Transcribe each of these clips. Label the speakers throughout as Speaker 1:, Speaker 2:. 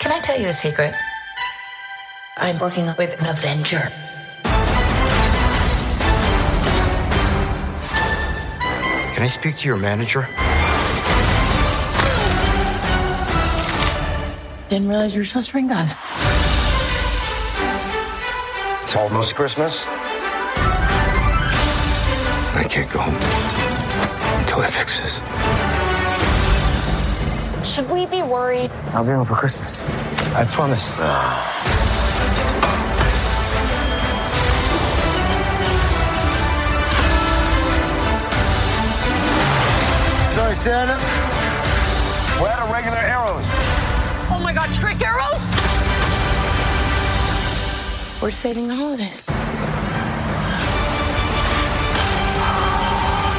Speaker 1: Can I tell you a secret? I'm working with an Avenger.
Speaker 2: Can I speak to your manager?
Speaker 1: Didn't realize we were supposed to bring guns.
Speaker 2: It's almost Christmas. I can't go home until I fix this.
Speaker 3: Should we be worried?
Speaker 2: I'll be home for Christmas. Ah. I promise. Sorry, Santa. We're out of regular arrows.
Speaker 4: Oh my god, trick arrows?
Speaker 1: We're saving the holidays.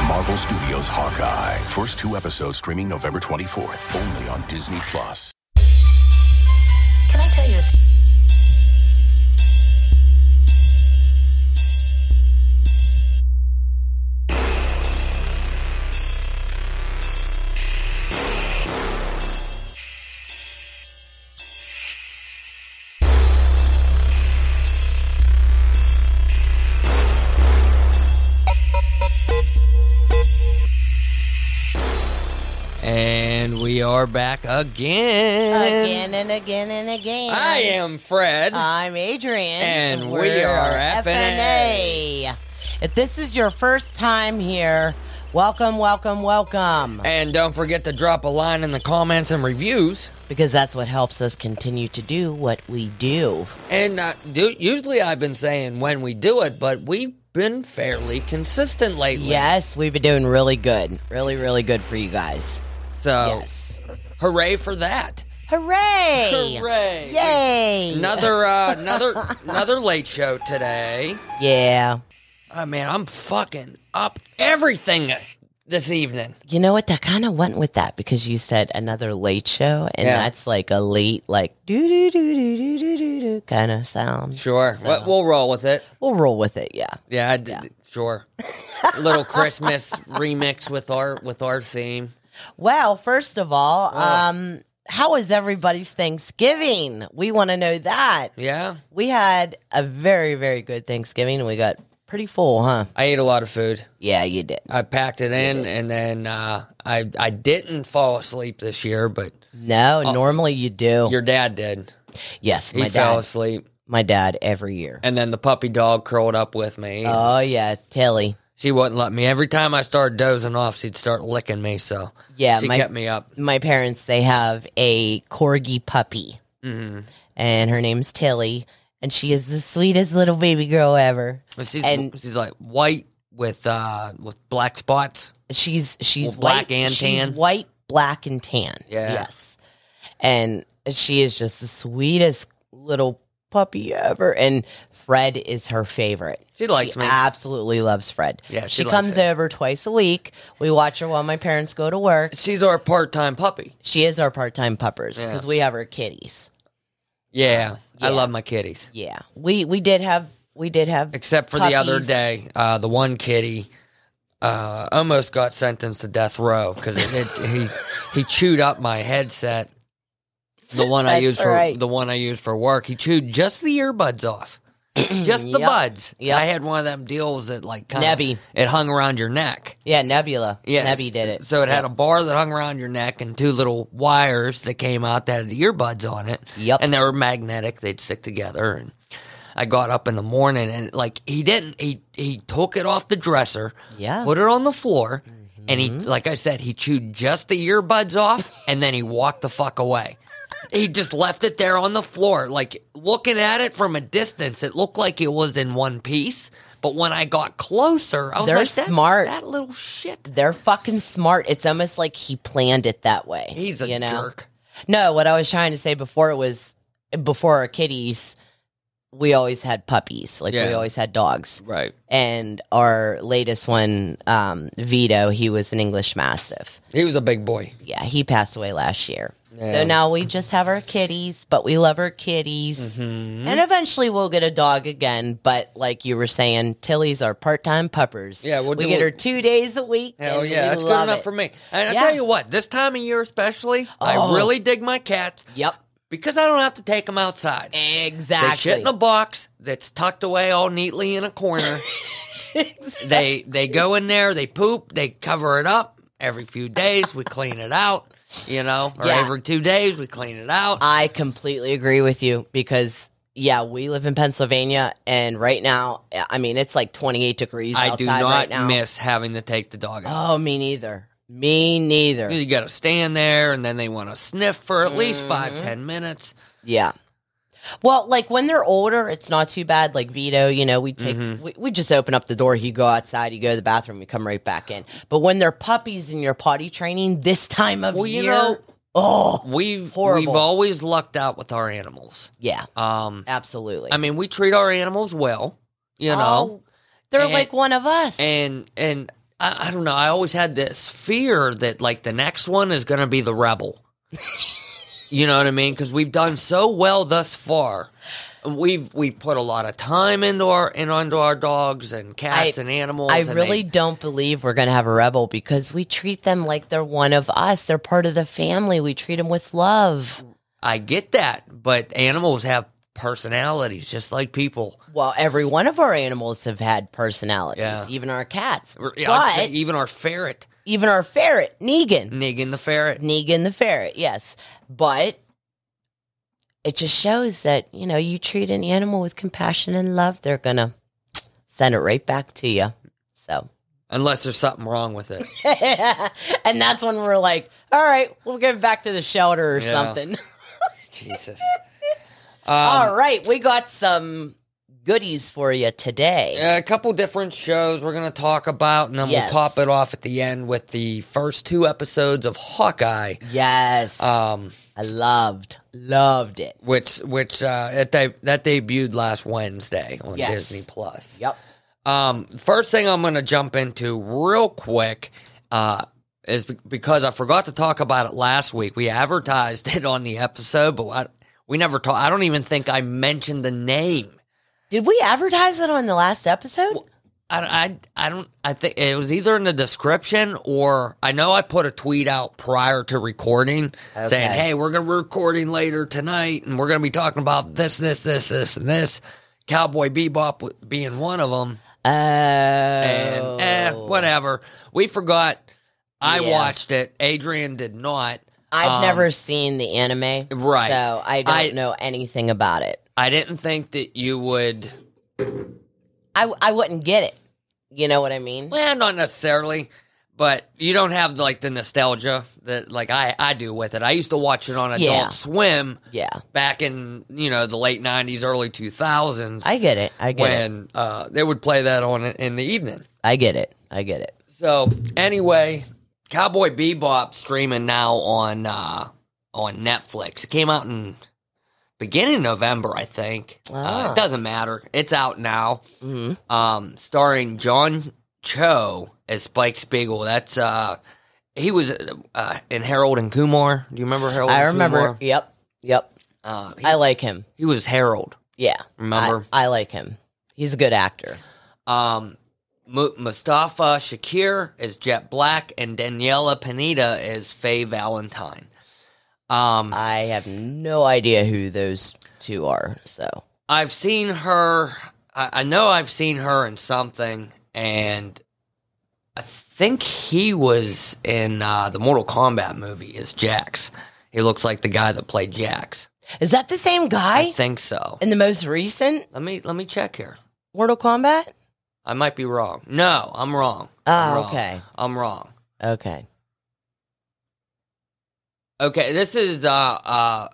Speaker 5: Marvel Studios Hawkeye. First two episodes streaming November 24th, only on Disney Plus.
Speaker 1: Can I tell you a secret?
Speaker 6: And we are back again.
Speaker 4: Again Uh, and again and again.
Speaker 6: I am Fred.
Speaker 4: I'm Adrian.
Speaker 6: And we
Speaker 4: We're
Speaker 6: are
Speaker 4: FNA. If this is your first time here, welcome, welcome, welcome.
Speaker 6: and don't forget to drop a line in the comments and reviews.
Speaker 4: Because that's what helps us continue to do what we do.
Speaker 6: And uh, do, usually I've been saying when we do it, but we've been fairly consistent lately.
Speaker 4: Yes, we've been doing really good. Really, really good for you guys.
Speaker 6: So
Speaker 4: Yes.
Speaker 6: hooray for that.
Speaker 4: Hooray!
Speaker 6: Hooray.
Speaker 4: Yay!
Speaker 6: Another uh, another another late show today.
Speaker 4: Yeah.
Speaker 6: Oh man, I'm fucking up everything this evening.
Speaker 4: You know what? That kind of went with that because you said another late show, and
Speaker 6: Yeah.
Speaker 4: that's like a late, like do do do do do do do do kind of sound.
Speaker 6: Sure. We'll, we'll roll with it.
Speaker 4: We'll roll with it. Yeah.
Speaker 6: Yeah, I did, sure. Little Christmas remix with our with our theme.
Speaker 4: Well, first of all, um, how was everybody's Thanksgiving? We want to know that.
Speaker 6: Yeah.
Speaker 4: We had a very, very good Thanksgiving, and we got pretty full, huh?
Speaker 6: I ate a lot of food.
Speaker 4: Yeah, you did.
Speaker 6: I packed it in and then uh, I I didn't fall asleep this year, but
Speaker 4: No, normally you do.
Speaker 6: your dad did.
Speaker 4: Yes,
Speaker 6: He
Speaker 4: my
Speaker 6: fell
Speaker 4: dad.
Speaker 6: asleep.
Speaker 4: My dad every year.
Speaker 6: And then the puppy dog curled up with me.
Speaker 4: Oh yeah, Tilly.
Speaker 6: she wouldn't let me. Every time I started dozing off, she'd start licking me. So
Speaker 4: Yeah,
Speaker 6: she
Speaker 4: my
Speaker 6: kept me up.
Speaker 4: my parents they have a corgi puppy Mm-hmm. and her name's tilly and she is the sweetest little baby girl ever
Speaker 6: And She's
Speaker 4: And-
Speaker 6: she's like white with uh with black spots.
Speaker 4: she's she's
Speaker 6: Well, black
Speaker 4: white,
Speaker 6: and
Speaker 4: she's
Speaker 6: tan?
Speaker 4: white black and tan
Speaker 6: Yeah.
Speaker 4: yes and she is just the sweetest little puppy ever and fred is her favorite
Speaker 6: She likes me.
Speaker 4: absolutely loves fred
Speaker 6: Yeah, she
Speaker 4: she,
Speaker 6: likes
Speaker 4: comes
Speaker 6: it.
Speaker 4: over twice a week we watch her while my parents go to work
Speaker 6: She's our part time puppy.
Speaker 4: she is our part-time puppers because we have her kitties
Speaker 6: Yeah, I love my kitties.
Speaker 4: yeah we we did have we did have
Speaker 6: Except for the other
Speaker 4: Puppies.
Speaker 6: day, uh, the one kitty uh, almost got sentenced to death row because it, it, he he chewed up my headset. The one I
Speaker 4: That's
Speaker 6: use for
Speaker 4: right.
Speaker 6: the one I use for work, he chewed just the earbuds off, just the
Speaker 4: Yep.
Speaker 6: buds. Yeah,
Speaker 4: Yep.
Speaker 6: I had one of them deals that like kind
Speaker 4: Nebby.
Speaker 6: of it hung around your neck.
Speaker 4: Yeah, Nebula.
Speaker 6: Yeah,
Speaker 4: Nebby did it.
Speaker 6: So it had a bar that hung around your neck and two little wires that came out that had earbuds on it.
Speaker 4: Yep.
Speaker 6: And they were magnetic; they'd stick together. And I got up in the morning and like he didn't he he took it off the dresser,
Speaker 4: Yeah. Mm-hmm.
Speaker 6: put it on the floor, and he like I said he chewed just the earbuds off and then he walked the fuck away. He just left it there on the floor, like looking at it from a distance. It looked like it was in one piece, but when I got closer, I was
Speaker 4: They're
Speaker 6: like, "That-
Speaker 4: smart.
Speaker 6: That little shit
Speaker 4: They're fucking smart. It's almost like he planned it that way.
Speaker 6: He's a
Speaker 4: you know?
Speaker 6: jerk.
Speaker 4: No, what I was trying to say before was before our kitties, we always had puppies. Like we
Speaker 6: Yeah.
Speaker 4: always had dogs.
Speaker 6: Right.
Speaker 4: And our latest one, um, Vito, he was an English Mastiff.
Speaker 6: He was a big boy.
Speaker 4: Yeah, he passed away last year.
Speaker 6: Yeah.
Speaker 4: So now we just have our kitties, but we love our kitties.
Speaker 6: Mm-hmm.
Speaker 4: And eventually we'll get a dog again. But like you were saying, Tilly's our part time puppers.
Speaker 6: Yeah, we'll
Speaker 4: we
Speaker 6: do
Speaker 4: get
Speaker 6: it-
Speaker 4: her two days a week.
Speaker 6: Hell
Speaker 4: and
Speaker 6: yeah,
Speaker 4: we
Speaker 6: that's good
Speaker 4: love
Speaker 6: enough
Speaker 4: it.
Speaker 6: for me. And I
Speaker 4: Yeah.
Speaker 6: tell you what, this time of year especially, I
Speaker 4: Oh.
Speaker 6: really dig my cats.
Speaker 4: Yep.
Speaker 6: because I don't have to take them outside. They shit
Speaker 4: Exactly.
Speaker 6: in a box that's tucked away all neatly in a corner. They they go in there, they poop, they cover it up. Every few days we clean it out, you know, or
Speaker 4: Yeah.
Speaker 6: every two days we clean it out.
Speaker 4: I completely agree with you because yeah, we live in Pennsylvania, and right now, I mean, it's like 28 degrees.
Speaker 6: I
Speaker 4: outside
Speaker 6: do not
Speaker 4: right now.
Speaker 6: miss having to take the dog out.
Speaker 4: Oh, me neither. Me neither.
Speaker 6: You got to stand there, and then they want to sniff for at least
Speaker 4: Mm-hmm.
Speaker 6: five, ten minutes.
Speaker 4: Yeah. Well, like when they're older, it's not too bad. Like Vito, you know, we take
Speaker 6: Mm-hmm.
Speaker 4: we, we just open up the door, he go outside, he go to the bathroom, we come right back in. But when they're puppies and you're potty training this time of
Speaker 6: Well, you
Speaker 4: year,
Speaker 6: know-
Speaker 4: oh
Speaker 6: We've
Speaker 4: Horrible.
Speaker 6: we've always lucked out with our animals.
Speaker 4: yeah,
Speaker 6: Um,
Speaker 4: absolutely.
Speaker 6: I mean, we treat our animals well, you know,
Speaker 4: Oh, they're
Speaker 6: and-
Speaker 4: like one of us.
Speaker 6: and and I, I don't know. I always had this fear that like the next one is going to be the rebel. you know what I mean? Because we've done so well thus far. We've we've put a lot of time into our and onto our dogs and cats
Speaker 4: I-
Speaker 6: and animals.
Speaker 4: I
Speaker 6: and they-
Speaker 4: really don't believe we're going to have a rebel because we treat them like they're one of us. They're part of the family. We treat them with love.
Speaker 6: I get that, but animals have personalities just like people.
Speaker 4: Well, every one of our animals have had personalities,
Speaker 6: Yeah.
Speaker 4: even our cats.
Speaker 6: Or,
Speaker 4: But
Speaker 6: yeah, I'd say even our ferret,
Speaker 4: even our ferret, Negan.
Speaker 6: Negan the ferret.
Speaker 4: Negan the ferret, yes. But it just shows that, you know, you treat an animal with compassion and love, they're going to send it right back to you. So,
Speaker 6: Unless there's something wrong with it.
Speaker 4: and that's when we're like, all right, we'll give it back to the shelter or
Speaker 6: Yeah.
Speaker 4: something.
Speaker 6: Jesus. Um,
Speaker 4: All right, we got some goodies for you today.
Speaker 6: A couple different shows we're going to talk about, and then
Speaker 4: Yes.
Speaker 6: we'll top it off at the end with the first two episodes of Hawkeye,
Speaker 4: Yes,
Speaker 6: um,
Speaker 4: I loved, loved it.
Speaker 6: which which uh, that de- that debuted last Wednesday on
Speaker 4: Yes.
Speaker 6: Disney Plus.
Speaker 4: Yep.
Speaker 6: Um, first thing I'm going to jump into real quick uh, is be- because I forgot to talk about it last week. We advertised it on the episode, but I, we never talked. I don't even think I mentioned the name.
Speaker 4: Did we advertise it on the last episode?
Speaker 6: I, I, I don't I think it was either in the description or I know I put a tweet out prior to recording saying,
Speaker 4: Okay.
Speaker 6: "Hey, we're gonna be recording later tonight, and we're gonna be talking about this, this, this, this, and this." Cowboy Bebop w- being one of them,
Speaker 4: Oh, Uh,
Speaker 6: and eh, whatever. We forgot. I
Speaker 4: Yeah.
Speaker 6: watched it. Adrian did not.
Speaker 4: I've
Speaker 6: Um,
Speaker 4: never seen the anime,
Speaker 6: Right.
Speaker 4: So I don't
Speaker 6: I-
Speaker 4: know anything about it.
Speaker 6: I didn't think that you would.
Speaker 4: I I wouldn't get it. You know what I mean?
Speaker 6: Well, not necessarily, but you don't have like the nostalgia that like I I do with it. I used to watch it on Adult
Speaker 4: Yeah.
Speaker 6: Swim
Speaker 4: Yeah,
Speaker 6: back in you know the late '90s, early 2000s
Speaker 4: I get it. I get it.
Speaker 6: when uh, they would play that on in the evening.
Speaker 4: I get it. I get it.
Speaker 6: So anyway, Cowboy Bebop streaming now on uh, on Netflix. It came out in beginning of November, I think. Uh,
Speaker 4: Ah.
Speaker 6: it doesn't matter. It's out now.
Speaker 4: Mhm.
Speaker 6: Um, starring John Cho as Spike Spiegel. That's uh, he was uh, in Harold and Kumar. Do you remember Harold?
Speaker 4: I
Speaker 6: and
Speaker 4: remember.
Speaker 6: Kumar?
Speaker 4: Yep. Yep.
Speaker 6: Uh, he,
Speaker 4: I like him.
Speaker 6: he was Harold.
Speaker 4: Yeah.
Speaker 6: Remember?
Speaker 4: I, I like him. He's a good actor.
Speaker 6: Um, Mu Mustafa Shakir is Jet Black, and Daniela Pineda is Faye Valentine. Um,
Speaker 4: I have no idea who those two are. So
Speaker 6: I've seen her. I, I know I've seen her in something, and I think he was in uh, the Mortal Kombat movie as Jax. He looks like the guy that played Jax.
Speaker 4: is that the same
Speaker 6: I
Speaker 4: guy
Speaker 6: think so.
Speaker 4: in the most recent
Speaker 6: Let me let me check here.
Speaker 4: Mortal Kombat?
Speaker 6: I might be wrong. No, I'm wrong. I'm
Speaker 4: Oh,
Speaker 6: wrong.
Speaker 4: okay,
Speaker 6: I'm wrong.
Speaker 4: okay.
Speaker 6: Okay, this is uh uh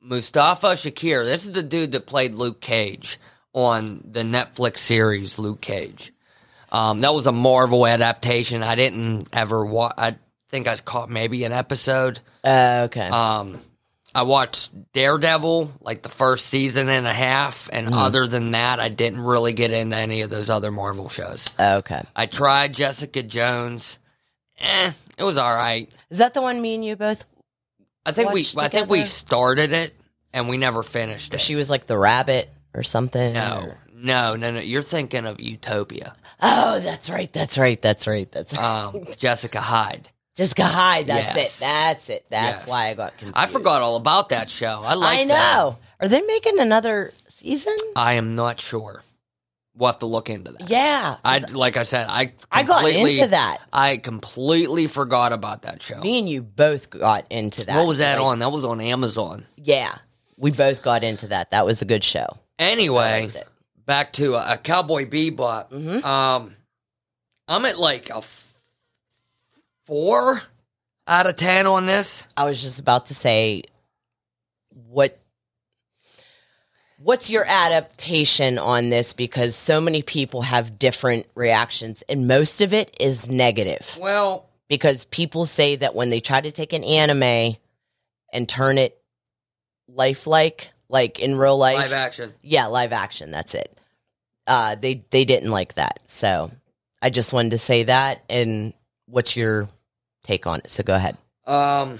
Speaker 6: Mustafa Shakir. This is the dude that played Luke Cage on the Netflix series Luke Cage. Um, that was a Marvel adaptation. I didn't ever watch. I think I caught maybe an episode.
Speaker 4: Uh, okay.
Speaker 6: Um, I watched Daredevil like the first season and a half, and other than that, I didn't really get into any of those other Marvel shows.
Speaker 4: okay.
Speaker 6: I tried Jessica Jones. Eh, it was all right.
Speaker 4: Is that the one me and you both?
Speaker 6: I think we
Speaker 4: watched
Speaker 6: I think we
Speaker 4: together?
Speaker 6: started it and we never finished it.
Speaker 4: She was like the rabbit or something.
Speaker 6: no, no, no, no. You're thinking of Utopia.
Speaker 4: Oh, that's right. That's right. That's right. That's right.
Speaker 6: Um, Jessica Hyde.
Speaker 4: Jessica Hyde. That's
Speaker 6: Uh, Yes.
Speaker 4: it. That's it. That's
Speaker 6: Yes.
Speaker 4: why I got confused.
Speaker 6: I forgot all about that show. I like
Speaker 4: I know. Are they making another season?
Speaker 6: I am not sure. We'll have to look into that.
Speaker 4: Yeah.
Speaker 6: Uh, I like I said, I
Speaker 4: I got
Speaker 6: completely-
Speaker 4: into that.
Speaker 6: I completely forgot about that show.
Speaker 4: Me and you both got into that.
Speaker 6: what was that
Speaker 4: Like,
Speaker 6: on? That was on Amazon.
Speaker 4: Yeah. We both got into that. That was a good show.
Speaker 6: Anyway,
Speaker 4: liked it. Mm-hmm.
Speaker 6: back to uh, Cowboy Bebop. Um, I'm at like a f- four out of ten on this.
Speaker 4: I was just about to say what what's your adaptation on this because so many people have different reactions and most of it is negative
Speaker 6: Well,
Speaker 4: because people say that when they try to take an anime and turn it lifelike like in real life
Speaker 6: live action.
Speaker 4: yeah live action that's it uh they they didn't like that so i just wanted to say that and what's your take on it so go ahead
Speaker 6: Um,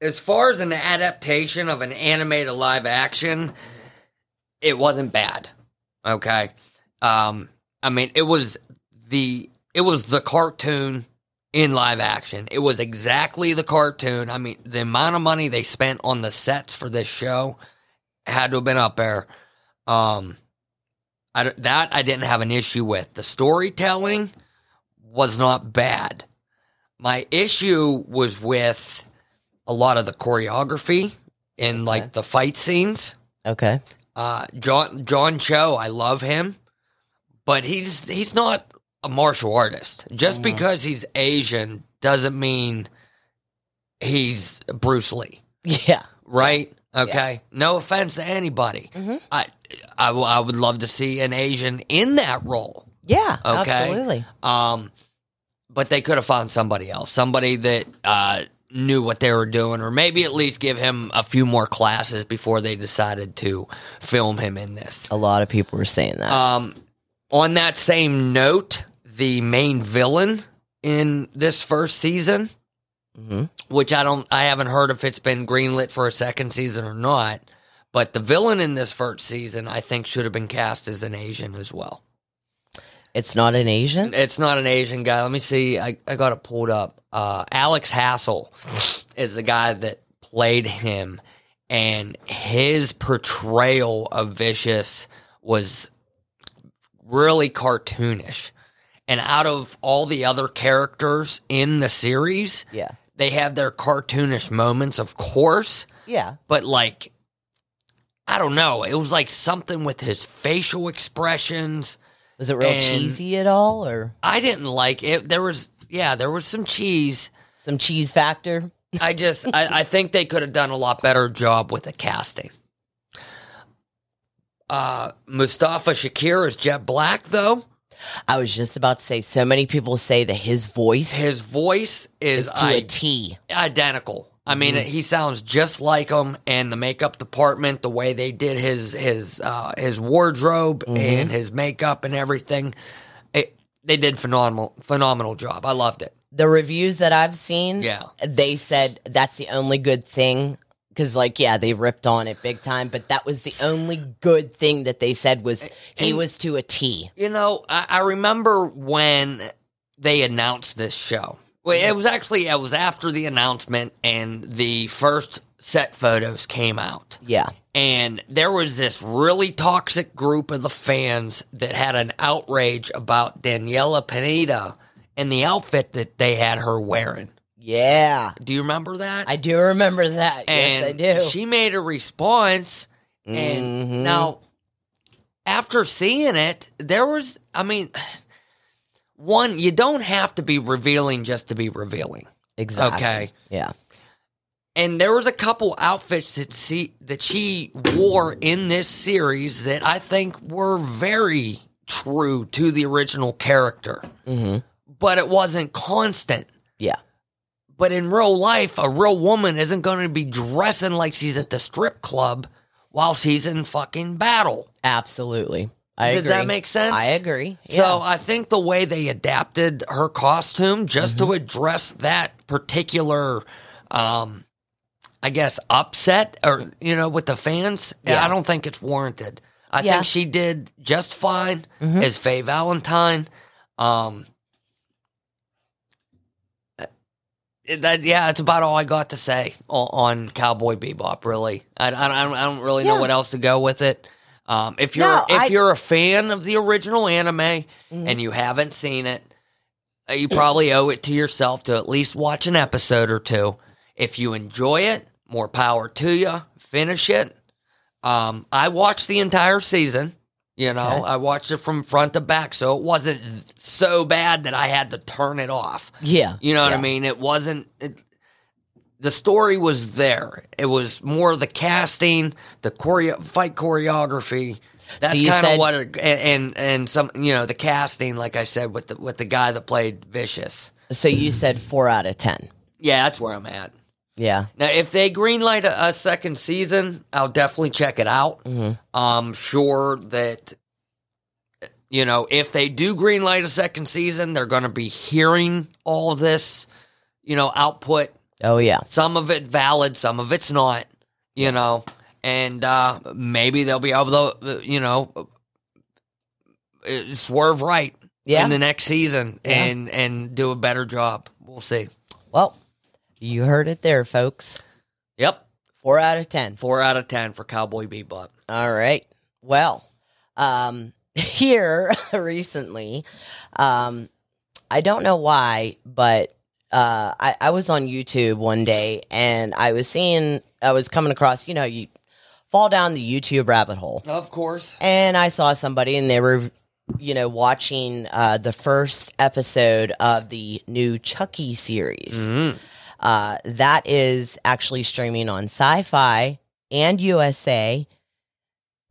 Speaker 6: as far as an adaptation of an anime to live action, it wasn't bad. Okay. Um, I mean, it was the it was the cartoon in live action. It was exactly the cartoon. I mean, the amount of money they spent on the sets for this show had to have been up there. Um, I, don't- that I didn't have an issue with. The storytelling was not bad. My issue was with a lot of the choreography in like the fight scenes.
Speaker 4: okay
Speaker 6: Uh, John John Cho, I love him, but he's he's not a martial artist. Just
Speaker 4: Mm-hmm.
Speaker 6: because he's Asian doesn't mean he's Bruce Lee
Speaker 4: yeah Mm-hmm.
Speaker 6: right? Okay. No offense to anybody. I, I w- I would love to see an Asian in that role.
Speaker 4: Yeah,
Speaker 6: Okay.
Speaker 4: absolutely.
Speaker 6: Um, but they could have found somebody else, somebody that uh, knew what they were doing, or maybe at least give him a few more classes before they decided to film him in this.
Speaker 4: A lot of people were saying that.
Speaker 6: Um, on that same note, the main villain in this first season, which I don't, I haven't heard if it's been greenlit for a second season or not, but the villain in this first season, I think, should have been cast as an Asian as well.
Speaker 4: it's not an Asian.
Speaker 6: It's not an Asian guy. Let me see. I, I got it pulled up. Uh, Alex Hassel is the guy that played him, and his portrayal of Vicious was really cartoonish. And out of all the other characters in the series,
Speaker 4: Yeah.
Speaker 6: they have their cartoonish moments, of course,
Speaker 4: Yeah.
Speaker 6: but like I don't know. It was like something with his facial expressions.
Speaker 4: Was it real
Speaker 6: and-
Speaker 4: cheesy at all, or
Speaker 6: I didn't like it. There was yeah, there was some cheese.
Speaker 4: some cheese factor?
Speaker 6: I just I, I think they could have done a lot better job with the casting. Uh Mustafa Shakir is Jet Black though.
Speaker 4: I was just about to say. So many people say that his voice
Speaker 6: His voice
Speaker 4: is
Speaker 6: is
Speaker 4: to a
Speaker 6: I-
Speaker 4: T.
Speaker 6: identical. I mean, he sounds just like him, and the makeup department, the way they did his his uh, his wardrobe and his makeup and everything, it, they did phenomenal phenomenal job. I loved it.
Speaker 4: The reviews that I've seen,
Speaker 6: Yeah.
Speaker 4: they said that's the only good thing. Because, like, yeah, they ripped on it big time, but that was the only good thing that they said was he
Speaker 6: And-
Speaker 4: was to a T.
Speaker 6: You know, I, I remember when they announced this show. Well, it was actually it was after the announcement, and the first set photos came out.
Speaker 4: Yeah.
Speaker 6: and there was this really toxic group of the fans that had an outrage about Daniela Pineda and the outfit that they had her wearing.
Speaker 4: Yeah.
Speaker 6: Do you remember that?
Speaker 4: I do remember that. yes, I
Speaker 6: and
Speaker 4: do. Mm-hmm.
Speaker 6: She made a response, and now after seeing it, there was. I mean, one, you don't have to be revealing just to be revealing.
Speaker 4: exactly.
Speaker 6: okay.
Speaker 4: Yeah.
Speaker 6: and there was a couple outfits that she that she wore in this series that I think were very true to the original character,
Speaker 4: Mm-hmm.
Speaker 6: but it wasn't constant.
Speaker 4: Yeah.
Speaker 6: But in real life, a real woman isn't going to be dressing like she's at the strip club while she's in fucking battle.
Speaker 4: Absolutely. I
Speaker 6: Does
Speaker 4: agree.
Speaker 6: that make sense?
Speaker 4: I agree.
Speaker 6: So
Speaker 4: Yeah.
Speaker 6: I think the way they adapted her costume just
Speaker 4: Mm-hmm.
Speaker 6: to address that particular, um, I guess, upset or, you know, with the fans,
Speaker 4: Yeah.
Speaker 6: I don't think it's warranted. I
Speaker 4: Yeah. Mm-hmm.
Speaker 6: think she did just fine as Faye Valentine. Um, that, yeah, that's about all I got to say on, on Cowboy Bebop. Really, I, I, don't- I don't really know
Speaker 4: Yeah.
Speaker 6: what else to go with it. Um, if you're
Speaker 4: No,
Speaker 6: if
Speaker 4: I- Mm-hmm.
Speaker 6: you're a fan of the original anime and you haven't seen it, uh, you probably owe it to yourself to at least watch an episode or two. If you enjoy it, more power to you. Finish it. Um, I watched the entire season. You know, I watched it from front to back, so it wasn't so bad that I had to turn it off.
Speaker 4: Yeah.
Speaker 6: You know what
Speaker 4: Yeah.
Speaker 6: I mean? It wasn't. It, the story was there. It was more the casting, the choreo- fight choreography. That's
Speaker 4: you
Speaker 6: kind of
Speaker 4: said-
Speaker 6: what, it, and, and and some you know the casting, like I said, with the with the guy that played Vicious.
Speaker 4: So you said four out of ten.
Speaker 6: Yeah, that's where I'm at.
Speaker 4: Yeah.
Speaker 6: Now, if they greenlight a, a second season, I'll definitely check it out.
Speaker 4: Mm-hmm.
Speaker 6: I'm sure that you know if they do greenlight a second season, they're going to be hearing all this, you know, output.
Speaker 4: Oh yeah.
Speaker 6: Some of it valid, some of it's not. You know, and uh, maybe they'll be able to, uh, you know, uh, swerve right
Speaker 4: Yeah.
Speaker 6: in the next season and and do a better job. We'll see.
Speaker 4: Well, you heard it there, folks.
Speaker 6: Yep,
Speaker 4: Four out of ten.
Speaker 6: four out of ten for Cowboy Bebop.
Speaker 4: All right. Well, um, here recently, um, I don't know why, but uh, I, I was on YouTube one day and I was seeing, I was coming across, you know, you fall down the YouTube rabbit hole.
Speaker 6: Of course.
Speaker 4: And I saw somebody and they were, you know, watching uh, the first episode of the new Chucky series.
Speaker 6: Mm-hmm.
Speaker 4: Uh, that is actually streaming on Sci Fi and USA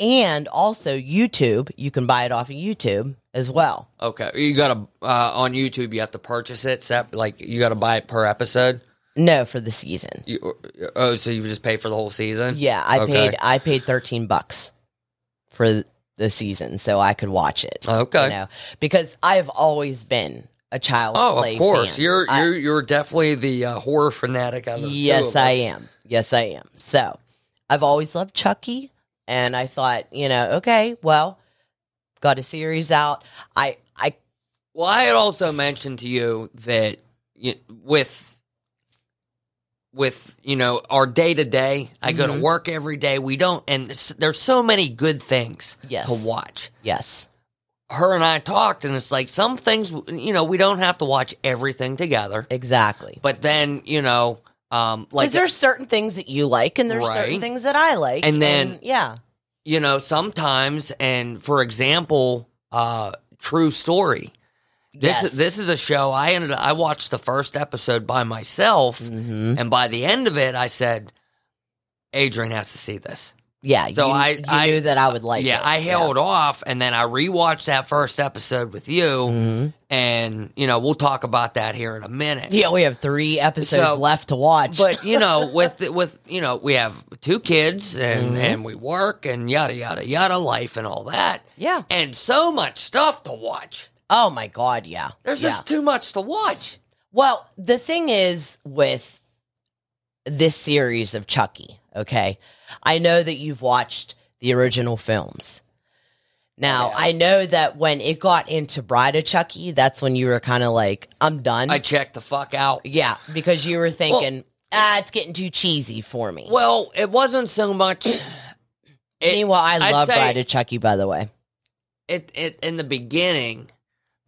Speaker 4: and also YouTube. You can buy it off of YouTube as well.
Speaker 6: Okay, you gotta uh, on YouTube. You have to purchase it. Sep- like you gotta buy it per episode.
Speaker 4: No, for the season.
Speaker 6: You, oh, so you just pay for the whole season?
Speaker 4: Yeah, I
Speaker 6: Okay.
Speaker 4: paid I paid 13 bucks for the season so I could watch it.
Speaker 6: Okay.
Speaker 4: You know, because I've always been a child
Speaker 6: Oh,
Speaker 4: play
Speaker 6: of course.
Speaker 4: fan.
Speaker 6: You're
Speaker 4: I-
Speaker 6: you're you're definitely the uh, horror fanatic out of the two
Speaker 4: Yes,
Speaker 6: of
Speaker 4: I
Speaker 6: us.
Speaker 4: am. Yes, I am. So I've always loved Chucky, and I thought, you know, okay, well, got a series out. I, I,
Speaker 6: Well, I had also mentioned to you that you, with with you know our day to day, I go to
Speaker 4: Mm-hmm.
Speaker 6: work every day. We don't, and s- there's so many good things
Speaker 4: Yes.
Speaker 6: to watch.
Speaker 4: yes,
Speaker 6: Her and I talked, and it's like some things you know we don't have to watch everything together.
Speaker 4: exactly.
Speaker 6: But then, you know, um, like
Speaker 4: Because there's certain things that you like, and there's certain
Speaker 6: Right.
Speaker 4: things that I like,
Speaker 6: And then-
Speaker 4: yeah,
Speaker 6: you know, sometimes, and for example, uh, True Story. This
Speaker 4: Yes.
Speaker 6: is this is a show I ended. up- I watched the first episode by myself,
Speaker 4: Mm-hmm.
Speaker 6: and by the end of it, I said, "Adrian has to see this."
Speaker 4: yeah.
Speaker 6: So
Speaker 4: you,
Speaker 6: I-
Speaker 4: you
Speaker 6: I-
Speaker 4: knew that I would like.
Speaker 6: yeah,
Speaker 4: it.
Speaker 6: I held off, and then I rewatched that first episode with you, and you know, we'll talk about that here in a minute.
Speaker 4: Mm-hmm. Yeah, we have three episodes
Speaker 6: So-
Speaker 4: left to watch.
Speaker 6: but you know, with with you know, we have two kids and
Speaker 4: Mm-hmm.
Speaker 6: and we work and yada yada yada, life and all that.
Speaker 4: Yeah.
Speaker 6: and so much stuff to watch.
Speaker 4: oh my god, yeah,
Speaker 6: There's
Speaker 4: yeah. Mm-hmm.
Speaker 6: just too much to watch.
Speaker 4: Well, the thing is with this series of Chucky, okay, I know that you've watched the original films.
Speaker 6: Oh,
Speaker 4: Now, I know that when it got into Bride of Chucky, that's when you were kind of like, I'm done.
Speaker 6: I checked the fuck out.
Speaker 4: yeah, because you were thinking, ah, it's getting too cheesy for me.
Speaker 6: Well, it wasn't so much. it-
Speaker 4: Meanwhile, I
Speaker 6: I'd
Speaker 4: love
Speaker 6: say-
Speaker 4: Bride of Chucky, by the way.
Speaker 6: it, it in the beginning,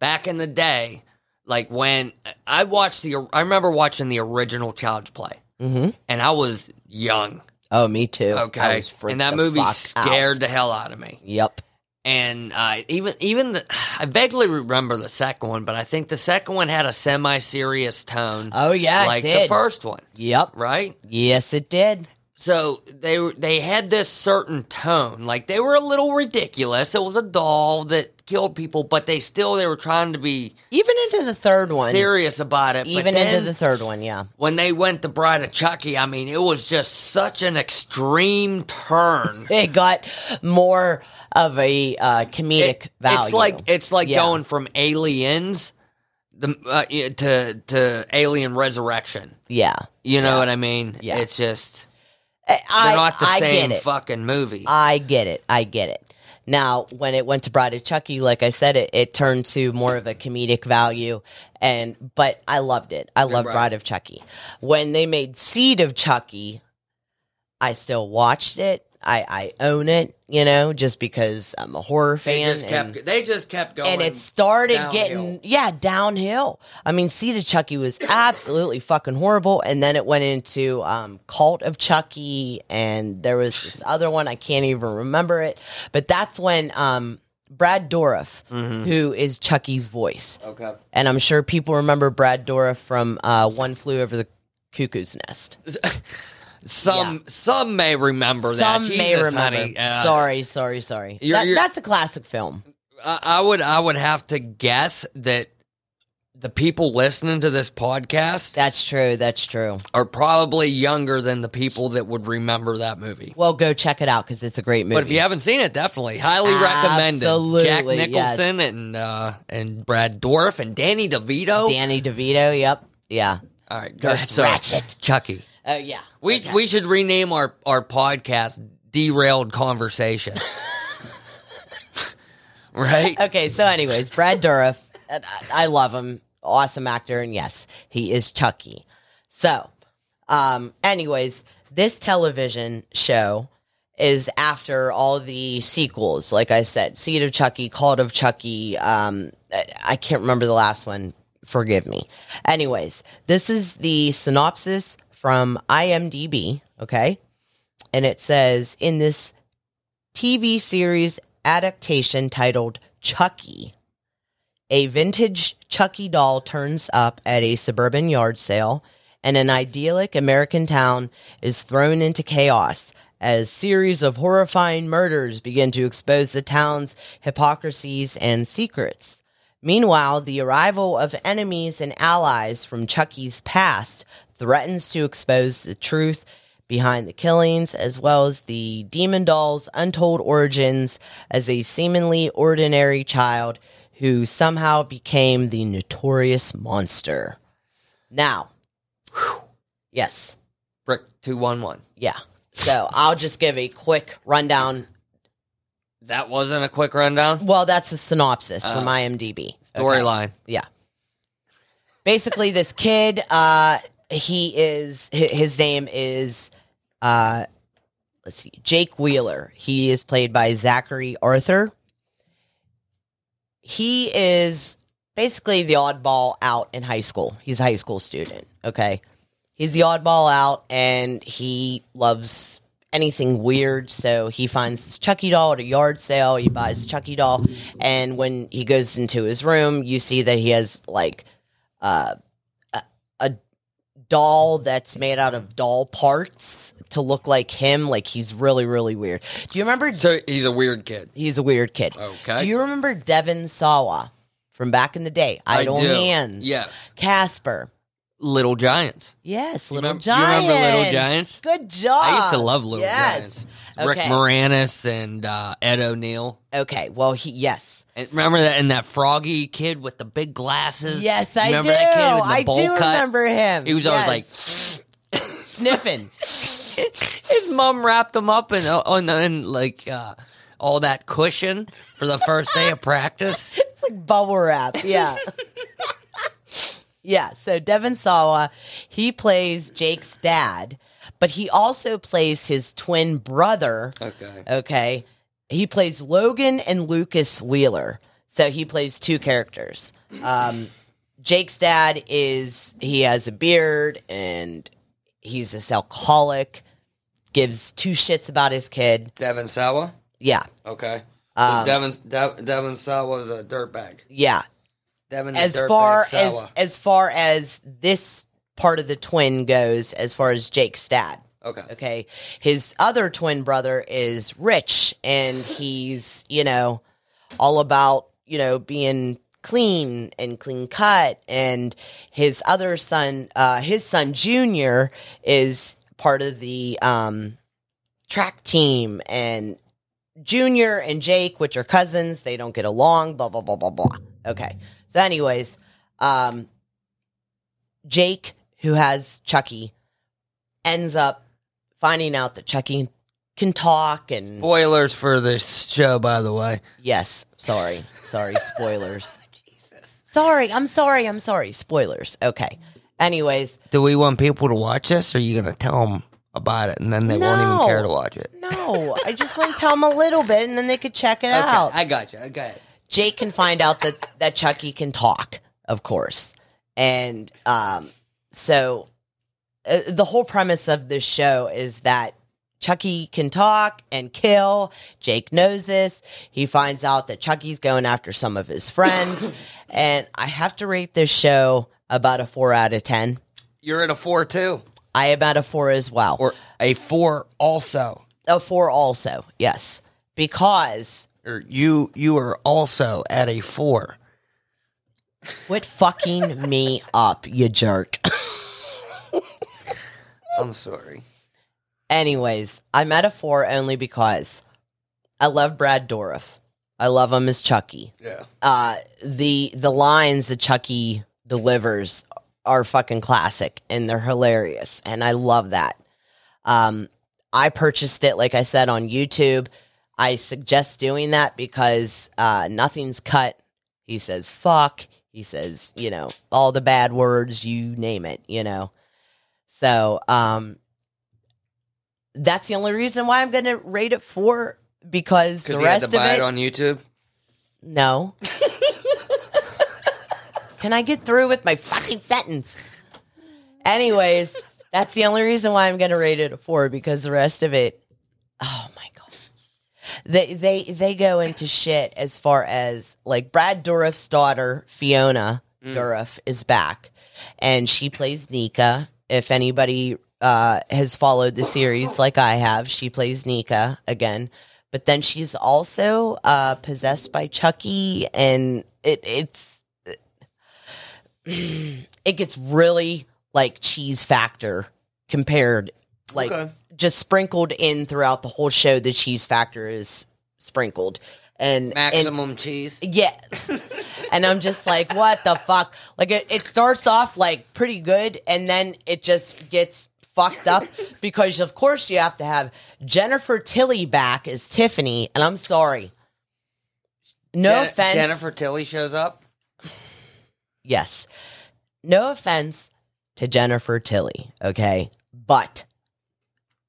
Speaker 6: back in the day, like when I watched the, I remember watching the original Child's Play,
Speaker 4: Mm-hmm.
Speaker 6: and I was young.
Speaker 4: Oh, me too. I
Speaker 6: Okay,
Speaker 4: was freaked
Speaker 6: and that
Speaker 4: the
Speaker 6: movie
Speaker 4: fuck
Speaker 6: scared
Speaker 4: out.
Speaker 6: the hell out of me.
Speaker 4: Yep.
Speaker 6: and uh, even even the, I vaguely remember the second one, but I think the second one had a semi-serious tone.
Speaker 4: Oh, yeah, it
Speaker 6: like the
Speaker 4: did.
Speaker 6: first one,
Speaker 4: Yep.
Speaker 6: right?
Speaker 4: Yes, it did.
Speaker 6: So they were- they had this certain tone, like they were a little ridiculous. It was a doll that killed people, but they still they were trying to be
Speaker 4: Even into the third one.
Speaker 6: serious about it.
Speaker 4: even
Speaker 6: but then,
Speaker 4: into the third one, yeah.
Speaker 6: when they went to Bride of Chucky, I mean, it was just such an extreme turn.
Speaker 4: It got more of a uh, comedic
Speaker 6: It-
Speaker 4: value.
Speaker 6: It's like it's like
Speaker 4: Yeah.
Speaker 6: going from Aliens the uh, yeah, to to Alien Resurrection.
Speaker 4: yeah.
Speaker 6: You know what I mean?
Speaker 4: Yeah.
Speaker 6: It's just
Speaker 4: I,
Speaker 6: they're
Speaker 4: I-
Speaker 6: not the
Speaker 4: I
Speaker 6: same
Speaker 4: get it.
Speaker 6: fucking movie.
Speaker 4: I get it. I get it. Now, when it went to Bride of Chucky, like I said, it, it turned to more of a comedic value. And but I loved it. I loved
Speaker 6: right.
Speaker 4: Bride of Chucky. When they made Seed of Chucky, I still watched it. I, I own it, you know, just because I'm a horror
Speaker 6: They
Speaker 4: fan.
Speaker 6: just
Speaker 4: and-
Speaker 6: kept. they just kept going.
Speaker 4: and it started
Speaker 6: downhill.
Speaker 4: getting yeah downhill. I mean, Seed of Chucky was absolutely fucking horrible, and then it went into um, Cult of Chucky, and there was this other one I can't even remember it. But that's when um, Brad Dourif,
Speaker 6: Mm-hmm.
Speaker 4: who is Chucky's voice,
Speaker 6: Okay.
Speaker 4: and I'm sure people remember Brad Dourif from uh, One Flew Over the Cuckoo's Nest.
Speaker 6: Some some may remember that.
Speaker 4: Some may
Speaker 6: Jesus,
Speaker 4: remember.
Speaker 6: honey. Uh,
Speaker 4: sorry, sorry, sorry.
Speaker 6: You're-
Speaker 4: That-
Speaker 6: you're-
Speaker 4: that's a classic film.
Speaker 6: I, I would I would have to guess that the people listening to this podcast
Speaker 4: That's true. That's true.
Speaker 6: are probably younger than the people that would remember that movie.
Speaker 4: Well, go check it out because it's a great movie.
Speaker 6: But if you haven't seen it, definitely highly recommend it. Jack
Speaker 4: Absolutely,
Speaker 6: Nicholson and uh, and Brad Dorff and Danny DeVito.
Speaker 4: Danny DeVito. Yep. Yeah.
Speaker 6: All right, go ahead.
Speaker 4: Nurse
Speaker 6: Sorry.
Speaker 4: Ratched.
Speaker 6: Chucky.
Speaker 4: Oh yeah.
Speaker 6: We we should rename our our podcast "Derailed Conversation." right?
Speaker 4: Okay. So, anyways, Brad Dourif. and I, I love him. Awesome actor, and yes, he is Chucky. So, um, anyways, this television show is after all the sequels. Like I said, Seed of Chucky, Cult of Chucky. Um, I- I can't remember the last one. Forgive me. Anyways, this is the synopsis from IMDb. Okay. and it says in this TV series adaptation titled Chucky, a vintage Chucky doll turns up at a suburban yard sale, and an idyllic American town is thrown into chaos as series of horrifying murders begin to expose the town's hypocrisies and secrets. Meanwhile, the arrival of enemies and allies from Chucky's past threatens to expose the truth behind the killings, as well as the demon doll's untold origins as a seemingly ordinary child who somehow became the notorious monster. Now, yes,
Speaker 6: Brick two one one.
Speaker 4: yeah. So I'll just give a quick rundown.
Speaker 6: That wasn't a quick rundown.
Speaker 4: Well, that's a synopsis from IMDb. Okay.
Speaker 6: Storyline.
Speaker 4: Yeah. Basically, this kid, uh, he is hi- his name is uh, let's see, Jake Wheeler. He is played by Zachary Arthur. He is basically the oddball out in high school. He's a high school student. Okay, he's the oddball out, and he loves anything weird. So he finds this Chucky doll at a yard sale. He buys Chucky doll, and when he goes into his room, you see that he has like uh, a, a doll that's made out of doll parts to look like him. Like he's really, really weird. Do you remember?
Speaker 6: So he's a weird kid.
Speaker 4: he's a weird kid.
Speaker 6: Okay.
Speaker 4: Do you remember Devin Sawa from back in the day? Idle
Speaker 6: do.
Speaker 4: Hands.
Speaker 6: Yes.
Speaker 4: Casper.
Speaker 6: Little Giants.
Speaker 4: Yes,
Speaker 6: You
Speaker 4: Little
Speaker 6: remem- you
Speaker 4: Giants.
Speaker 6: remember Little Giants?
Speaker 4: Good job.
Speaker 6: I used to love Little
Speaker 4: Ah, Yes.
Speaker 6: Giants. Rick
Speaker 4: Okay.
Speaker 6: Moranis and uh, Ed O'Neill.
Speaker 4: Okay. Well, he yes.
Speaker 6: And remember that and that froggy kid with the big glasses.
Speaker 4: Yes, I
Speaker 6: remember
Speaker 4: do.
Speaker 6: That kid with the
Speaker 4: I
Speaker 6: bowl
Speaker 4: do
Speaker 6: cut?
Speaker 4: remember him.
Speaker 6: He was always
Speaker 4: Yes.
Speaker 6: like
Speaker 4: sniffing.
Speaker 6: His mom wrapped him up in, on in like uh, all that cushion for the first day of practice.
Speaker 4: It's like bubble wrap. Yeah. yeah. So Devin Sawa, he plays Jake's dad, but he also plays his twin brother.
Speaker 6: Okay.
Speaker 4: Okay. He plays Logan and Lucas Wheeler. So he plays two characters. Um, Jake's dad is, he has a beard and he's this alcoholic, gives two shits about his kid.
Speaker 6: Devin Sawa.
Speaker 4: Yeah.
Speaker 6: Okay.
Speaker 4: Um,
Speaker 6: Devin De- Devin Sawa was a dirtbag.
Speaker 4: Yeah.
Speaker 6: Devin
Speaker 4: as far as as far as this part of the twin goes, as far as Jake's dad.
Speaker 6: okay.
Speaker 4: Okay, his other twin brother is rich, and he's you know all about you know being clean and clean cut. And his other son, uh, his son Junior, is part of the um, track team, and Junior and Jake, which are cousins, they don't get along, blah, blah, blah, blah, blah. Okay. So, anyways, um, Jake, who has Chucky, ends up finding out that Chucky can talk and
Speaker 6: Spoilers for this show, by the way.
Speaker 4: yes, sorry, sorry, spoilers. Sorry, I'm sorry, I'm sorry. Spoilers. Okay. Anyways,
Speaker 6: Do we want people to watch this, or are you going to tell them about it, and then they won't even
Speaker 4: No.
Speaker 6: care to watch it?
Speaker 4: no, I just want to tell them a little bit, and then they could check it out.
Speaker 6: I got you. I got it.
Speaker 4: Jake can find out that that Chucky can talk, of course, and um, so uh, the whole premise of this show is that Chucky can talk and kill. Jake knows this. He finds out that Chucky's going after some of his friends, and I have to rate this show about a four out of ten.
Speaker 6: You're at a four too,
Speaker 4: I about a four as well,
Speaker 6: or a four also,
Speaker 4: a four also, yes, because
Speaker 6: or you you are also at a four.
Speaker 4: quit fucking me up, you jerk.
Speaker 6: I'm sorry.
Speaker 4: Anyways, I'm at a four only because I love Brad Dourif. I love him as Chucky.
Speaker 6: Yeah.
Speaker 4: Uh, the the lines that Chucky delivers are fucking classic and they're hilarious, and I love that. Um, I purchased it, like I said, on YouTube. I suggest doing that because uh, nothing's cut. He says fuck. He says, you know, all the bad words, you name it, you know. So um, that's the only reason why I'm going to rate it four because the
Speaker 6: Because you had
Speaker 4: rest
Speaker 6: to
Speaker 4: of
Speaker 6: buy
Speaker 4: it,
Speaker 6: it on YouTube.
Speaker 4: no. Can I get through with my fucking sentence? Anyways, that's the only reason why I'm going to rate it a four because the rest of it, oh my god, they they they go into shit as far as like Brad Dourif's daughter Fiona Dourif is back, and she plays Nika. If anybody uh, has followed the series like I have, she plays Nika again. But then she's also uh, possessed by Chucky, and it it's it gets really like cheese factor compared like just sprinkled in throughout the whole show the cheese factor is sprinkled and and-
Speaker 6: Maximum cheese.
Speaker 4: yeah and i'm just like what the fuck like it, it starts off like pretty good and then it just gets fucked up because of course you have to have jennifer tilly back as tiffany and i'm sorry no
Speaker 6: Jen-
Speaker 4: offense
Speaker 6: Jennifer Tilly shows up.
Speaker 4: Yes. No offense to Jennifer Tilly, okay? But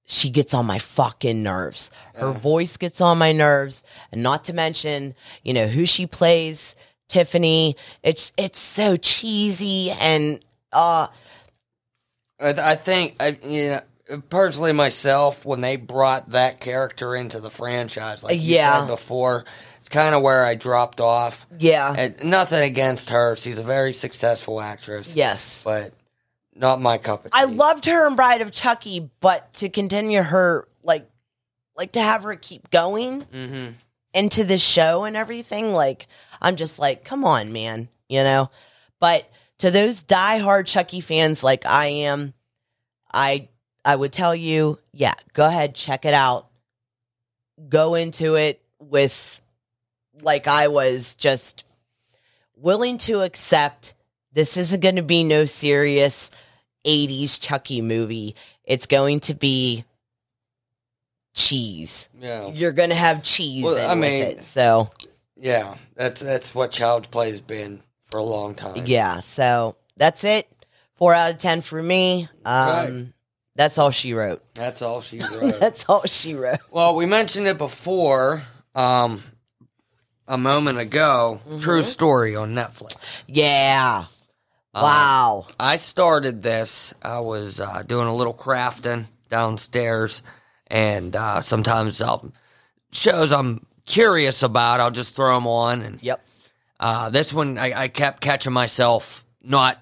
Speaker 4: she gets on my fucking nerves. Her voice gets on my nerves, and not to mention, you know, who she plays, Tiffany. It's it's so cheesy and uh
Speaker 6: I, th- I think I you know, personally myself when they brought that character into the franchise, like you
Speaker 4: Yeah.
Speaker 6: said before, it's kind of where I dropped off.
Speaker 4: yeah.
Speaker 6: And nothing against her; she's a very successful actress.
Speaker 4: yes.
Speaker 6: but not my cup of tea.
Speaker 4: I loved her in Bride of Chucky, but to continue her like like to have her keep going
Speaker 6: Mm-hmm.
Speaker 4: into this show and everything, like I'm just like, come on, man, you know. But to those diehard Chucky fans like I am, I I would tell you, yeah, go ahead, check it out. Go into it with like I was just willing to accept this isn't going to be no serious 80s Chucky movie. It's going to be cheese
Speaker 6: Yeah,
Speaker 4: you're gonna have cheese
Speaker 6: Well,
Speaker 4: in
Speaker 6: I
Speaker 4: with
Speaker 6: mean-
Speaker 4: it. So
Speaker 6: yeah. That's that's what Child's Play has been for a long time.
Speaker 4: yeah, so that's it. Four out of ten for me. Um, That's all she wrote.
Speaker 6: that's all she wrote.
Speaker 4: That's all she wrote.
Speaker 6: Well, we mentioned it before, um, a moment ago.
Speaker 4: Mm-hmm.
Speaker 6: True story on Netflix.
Speaker 4: Yeah.
Speaker 6: Uh,
Speaker 4: Wow.
Speaker 6: I started this. I was uh, doing a little crafting downstairs, and uh, sometimes I'll shows I'm curious about. I'll just throw them on, and
Speaker 4: Yep.
Speaker 6: uh, this one I, I kept catching myself not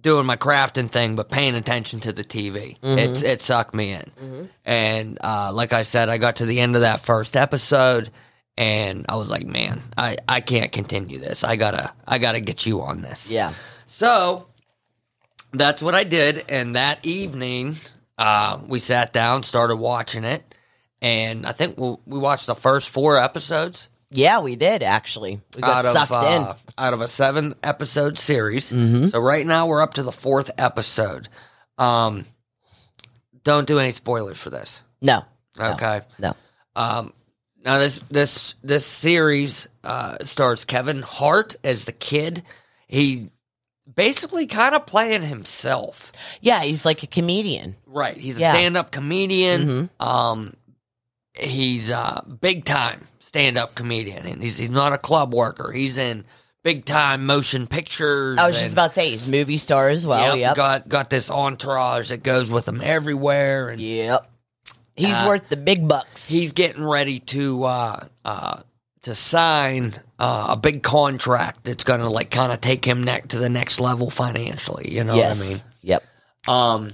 Speaker 6: doing my crafting thing, but paying attention to the TV. It it sucked me in, and uh, like I said, I got to the end of that first episode, and I was like, man, I, I can't continue this. I gotta I gotta get you on this.
Speaker 4: Yeah.
Speaker 6: So that's what I did. And that evening, uh, we sat down, started watching it. And I think we we watched the first four episodes
Speaker 4: Yeah, we did actually. We got sucked Mm-hmm.
Speaker 6: uh, out of a seven episode series. So right now we're up to the fourth episode. Um, don't do any spoilers for this.
Speaker 4: in. No.
Speaker 6: Okay.
Speaker 4: No.
Speaker 6: Um, now this this this series uh, stars Kevin Hart as the kid. He basically kind of playing himself.
Speaker 4: Yeah, he's like a comedian.
Speaker 6: Right. He's a
Speaker 4: Yeah. Mm-hmm.
Speaker 6: stand-up comedian. Um, he's a big-time stand-up comedian, and he's he's not a club worker. He's in big-time motion pictures.
Speaker 4: I was just
Speaker 6: and-
Speaker 4: about to say he's a movie star as well. Yep.
Speaker 6: Got got this entourage that goes with him everywhere, and
Speaker 4: Yep. He's
Speaker 6: Uh,
Speaker 4: worth the big bucks.
Speaker 6: he's getting ready to uh, uh, to sign uh, a big contract that's going to like kind of take him neck to the next level financially. You know
Speaker 4: yes.
Speaker 6: what I mean?
Speaker 4: Yep.
Speaker 6: Um,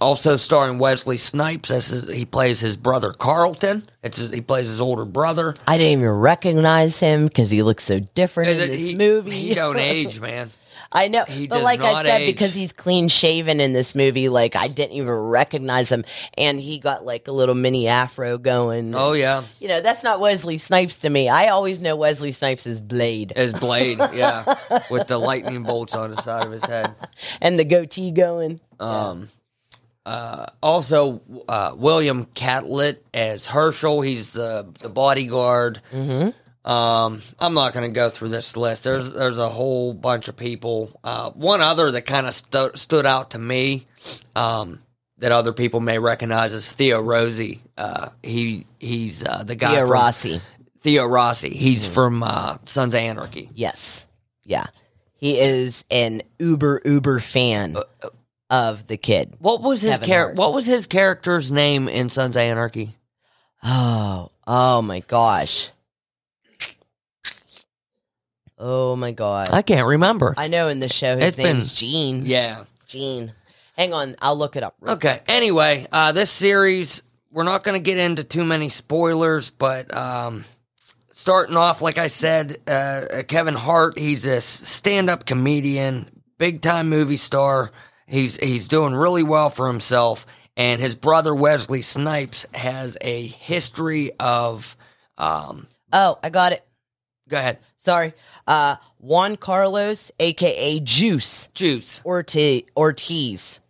Speaker 6: also starring Wesley Snipes. This is, he plays his brother Carlton. It's his, he plays his older brother.
Speaker 4: I didn't even recognize him because he looks so different in this
Speaker 6: Uh, he,
Speaker 4: movie.
Speaker 6: he don't age, man.
Speaker 4: I know,
Speaker 6: He
Speaker 4: but
Speaker 6: does
Speaker 4: like I
Speaker 6: not
Speaker 4: said,
Speaker 6: age.
Speaker 4: because he's clean shaven in this movie, like I didn't even recognize him, and he got like a little mini afro going.
Speaker 6: Oh yeah,
Speaker 4: You know, that's not Wesley Snipes to me. I always know Wesley Snipes as Blade
Speaker 6: his blade. Yeah, with the lightning bolts on the side of his head.
Speaker 4: and the goatee going.
Speaker 6: Um, uh, also, uh, William Catlett as Herschel. He's the the bodyguard. Mm-hmm. Um, I'm not going to go through this list. There's there's a whole bunch of people. Uh, one other that kind of stu- stood out to me um, that other people may recognize is Theo Rossi. Uh, he he's uh, the guy
Speaker 4: Theo
Speaker 6: from-
Speaker 4: Rossi.
Speaker 6: Theo Rossi. He's from uh, Sons of Anarchy.
Speaker 4: Yes. Yeah. He is an uber, uber fan
Speaker 6: Uh,
Speaker 4: of the kid.
Speaker 6: What was his
Speaker 4: Kevin
Speaker 6: char-
Speaker 4: Hart.
Speaker 6: What was his character's name in Sons of Anarchy?
Speaker 4: Oh, oh my gosh. Oh my god.
Speaker 6: I can't remember.
Speaker 4: I know in the show his
Speaker 6: It's been-
Speaker 4: name's Gene.
Speaker 6: Yeah.
Speaker 4: Gene. Hang on, I'll look it up. real
Speaker 6: Okay. Anyway, uh, this series, we're not going to get into too many spoilers, but um, starting off, like I said, uh, uh, Kevin Hart, he's a stand up comedian, big time movie star. He's, he's doing really well for himself. And his brother, Wesley Snipes, has a history of. Um,
Speaker 4: Oh, I got it.
Speaker 6: go ahead.
Speaker 4: Sorry. Uh Juan Carlos, aka Juice
Speaker 6: Juice.
Speaker 4: Orti- Ortiz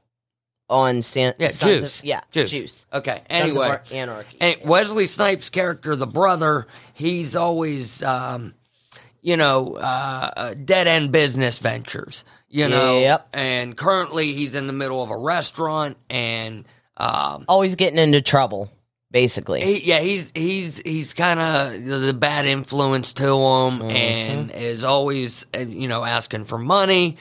Speaker 4: on San
Speaker 6: Yeah,
Speaker 4: Sons of-
Speaker 6: juice.
Speaker 4: yeah,
Speaker 6: juice.
Speaker 4: Juice.
Speaker 6: Okay.
Speaker 4: Sons of
Speaker 6: Anyway,
Speaker 4: Ar- Anarchy.
Speaker 6: And Wesley Snipes' character, the brother, he's always, um, you know, uh, uh, dead end business ventures. You know,
Speaker 4: Yep.
Speaker 6: And currently, he's in the middle of a restaurant, and um,
Speaker 4: Always getting into trouble, basically.
Speaker 6: he, yeah, he's he's he's kind of the, the bad influence to him, and is always, uh, you know, asking for money.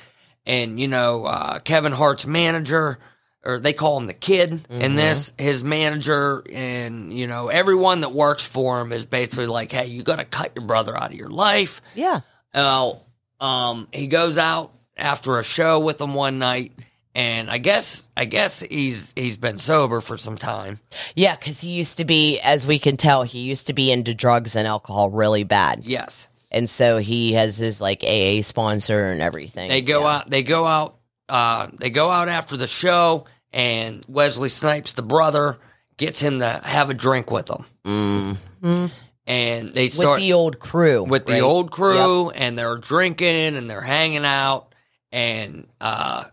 Speaker 6: And you know, uh, Kevin Hart's manager. Or they call him the kid, and this his manager, and you know everyone that works for him is basically like, "Hey, you got to cut your brother out of your life."
Speaker 4: yeah.
Speaker 6: Well, um, he goes out after a show with them one night, and I guess I guess he's he's been sober for some time.
Speaker 4: Yeah, because he used to be, as we can tell, he used to be into drugs and alcohol really bad.
Speaker 6: Yes,
Speaker 4: And so he has his like AA sponsor and everything.
Speaker 6: they go
Speaker 4: Yeah.
Speaker 6: out. They go out. Uh, they go out after the show, and Wesley Snipes, the brother, gets him to have a drink with him,
Speaker 4: Mm.
Speaker 6: and they
Speaker 4: with
Speaker 6: start
Speaker 4: the old crew.
Speaker 6: with the
Speaker 4: right?
Speaker 6: old crew and they're drinking and they're hanging out and uh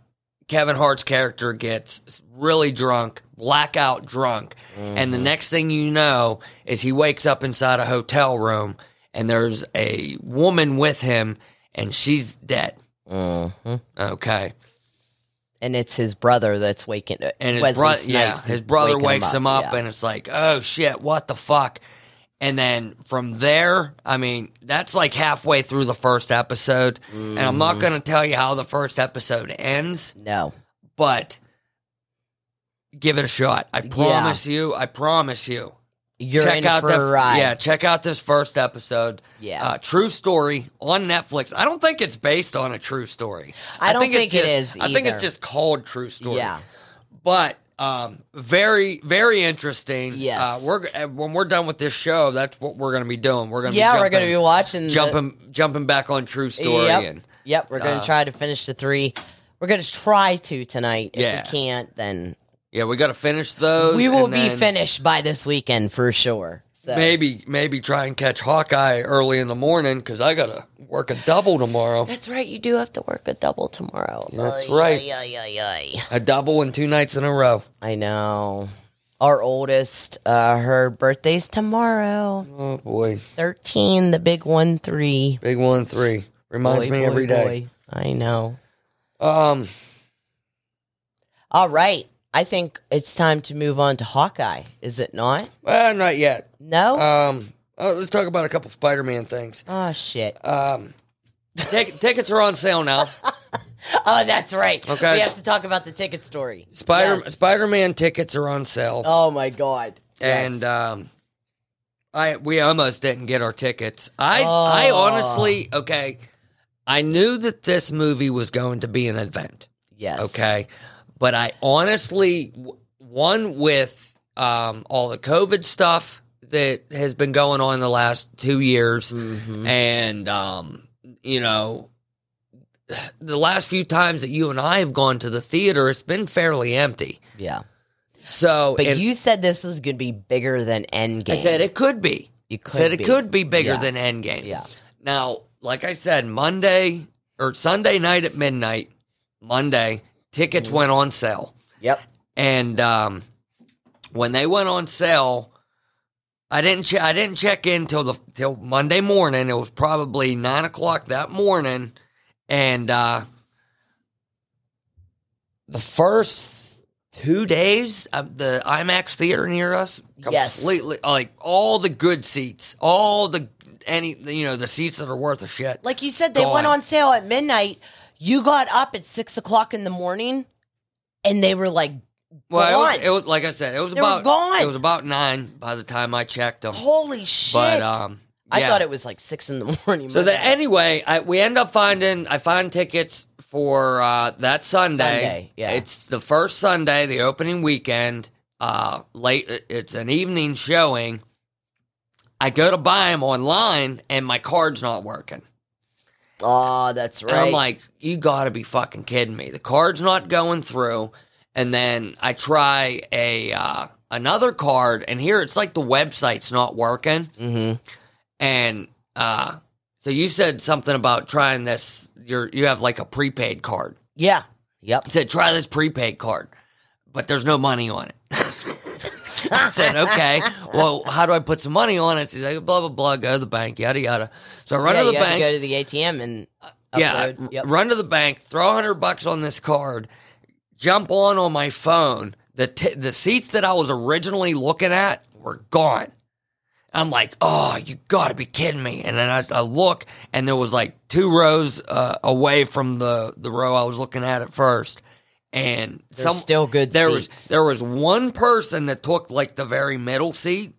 Speaker 6: Kevin Hart's character gets really drunk, blackout drunk, and
Speaker 4: Mm-hmm.
Speaker 6: the next thing you know is he wakes up inside a hotel room and there's a woman with him and she's dead. Mm-hmm. Okay.
Speaker 4: And it's his brother that's waking uh,
Speaker 6: And his
Speaker 4: Wesley
Speaker 6: brother,
Speaker 4: Snipes
Speaker 6: yeah,
Speaker 4: is
Speaker 6: his brother
Speaker 4: waking
Speaker 6: wakes him up,
Speaker 4: yeah.
Speaker 6: and it's like, oh shit, what the fuck? And then from there, I mean, that's like halfway through the first episode, and I'm
Speaker 4: Mm-hmm.
Speaker 6: not going to tell you how the first episode ends,
Speaker 4: no.
Speaker 6: but give it a shot. I promise you. I promise you.
Speaker 4: You're in
Speaker 6: out
Speaker 4: for
Speaker 6: the
Speaker 4: a ride.
Speaker 6: yeah. Check out this first episode.
Speaker 4: Yeah.
Speaker 6: uh, true story on Netflix. I don't think it's based on a true story.
Speaker 4: I don't think it
Speaker 6: it's just-
Speaker 4: is
Speaker 6: I think it's
Speaker 4: either.
Speaker 6: just called True Story
Speaker 4: Yeah.
Speaker 6: but um, very very interesting.
Speaker 4: Yes.
Speaker 6: uh, we're uh, when we're done with this show, that's what we're going to be doing. We're going to
Speaker 4: Yeah,
Speaker 6: be jumping,
Speaker 4: we're going to be watching. the-
Speaker 6: jumping jumping back on True Story.
Speaker 4: Yep.
Speaker 6: And, uh,
Speaker 4: Yep. We're going to try to finish the three. We're going to try to tonight. If
Speaker 6: Yeah.
Speaker 4: we can't, then
Speaker 6: yeah, we got to finish those.
Speaker 4: we will
Speaker 6: and
Speaker 4: be
Speaker 6: then
Speaker 4: finished by this weekend for sure. So.
Speaker 6: Maybe maybe try and catch Hawkeye early in the morning because I got to work a double tomorrow,
Speaker 4: That's right. You do have to work a double tomorrow.
Speaker 6: That's
Speaker 4: Ay,
Speaker 6: right.
Speaker 4: ay, ay, ay, ay.
Speaker 6: a double and two nights in a row.
Speaker 4: I know. our oldest, uh, her birthday's tomorrow.
Speaker 6: Oh boy,
Speaker 4: 13, the big one, three.
Speaker 6: big one three reminds
Speaker 4: Boy,
Speaker 6: me
Speaker 4: boy,
Speaker 6: every day.
Speaker 4: boy. I know.
Speaker 6: Um,
Speaker 4: All right. I think it's time to move on to Hawkeye, is it not?
Speaker 6: well, not yet.
Speaker 4: No?
Speaker 6: Um, oh, let's talk about a couple Spider-Man things.
Speaker 4: oh, shit.
Speaker 6: Um, tic- tickets are on sale now.
Speaker 4: oh, that's right.
Speaker 6: okay.
Speaker 4: We have to talk about the ticket story.
Speaker 6: Spider
Speaker 4: Yes.
Speaker 6: Spider-Man tickets are on sale,
Speaker 4: Oh, my God. Yes.
Speaker 6: and um, I we almost didn't get our tickets. I I
Speaker 4: Oh.
Speaker 6: honestly okay. I knew that this movie was going to be an event.
Speaker 4: yes.
Speaker 6: Okay. But I honestly, w- one with um, all the COVID stuff that has been going on the last two years,
Speaker 4: Mm-hmm.
Speaker 6: and, um, you know, the last few times that you and I have gone to the theater, it's been fairly empty.
Speaker 4: Yeah.
Speaker 6: So,
Speaker 4: But
Speaker 6: and
Speaker 4: you said this was going to be bigger than Endgame.
Speaker 6: I said it could be.
Speaker 4: You
Speaker 6: I said
Speaker 4: could
Speaker 6: it
Speaker 4: be.
Speaker 6: could be bigger
Speaker 4: Yeah.
Speaker 6: than Endgame.
Speaker 4: Yeah.
Speaker 6: Now, like I said, Monday or Sunday night at midnight, Monday, tickets
Speaker 4: Mm-hmm.
Speaker 6: went on sale.
Speaker 4: Yep.
Speaker 6: and um, when they went on sale, I didn't che- I didn't check in till the till Monday morning. It was probably nine o'clock that morning, and uh, the first two days of the IMAX theater near us,
Speaker 4: Yes.
Speaker 6: completely like all the good seats, all the any you know the seats that are worth a shit.
Speaker 4: Like you said, they
Speaker 6: Gone.
Speaker 4: went on sale at midnight. You got up at six o'clock in the morning, and they were like,
Speaker 6: well, it
Speaker 4: gone.
Speaker 6: was, it was like I said, it was
Speaker 4: They were
Speaker 6: about
Speaker 4: gone.
Speaker 6: it was about nine by the time I checked them.
Speaker 4: "Holy shit!"
Speaker 6: But um,
Speaker 4: I
Speaker 6: yeah.
Speaker 4: thought it was like six in the morning.
Speaker 6: So
Speaker 4: my
Speaker 6: that
Speaker 4: bad.
Speaker 6: anyway, I, we end up finding I find tickets for uh, that Sunday.
Speaker 4: Sunday, yeah.
Speaker 6: it's the first Sunday, the opening weekend. Uh, late, it- it's an evening showing. I go to buy them online, and my card's not working.
Speaker 4: oh, that's right.
Speaker 6: And I'm like, you got to be fucking kidding me. The card's not going through. And then I try a uh, another card, and here it's like the website's not working. Mm-hmm. And uh, so you said something about trying this. You're you have like a prepaid card.
Speaker 4: yeah, yep.
Speaker 6: I said, try this prepaid card, but there's no money on it. I said, okay, well, how do I put some money on it? She's like, blah, blah, blah, go to the bank, yada, yada. So I run
Speaker 4: yeah,
Speaker 6: to the
Speaker 4: you had
Speaker 6: bank.
Speaker 4: to go to the ATM and
Speaker 6: Yeah,
Speaker 4: upload.
Speaker 6: r-
Speaker 4: Yep.
Speaker 6: run to the bank, throw hundred bucks on this card, jump on on my phone. The t- the seats that I was originally looking at were gone. I'm like, oh, you got to be kidding me! And then I, I look, and there was like two rows uh, away from the the row I was looking at at first, and
Speaker 4: There's still good
Speaker 6: There was
Speaker 4: seats.
Speaker 6: there was one person that took like the very middle seat.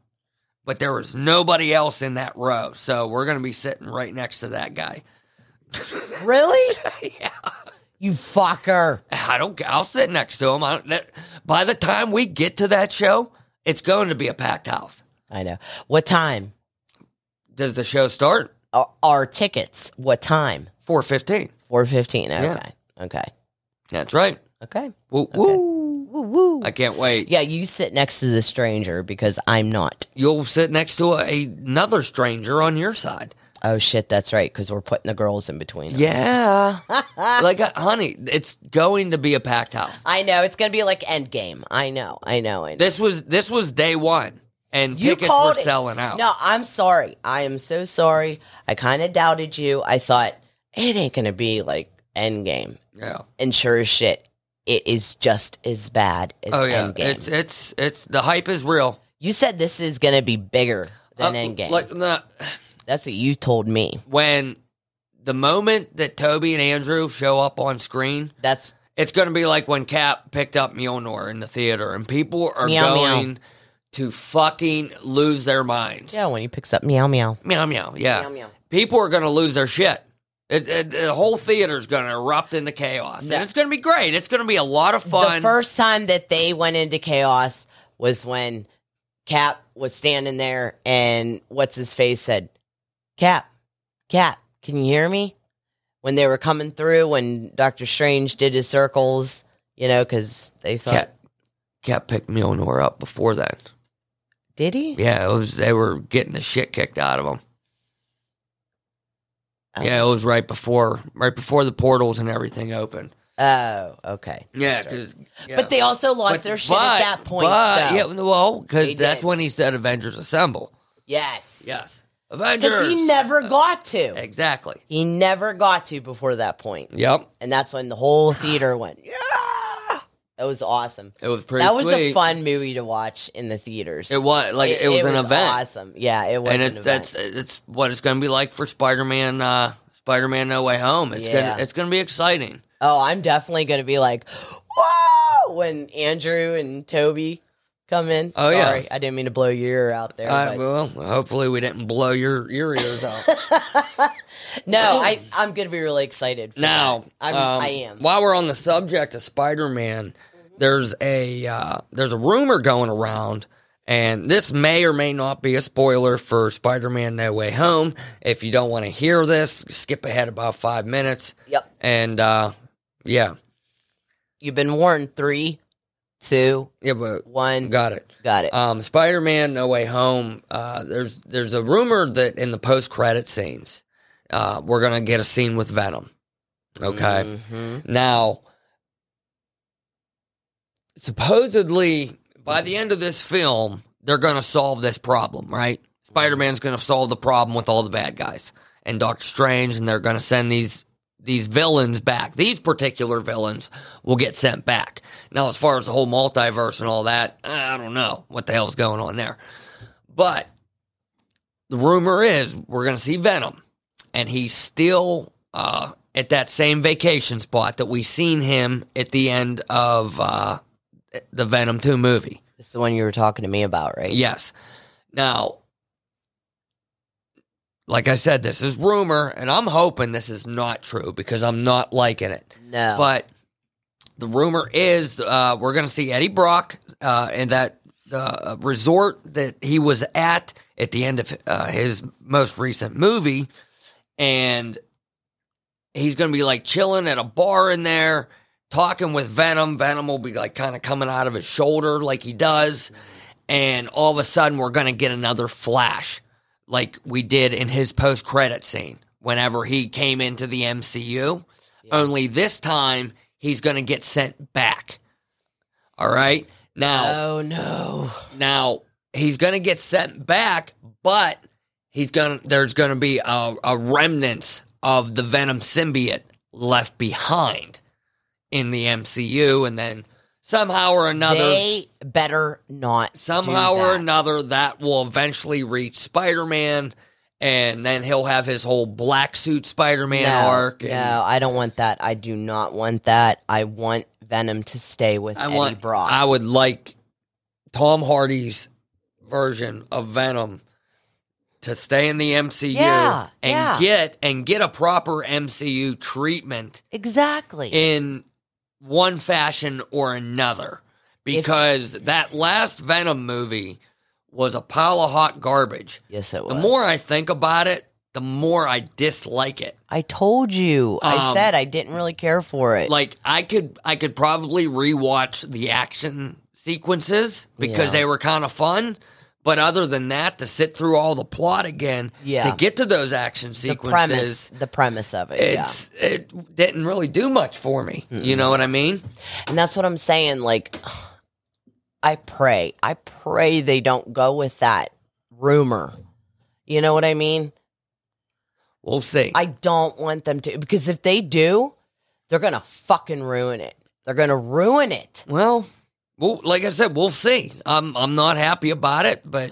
Speaker 6: But there was nobody else in that row, so we're gonna be sitting right next to that guy.
Speaker 4: really? You fucker.
Speaker 6: I don't. I'll sit next to him. I don't, that, by the time we get to that show, it's going to be a packed house.
Speaker 4: I know. What time
Speaker 6: Does the show start?
Speaker 4: are, are tickets? What time?
Speaker 6: Four fifteen.
Speaker 4: Four fifteen. Okay.
Speaker 6: Yeah.
Speaker 4: Okay.
Speaker 6: That's right.
Speaker 4: Okay.
Speaker 6: Woo, woo.
Speaker 4: Woo woo.
Speaker 6: I can't wait.
Speaker 4: Yeah, you sit next to the stranger because I'm not.
Speaker 6: You'll sit next to a, another stranger on your side.
Speaker 4: Oh shit, that's right. Because we're putting the girls in between. us.
Speaker 6: Yeah. like, uh, honey, it's going to be a packed house.
Speaker 4: I know it's gonna be like Endgame. I know. I know. I know.
Speaker 6: This was this was day one, and tickets were
Speaker 4: called it-
Speaker 6: selling out.
Speaker 4: No, I'm sorry. I am so sorry. I kind of doubted you. I thought it ain't gonna be like Endgame,
Speaker 6: Yeah.
Speaker 4: and sure as shit, it is just as bad as
Speaker 6: Oh yeah.
Speaker 4: Endgame.
Speaker 6: It's it's it's the hype is real.
Speaker 4: you said this is gonna be bigger than
Speaker 6: Uh,
Speaker 4: Endgame.
Speaker 6: Like, nah,
Speaker 4: That's what you told me.
Speaker 6: when the moment that Toby and Andrew show up on screen,
Speaker 4: That's
Speaker 6: it's going to be like when Cap picked up Mjolnir in the theater, and people are
Speaker 4: Meow, meow.
Speaker 6: going to fucking lose their minds.
Speaker 4: yeah. When he picks up meow meow.
Speaker 6: Meow meow, yeah.
Speaker 4: Meow, meow.
Speaker 6: People are going to lose their shit. It, it- the whole theater's going to erupt into chaos,
Speaker 4: Yeah.
Speaker 6: and it's going to be great. It's going to be a lot of fun.
Speaker 4: The first time that they went into chaos was when Cap was standing there and what's his face said, Cap, Cap, can you hear me? When they were coming through, when Doctor Strange did his circles, you know, because they thought,
Speaker 6: Cap, Cap picked Mjolnir up before that.
Speaker 4: did he?
Speaker 6: Yeah, it was. They were getting the shit kicked out of them.
Speaker 4: Oh.
Speaker 6: Yeah, it was right before, right before the portals and everything opened.
Speaker 4: Oh, okay.
Speaker 6: Yeah,
Speaker 4: That's right.
Speaker 6: 'cause- yeah.
Speaker 4: But they also lost their shit at
Speaker 6: but-
Speaker 4: that point.
Speaker 6: But,
Speaker 4: though.
Speaker 6: yeah, well,
Speaker 4: They
Speaker 6: because that's
Speaker 4: did.
Speaker 6: when he said Avengers Assemble.
Speaker 4: Yes.
Speaker 6: Yes, Avengers. Uh,
Speaker 4: Because he never got to.
Speaker 6: exactly.
Speaker 4: He never got to before that point.
Speaker 6: Yep,
Speaker 4: And that's when the whole theater went, yeah. It was awesome.
Speaker 6: it was pretty.
Speaker 4: That was a
Speaker 6: sweet.
Speaker 4: fun movie to watch in the theaters.
Speaker 6: It was like it, was an event,
Speaker 4: Awesome. Yeah, it was
Speaker 6: and
Speaker 4: an
Speaker 6: it's
Speaker 4: event.
Speaker 6: that's it's what it's going to be like for Spider Man. uh Spider Man No Way Home. It's
Speaker 4: Yeah.
Speaker 6: gonna it's gonna be exciting.
Speaker 4: Oh, I'm definitely going to be like, whoa, when Andrew and Toby come in.
Speaker 6: Oh, yeah.
Speaker 4: Sorry, I didn't mean to blow your ear out there.
Speaker 6: Uh,
Speaker 4: but-
Speaker 6: well, hopefully we didn't blow your your ears out.
Speaker 4: no, I, I'm going to be really excited. For
Speaker 6: Now,
Speaker 4: that. I'm,
Speaker 6: um,
Speaker 4: I am.
Speaker 6: While we're on the subject of Spider Man, there's a uh, there's a rumor going around, and this may or may not be a spoiler for Spider Man No Way Home. If you don't want to hear this, skip ahead about five minutes.
Speaker 4: Yep.
Speaker 6: And uh, yeah,
Speaker 4: You've been warned. Three, two,
Speaker 6: yeah, but
Speaker 4: one.
Speaker 6: got it.
Speaker 4: Got it.
Speaker 6: Um, Spider Man No Way Home. Uh, there's there's a rumor that in the post credit scenes, uh, we're gonna get a scene with Venom. Okay. hmm.
Speaker 4: Mhm.
Speaker 6: Now, supposedly by the end of this film, they're going to solve this problem, right? Spider Man's going to solve the problem with all the bad guys and Doctor Strange, and they're going to send these these villains back. These particular villains will get sent back. Now, as far as the whole multiverse and all that, I don't know what the hell's going on there, but the rumor is we're going to see Venom and he's still uh, at that same vacation spot that we seen him at the end of uh, the Venom 2 movie.
Speaker 4: This is the one you were talking to me about, right?
Speaker 6: Yes. Now, like I said, this is rumor, and I'm hoping this is not true because I'm not liking it.
Speaker 4: No.
Speaker 6: But the rumor is uh, we're going to see Eddie Brock uh, in that uh, resort that he was at at the end of uh, his most recent movie, and he's going to be like chilling at a bar in there, talking with Venom. Venom will be like kind of coming out of his shoulder like he does, and all of a sudden we're going to get another flash like we did in his post credit scene whenever he came into the MCU. Only this time he's going to get sent back. All right. Now,
Speaker 4: oh no.
Speaker 6: now he's going to get sent back, but he's going to there's going to be a, a remnants of the Venom symbiote left behind in the MCU and then somehow or another
Speaker 4: They better not. do
Speaker 6: somehow or
Speaker 4: that.
Speaker 6: another that will eventually reach spider-man and then he'll have his whole black suit spider-man
Speaker 4: No,
Speaker 6: arc and
Speaker 4: no, I don't want that. I do not want that. I want Venom to stay with
Speaker 6: i
Speaker 4: Eddie
Speaker 6: want
Speaker 4: Brock.
Speaker 6: i would like tom hardy's version of venom to stay in the mcu
Speaker 4: Yeah,
Speaker 6: and
Speaker 4: yeah.
Speaker 6: get and get a proper mcu treatment
Speaker 4: exactly.
Speaker 6: in one fashion or another because that last venom movie was a pile of hot garbage
Speaker 4: yes, it was.
Speaker 6: The more I think about it, the more I dislike it.
Speaker 4: I told you. I
Speaker 6: Um,
Speaker 4: said I didn't really care for it.
Speaker 6: Like I could I could probably rewatch the action sequences because
Speaker 4: Yeah.
Speaker 6: they were kind of fun, but other than that, to sit through all the plot again
Speaker 4: Yeah.
Speaker 6: to get to those action
Speaker 4: the
Speaker 6: sequences,
Speaker 4: premise, the premise of it. yeah.
Speaker 6: it's it didn't really do much for me. You know what I mean?
Speaker 4: And that's what I'm saying. Like, I pray, I pray they don't go with that rumor. You know what I mean?
Speaker 6: We'll see.
Speaker 4: I don't want them to, because if they do, they're going to fucking ruin it. They're going to ruin it.
Speaker 6: well, well, like I said, we'll see. I'm I'm not happy about it, but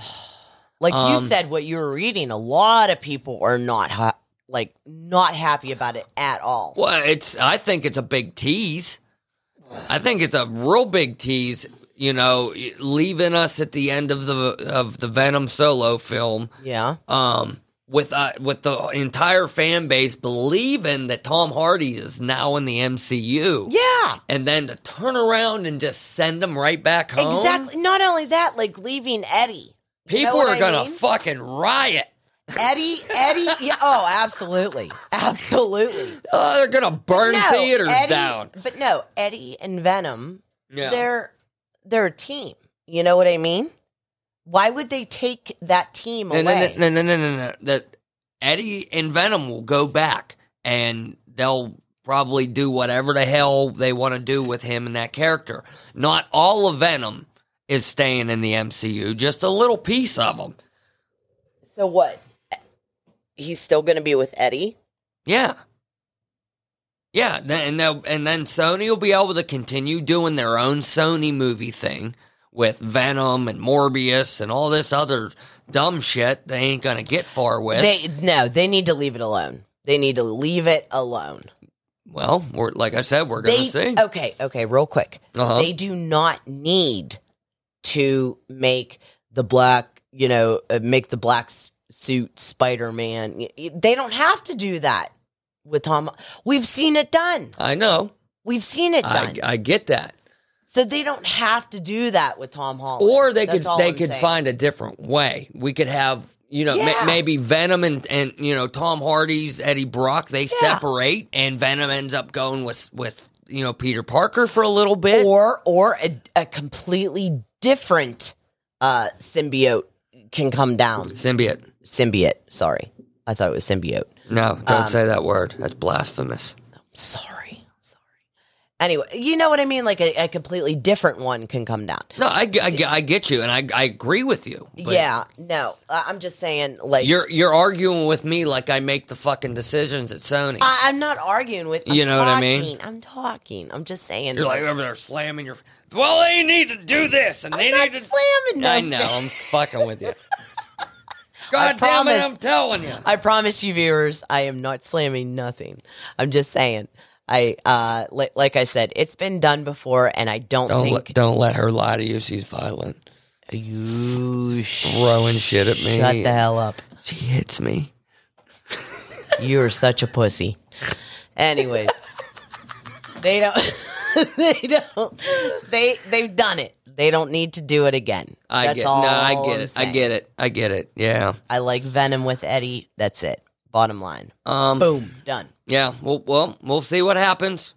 Speaker 4: Like
Speaker 6: Um,
Speaker 4: you said, what you were reading, a lot of people are not ha- like not happy about it at all.
Speaker 6: Well, it's. I think it's a big tease. I think it's a real big tease. You know, leaving us at the end of the of the Venom solo film,
Speaker 4: Yeah,
Speaker 6: um, with uh, with the entire fan base believing that Tom Hardy is now in the MCU.
Speaker 4: yeah,
Speaker 6: And then to turn around and just send them right back home.
Speaker 4: exactly. Not only that, like leaving Eddie, You know
Speaker 6: People
Speaker 4: what
Speaker 6: are
Speaker 4: I
Speaker 6: gonna
Speaker 4: mean?
Speaker 6: fucking riot.
Speaker 4: Eddie, Eddie. Yeah, oh, absolutely, absolutely.
Speaker 6: Oh, they're gonna burn
Speaker 4: No,
Speaker 6: theaters
Speaker 4: Eddie-
Speaker 6: down.
Speaker 4: But no, Eddie and Venom,
Speaker 6: Yeah.
Speaker 4: they're they're a team. You know what I mean? Why would they take that team
Speaker 6: No,
Speaker 4: away?
Speaker 6: no, no, no, no, no, no. That Eddie and Venom will go back, and they'll probably do whatever the hell they want to do with him and that character. Not all of Venom is staying in the MCU, just a little piece of him.
Speaker 4: So what? He's still going to be with Eddie.
Speaker 6: Yeah. Yeah, th- and they'll, and then Sony will be able to continue doing their own Sony movie thing with Venom and Morbius and all this other dumb shit they ain't gonna get far with.
Speaker 4: They no, they need to leave it alone. They need to leave it alone.
Speaker 6: well, we're, like I said, we're gonna
Speaker 4: They-
Speaker 6: see.
Speaker 4: Okay, okay, real quick.
Speaker 6: Uh-huh.
Speaker 4: They do not need to make the black, you know, uh, make the black s- suit Spider Man. Y- y- They don't have to do that with Tom. We've seen it done.
Speaker 6: I know.
Speaker 4: We've seen it
Speaker 6: I,
Speaker 4: done.
Speaker 6: I get that.
Speaker 4: so they don't have to do that with Tom Holland.
Speaker 6: Or they
Speaker 4: That's
Speaker 6: could
Speaker 4: all
Speaker 6: they
Speaker 4: I'm
Speaker 6: could
Speaker 4: saying.
Speaker 6: find a different way. We could have you know ma-
Speaker 4: Yeah.
Speaker 6: maybe Venom and, and you know Tom Hardy's Eddie Brock they separate and Venom ends up going with with you know Peter Parker for a little bit.
Speaker 4: or or a, a completely different uh symbiote can come down.
Speaker 6: Symbiote.
Speaker 4: Symbiote. Sorry, I thought it was symbiote.
Speaker 6: No,
Speaker 4: Um,
Speaker 6: don't say that word. That's blasphemous.
Speaker 4: sorry, sorry. Anyway, you know what I mean? Like a, a completely different one can come down.
Speaker 6: No, I, g- I g- I get you, and I, I agree with you. but
Speaker 4: yeah, no, I- I'm just saying, like,
Speaker 6: you're you're arguing with me like I make the fucking decisions at Sony.
Speaker 4: I, I'm not arguing with I'm
Speaker 6: You know what I mean?
Speaker 4: talking, I'm talking. I'm just saying.
Speaker 6: you're like over there slamming your. Well, they need to do this, and
Speaker 4: I'm
Speaker 6: they
Speaker 4: not
Speaker 6: need to.
Speaker 4: slamming. No
Speaker 6: I know. I'm fucking with you. God damn it!
Speaker 4: promise.
Speaker 6: I'm telling you.
Speaker 4: I promise you, viewers, I am not slamming nothing. I'm just saying. I uh, li- like I said, it's been done before, and I don't,
Speaker 6: Don't
Speaker 4: think
Speaker 6: let, don't let her lie to you. She's violent.
Speaker 4: you
Speaker 6: Throwing shit at me.
Speaker 4: shut the hell up.
Speaker 6: She hits me.
Speaker 4: You are such a pussy. Anyways, they don't. they don't. They they've done it. They don't need to do it again.
Speaker 6: I
Speaker 4: That's
Speaker 6: get.
Speaker 4: all
Speaker 6: no, I
Speaker 4: I'm
Speaker 6: get it. I
Speaker 4: saying.
Speaker 6: get it. I get it. Yeah.
Speaker 4: I like Venom with Eddie. That's it. Bottom line.
Speaker 6: Um.
Speaker 4: Boom. Done.
Speaker 6: Yeah, well, well, we'll see what happens.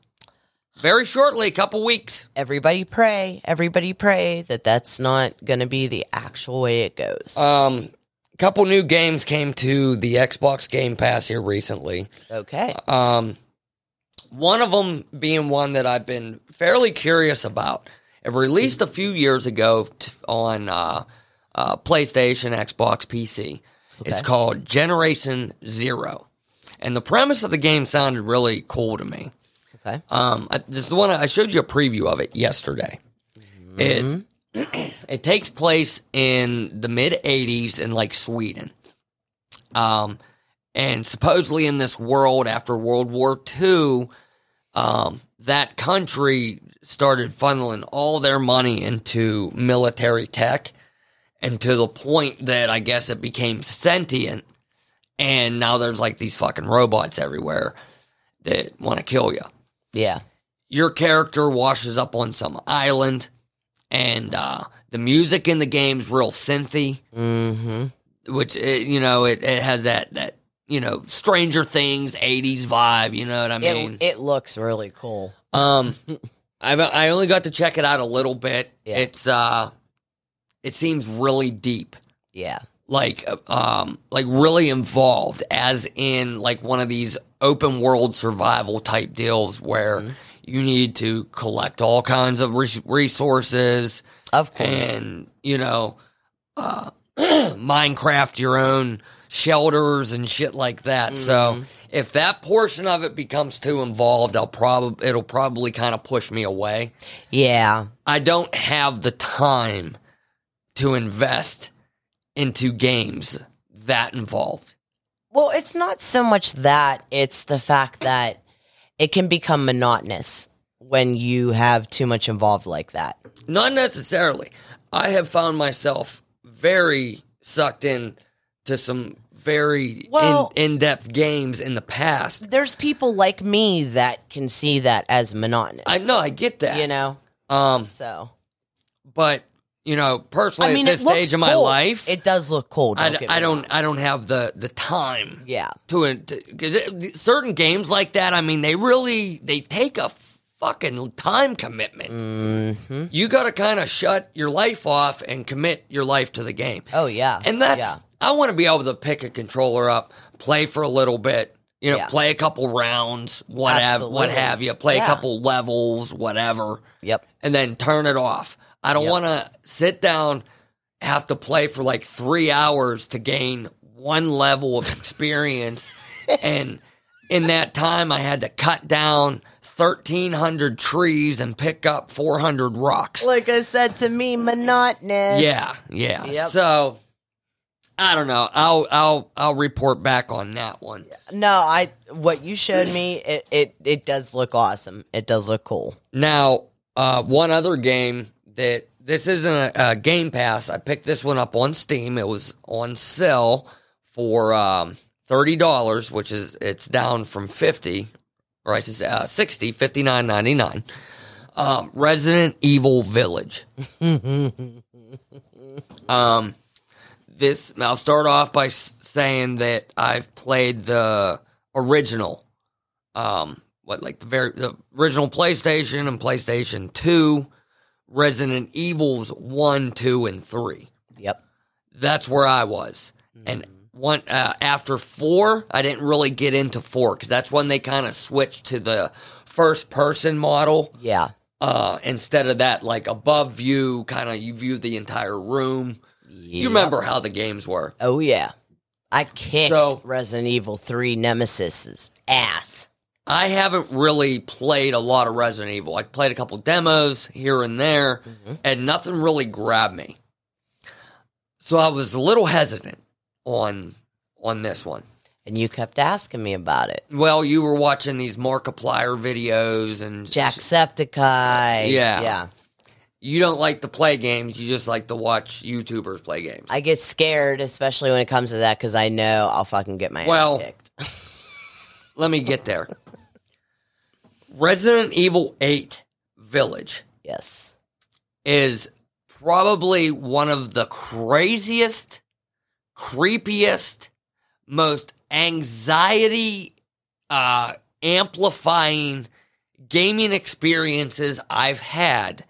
Speaker 6: Very shortly, a couple weeks.
Speaker 4: Everybody pray. Everybody pray that that's not going to be the actual way it goes.
Speaker 6: Um, couple new games came to the Xbox Game Pass here recently.
Speaker 4: okay.
Speaker 6: Um, one of them being one that I've been fairly curious about. It released a few years ago t- on uh, uh, PlayStation, Xbox, PC. It's called Generation Zero, and the premise of the game sounded really cool to me.
Speaker 4: Okay.
Speaker 6: Um, I- this is the one I I showed you a preview of it yesterday. It it takes place in the mid '80s in like Sweden, um, and supposedly in this world after World War II, um, that country started funneling all their money into military tech, and to the point that I guess it became sentient, and now there's like these fucking robots everywhere that want to kill you
Speaker 4: yeah.
Speaker 6: your character washes up on some island, and uh, the music in the game's real synthy,
Speaker 4: Mm-hmm.
Speaker 6: which it, you know it, it has that that you know Stranger Things '80s vibe. You know what I mean?
Speaker 4: It, it looks really cool.
Speaker 6: um, I've I only got to check it out a little bit.
Speaker 4: Yeah.
Speaker 6: It's uh, it seems really deep
Speaker 4: Yeah.
Speaker 6: like uh, um like really involved as in like one of these open world survival type deals where you need to collect all kinds of res- resources
Speaker 4: Of course.
Speaker 6: and you know uh minecraft your own shelters and shit like that
Speaker 4: Mm-hmm.
Speaker 6: so if that portion of it becomes too involved i'll probably it'll probably kind of push me away
Speaker 4: yeah.
Speaker 6: I don't have the time to invest into games that involved.
Speaker 4: Well, it's not so much that, it's the fact that it can become monotonous when you have too much involved like that.
Speaker 6: Not necessarily. I have found myself very sucked in to some very
Speaker 4: Well-
Speaker 6: in, in-depth games in the past.
Speaker 4: There's people like me that can see that as monotonous.
Speaker 6: I know, I get that.
Speaker 4: You know?
Speaker 6: Um,
Speaker 4: So,
Speaker 6: but you know, personally
Speaker 4: I mean,
Speaker 6: at this
Speaker 4: it looks
Speaker 6: stage of my
Speaker 4: cool.
Speaker 6: life,
Speaker 4: it does look cool.
Speaker 6: I,
Speaker 4: Don't
Speaker 6: d-
Speaker 4: get me
Speaker 6: I don't
Speaker 4: wrong.
Speaker 6: I don't have the the time
Speaker 4: Yeah.
Speaker 6: to because certain games like that i mean they really they take a fucking time commitment
Speaker 4: Mm-hmm.
Speaker 6: you gotta kind of shut your life off and commit your life to the game
Speaker 4: Oh, yeah.
Speaker 6: and that's
Speaker 4: Yeah.
Speaker 6: i want to be able to pick a controller up play for a little bit You know,
Speaker 4: Yeah.
Speaker 6: play a couple rounds, what have, what
Speaker 4: Absolutely.
Speaker 6: have you, play a
Speaker 4: Yeah.
Speaker 6: couple levels, whatever,
Speaker 4: Yep.
Speaker 6: and then turn it off. I don't
Speaker 4: Yep.
Speaker 6: want to sit down, have to play for like three hours to gain one level of experience. and in that time, I had to cut down 1,300 trees and pick up 400 rocks.
Speaker 4: Like I said to me, monotonous.
Speaker 6: Yeah, yeah.
Speaker 4: Yep.
Speaker 6: So I don't know. I'll I'll I'll report back on that one.
Speaker 4: No, I what you showed me, it it, it does look awesome. It does look cool.
Speaker 6: Now, uh, one other game that this isn't a, a Game Pass. I picked this one up on Steam. It was on sale for um, thirty dollars, which is it's down from fifty, or I should say uh, sixty, fifty nine ninety nine. Um, Resident Evil Village. um, this I'll start off by s- saying that I've played the original um what like the very the original PlayStation and PlayStation 2, Resident Evils 1, 2 and 3.
Speaker 4: Yep.
Speaker 6: That's where I was. And one uh, after 4, I didn't really get into 4 cuz that's when they kind of switched to the first person model
Speaker 4: Yeah.
Speaker 6: uh instead of that like above view kind of you view the entire room. You
Speaker 4: Yep.
Speaker 6: remember how the games were.
Speaker 4: Oh yeah. I kicked
Speaker 6: So-
Speaker 4: Resident Evil 3 Nemesis's ass.
Speaker 6: I haven't really played a lot of Resident Evil. I played a couple demos here and there, and nothing really grabbed me. So I was a little hesitant on on this one.
Speaker 4: And you kept asking me about it.
Speaker 6: Well, you were watching these Markiplier videos, and
Speaker 4: Jacksepticeye.
Speaker 6: Yeah.
Speaker 4: Yeah.
Speaker 6: you don't like to play games. You just like to watch YouTubers play games.
Speaker 4: I get scared, especially when it comes to that, because I know I'll fucking get my
Speaker 6: Well-
Speaker 4: ass kicked.
Speaker 6: Let me get there. Resident Evil Eight Village
Speaker 4: Yes.
Speaker 6: is probably one of the craziest, creepiest, most anxiety uh, amplifying gaming experiences I've had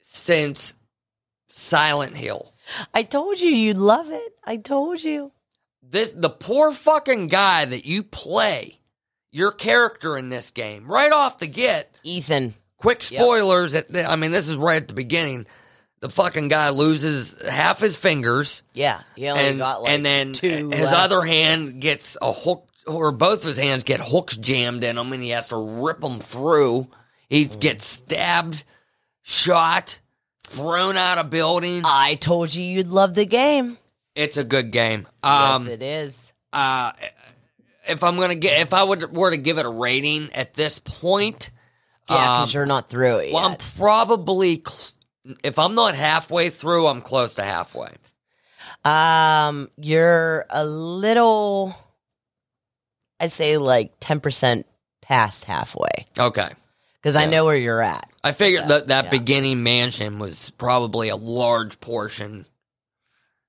Speaker 6: since Silent Hill.
Speaker 4: I told you you'd love it. I told you.
Speaker 6: This the poor fucking guy that you play your character in this game right off the get
Speaker 4: Ethan.
Speaker 6: quick spoilers at the, i mean this is right at the beginning the fucking guy loses half his fingers
Speaker 4: Yeah. Oh, He only
Speaker 6: and,
Speaker 4: got like
Speaker 6: and then
Speaker 4: two
Speaker 6: his
Speaker 4: left.
Speaker 6: other hand gets a hook or both of his hands get hooks jammed in him and he has to rip them through he
Speaker 4: Mm.
Speaker 6: gets stabbed shot thrown out of building
Speaker 4: I told you you'd love the game.
Speaker 6: it's a good game um
Speaker 4: yes, it is.
Speaker 6: uh, if i'm gonna get if i would were to give it a rating at this point
Speaker 4: Yeah,
Speaker 6: um,
Speaker 4: because you're not through it.
Speaker 6: Well, I'm
Speaker 4: yet.
Speaker 6: probably cl- if I'm not halfway through, I'm close to halfway.
Speaker 4: Um, you're a little, I'd say like ten percent past halfway
Speaker 6: Okay,
Speaker 4: because I know where you're at.
Speaker 6: I figured that that
Speaker 4: yeah.
Speaker 6: beginning mansion was probably a large portion.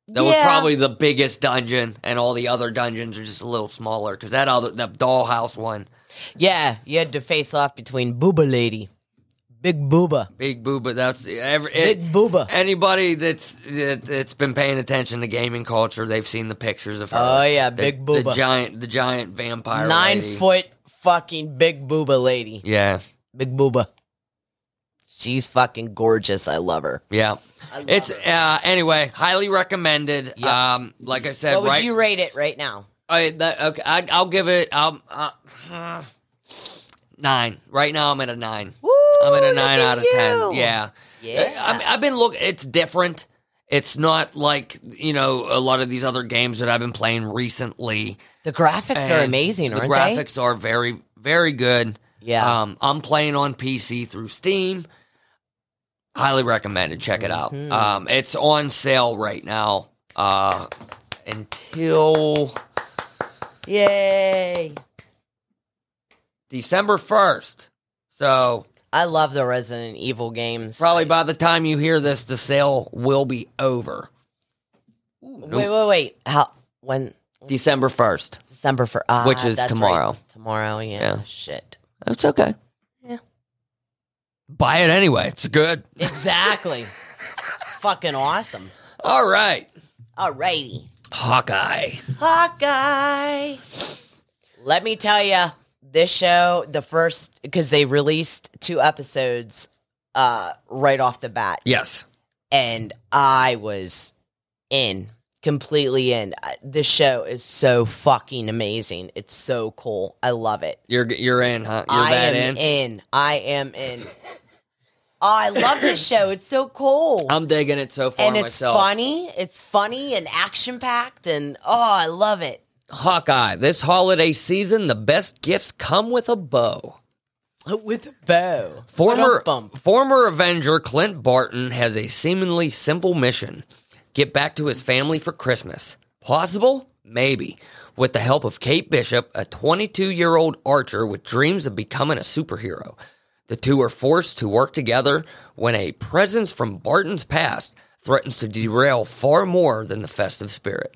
Speaker 6: That was
Speaker 4: Yeah.
Speaker 6: probably the biggest dungeon, and all the other dungeons are just a little smaller because that other that dollhouse one,
Speaker 4: Yeah, you had to face off between Booba Lady, Big Booba,
Speaker 6: big booba. That's every it,
Speaker 4: Big Booba.
Speaker 6: anybody that's that, that's been paying attention to gaming culture. They've seen the pictures of her.
Speaker 4: Oh, yeah,
Speaker 6: The-
Speaker 4: big
Speaker 6: the
Speaker 4: booba.
Speaker 6: giant, the giant vampire,
Speaker 4: Nine
Speaker 6: lady.
Speaker 4: foot fucking Big Booba Lady,
Speaker 6: Yeah,
Speaker 4: Big Booba. She's fucking gorgeous. I love her.
Speaker 6: Yeah. It's uh, anyway highly recommended.
Speaker 4: Yeah.
Speaker 6: Um, like I said,
Speaker 4: What would
Speaker 6: right?
Speaker 4: you rate it right now?
Speaker 6: I, that, okay, I, I'll give it. Um, uh, nine. Right now, I'm at a nine.
Speaker 4: Woo,
Speaker 6: I'm at a
Speaker 4: look
Speaker 6: nine
Speaker 4: at
Speaker 6: out of ten.
Speaker 4: you.
Speaker 6: Yeah. Uh,
Speaker 4: Yeah.
Speaker 6: I, I, I've been look. It's different. It's not like you know a lot of these other games that I've been playing recently.
Speaker 4: The graphics are
Speaker 6: And
Speaker 4: amazing,
Speaker 6: The
Speaker 4: aren't
Speaker 6: graphics are very, very good.
Speaker 4: Yeah.
Speaker 6: Um, I'm playing on PC through Steam. Highly recommended. Check it
Speaker 4: Mm-hmm.
Speaker 6: out. Um, it's on sale right now. Uh, until
Speaker 4: they? Yay!
Speaker 6: December first. So
Speaker 4: I love the Resident Evil games.
Speaker 6: probably by the time you hear this, the sale will be over.
Speaker 4: Wait, wait, wait. How? When?
Speaker 6: December first.
Speaker 4: December for ah,
Speaker 6: Which is
Speaker 4: that's right.
Speaker 6: tomorrow.
Speaker 4: Tomorrow, yeah.
Speaker 6: Yeah.
Speaker 4: Shit.
Speaker 6: That's okay.
Speaker 4: Yeah.
Speaker 6: Buy it anyway. It's good.
Speaker 4: Exactly. it's fucking awesome.
Speaker 6: All right.
Speaker 4: Alrighty,
Speaker 6: Hawkeye.
Speaker 4: Hawkeye. Let me tell you, this show, the first, because they released two episodes uh, right off the bat,
Speaker 6: Yes.
Speaker 4: and I was in, completely in. I- This show is so fucking amazing. It's so cool. I love it.
Speaker 6: You're you're in, huh? You're
Speaker 4: I
Speaker 6: that
Speaker 4: am
Speaker 6: in.
Speaker 4: in. I am in. Oh, I love this show. It's so cool.
Speaker 6: I'm digging it so far
Speaker 4: and it's
Speaker 6: myself.
Speaker 4: funny. It's funny and action packed. And oh, I love it.
Speaker 6: Hawkeye, this holiday season, the best gifts come with a bow.
Speaker 4: With a bow.
Speaker 6: Former
Speaker 4: bump.
Speaker 6: former Avenger Clint Barton has a seemingly simple mission: get back to his family for Christmas. Possible? Maybe. With the help of Kate Bishop, a 22-year-old archer with dreams of becoming a superhero. The two are forced to work together when a presence from Barton's past threatens to derail far more than the festive spirit.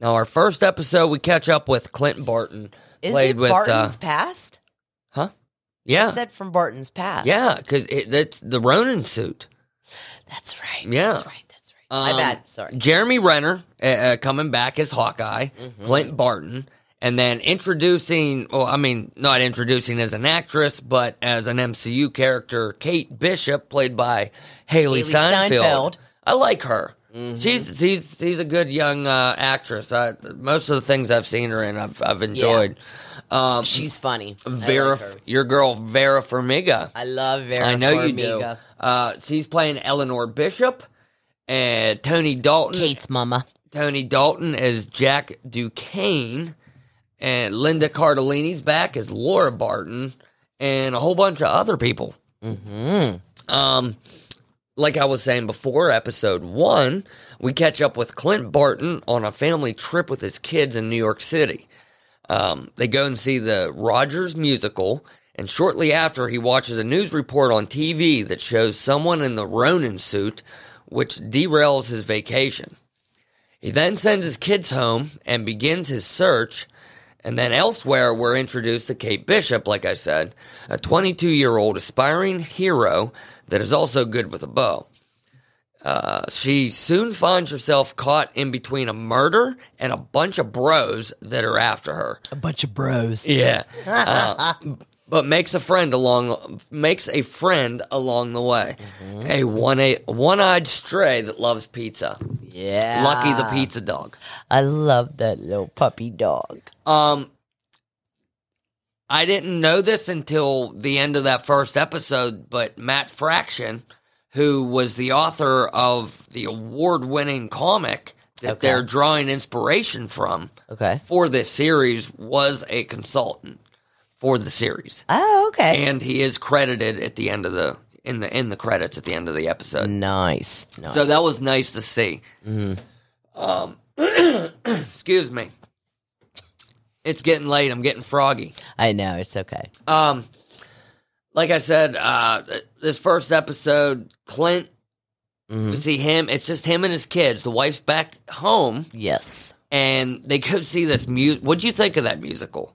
Speaker 6: Now, our first episode, we catch up with Clint Barton,
Speaker 4: Is
Speaker 6: played
Speaker 4: it
Speaker 6: with
Speaker 4: Barton's
Speaker 6: uh,
Speaker 4: past?
Speaker 6: huh? Yeah,
Speaker 4: Is that from Barton's past?
Speaker 6: yeah, because that's the Ronin suit.
Speaker 4: That's right.
Speaker 6: Yeah.
Speaker 4: That's right. That's right. My
Speaker 6: Um,
Speaker 4: bad. Sorry.
Speaker 6: Jeremy Renner uh, uh, coming back as Hawkeye,
Speaker 4: Mm-hmm.
Speaker 6: Clint Barton, and then introducing, well, I mean, not introducing as an actress, but as an MCU character, Kate Bishop, played by Haley
Speaker 4: Hailee
Speaker 6: Steinfeld.
Speaker 4: Steinfeld. Mm-hmm.
Speaker 6: I like her. She's she's she's a good young uh, actress. I, most of the things I've seen her in, I've I've enjoyed. Um,
Speaker 4: She's funny. I like
Speaker 6: Vera,
Speaker 4: her.
Speaker 6: your girl Vera Farmiga.
Speaker 4: I love Vera.
Speaker 6: I know you
Speaker 4: Farmiga.
Speaker 6: do. Uh, she's playing Eleanor Bishop, and Tony Dalton.
Speaker 4: Kate's mama.
Speaker 6: Tony Dalton as Jack Duquesne, and Linda Cardellini's back as Laura Barton, and a whole bunch of other people. Mm-hmm. Um, like I was saying before, episode one, we catch up with Clint Barton on a family trip with his kids in New York City. Um, they go and see the Rogers musical, and shortly after, he watches a news report on TV that shows someone in the Ronin suit, which derails his vacation. He then sends his kids home and begins his search. And then elsewhere, we're introduced to Kate Bishop, like I said, a 22 year old aspiring hero that is also good with a bow. Uh, she soon finds herself caught in between a murder and a bunch of bros that are after her.
Speaker 4: A bunch of bros.
Speaker 6: Yeah. Uh, but makes a friend along makes a friend along the way. A one a one-eyed stray that loves pizza.
Speaker 4: Yeah.
Speaker 6: Lucky the pizza dog.
Speaker 4: I love that little puppy dog.
Speaker 6: Um, I didn't know this until the end of that first episode, but Matt Fraction, who was the author of the award winning comic that
Speaker 4: Okay.
Speaker 6: they're drawing inspiration from
Speaker 4: Okay.
Speaker 6: for this series, was a consultant for the series.
Speaker 4: Oh, okay.
Speaker 6: And he is credited at the end of the in the in the credits at the end of the episode.
Speaker 4: nice. nice.
Speaker 6: So that was nice to see. Um, excuse me. It's getting late. I'm getting froggy.
Speaker 4: I know it's okay.
Speaker 6: Um, like I said, uh, th- this first episode, Clint, we see him. It's just him and his kids. The wife's back home,
Speaker 4: Yes.
Speaker 6: and they go see this music. What'd you think of that musical?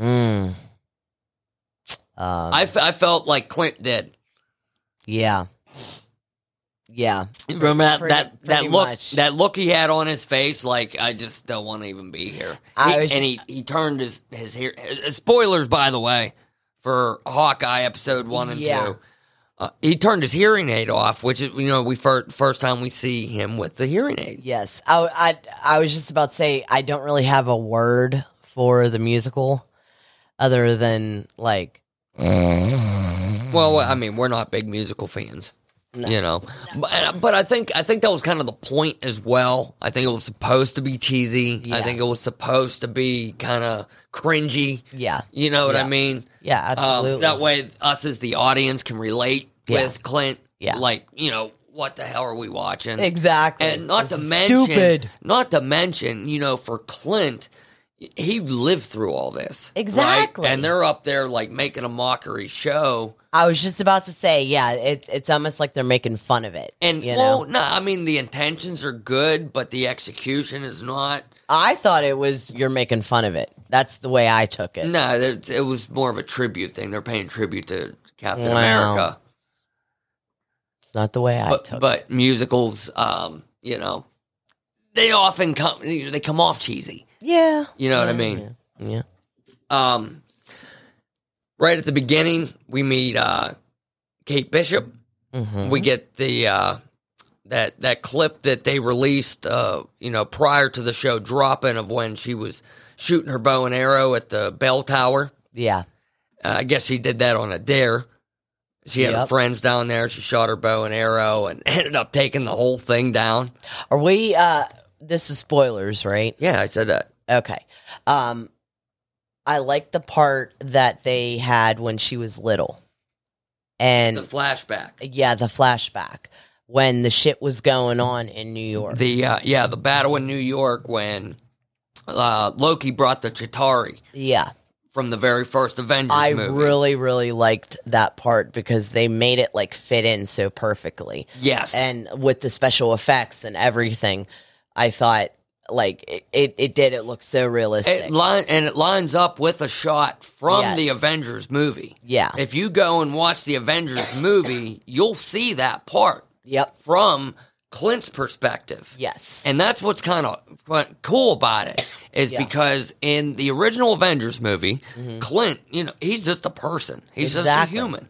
Speaker 4: Mm. Um,
Speaker 6: I, f- I felt like Clint did.
Speaker 4: yeah. Yeah.
Speaker 6: Remember that
Speaker 4: Pretty-
Speaker 6: that,
Speaker 4: pretty
Speaker 6: that look
Speaker 4: much.
Speaker 6: that look he had on his face, like I just don't want to even be here.
Speaker 4: I
Speaker 6: He-
Speaker 4: was-
Speaker 6: and he, he turned his his hair. uh, Spoilers, by the way, for Hawkeye episode one and
Speaker 4: Yeah.
Speaker 6: two. Uh, he turned his hearing aid off, which is you know we first first time we see him with the hearing aid.
Speaker 4: Yes. I, I I was just about to say I don't really have a word for the musical other than like
Speaker 6: Well, I mean we're not big musical fans, you know, but, uh, but I think I think that was kind of the point as well. I think it was supposed to be cheesy. I
Speaker 4: Yeah.
Speaker 6: think it was supposed to be kind of cringy.
Speaker 4: yeah.
Speaker 6: You know what I
Speaker 4: Yeah.
Speaker 6: mean?
Speaker 4: Yeah, absolutely.
Speaker 6: Um, that way, us as the audience can relate
Speaker 4: Yeah.
Speaker 6: with Clint.
Speaker 4: Yeah.
Speaker 6: Like, you know, what the hell are we watching?
Speaker 4: Exactly.
Speaker 6: And not
Speaker 4: This
Speaker 6: to
Speaker 4: is
Speaker 6: mention,
Speaker 4: stupid.
Speaker 6: not to mention, you know, for Clint, he lived through all this. right?
Speaker 4: Exactly.
Speaker 6: And they're up there, like, making a mockery show.
Speaker 4: I was just about to say, yeah, it's it's almost like they're making fun of it.
Speaker 6: And,
Speaker 4: you
Speaker 6: well,
Speaker 4: know,
Speaker 6: no, I mean, the intentions are good, but the execution is not.
Speaker 4: I thought it was you're making fun of it. That's the way I took it.
Speaker 6: No, it, it was more of a tribute thing. They're paying tribute to Captain
Speaker 4: Wow.
Speaker 6: America.
Speaker 4: It's not the way I
Speaker 6: but,
Speaker 4: took it.
Speaker 6: but musicals, um, you know, they often come you know, they come off cheesy.
Speaker 4: Yeah.
Speaker 6: You know what I mean?
Speaker 4: Yeah.
Speaker 6: Um, right at the beginning, we meet uh, Kate Bishop.
Speaker 4: Mm-hmm.
Speaker 6: We get the uh, that that clip that they released, uh, you know, prior to the show dropping of when she was shooting her bow and arrow at the bell tower.
Speaker 4: Yeah.
Speaker 6: Uh, I guess she did that on a dare. She had her
Speaker 4: Yep.
Speaker 6: friends down there. She shot her bow and arrow and ended up taking the whole thing down.
Speaker 4: Are we uh this is spoilers, right?
Speaker 6: Yeah, I said uh, that.
Speaker 4: Okay. Um I like the part that they had when she was little. And
Speaker 6: The flashback.
Speaker 4: yeah, the flashback when the shit was going on in New York.
Speaker 6: The uh, yeah, the battle in New York when uh, Loki brought the Chitari.
Speaker 4: yeah.
Speaker 6: from the very first Avengers
Speaker 4: I
Speaker 6: movie.
Speaker 4: really, really liked that part because they made it like fit in so perfectly.
Speaker 6: yes,
Speaker 4: And with the special effects and everything, I thought like it, it, it did. It looked so realistic.
Speaker 6: it line and it lines up with a shot from
Speaker 4: Yes.
Speaker 6: the Avengers movie.
Speaker 4: yeah.
Speaker 6: If you go and watch the Avengers movie, you'll see that part
Speaker 4: yep.
Speaker 6: from Clint's perspective.
Speaker 4: Yes.
Speaker 6: And that's what's kind of cool about it is
Speaker 4: Yeah. Mm-hmm.
Speaker 6: because in the original Avengers movie, Clint, you know, he's just a person. He's just a
Speaker 4: Exactly.
Speaker 6: human.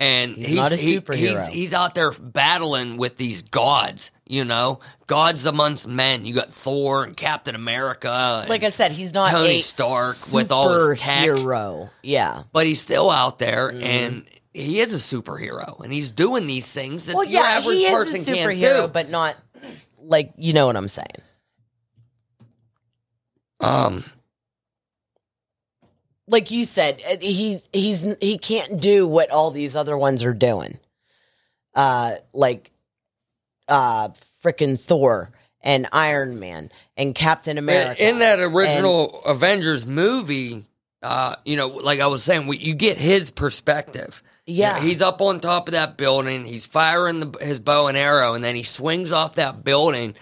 Speaker 6: And he's,
Speaker 4: He's not a
Speaker 6: he- he's
Speaker 4: superhero.
Speaker 6: he's out there battling with these gods, you know, gods amongst men. You got Thor and Captain America, and,
Speaker 4: like I said, he's not
Speaker 6: Tony
Speaker 4: a
Speaker 6: Stark with all his tech.
Speaker 4: hero. Yeah.
Speaker 6: but he's still out there
Speaker 4: Mm-hmm.
Speaker 6: and. He is a superhero, and he's doing these things that
Speaker 4: Well,
Speaker 6: your
Speaker 4: yeah,
Speaker 6: average
Speaker 4: he is
Speaker 6: person
Speaker 4: a
Speaker 6: can't do.
Speaker 4: superhero, but not like you know what I'm saying.
Speaker 6: um,
Speaker 4: Like you said, uh, he he's he can't do what all these other ones are doing. Uh, like, uh, freaking Thor and Iron Man and Captain America.
Speaker 6: In that original Avengers movie, uh, you know, like I was saying, we, you get his perspective. You know,
Speaker 4: Yeah.
Speaker 6: he's up on top of that building. He's firing the, his bow and arrow, and then he swings off that building.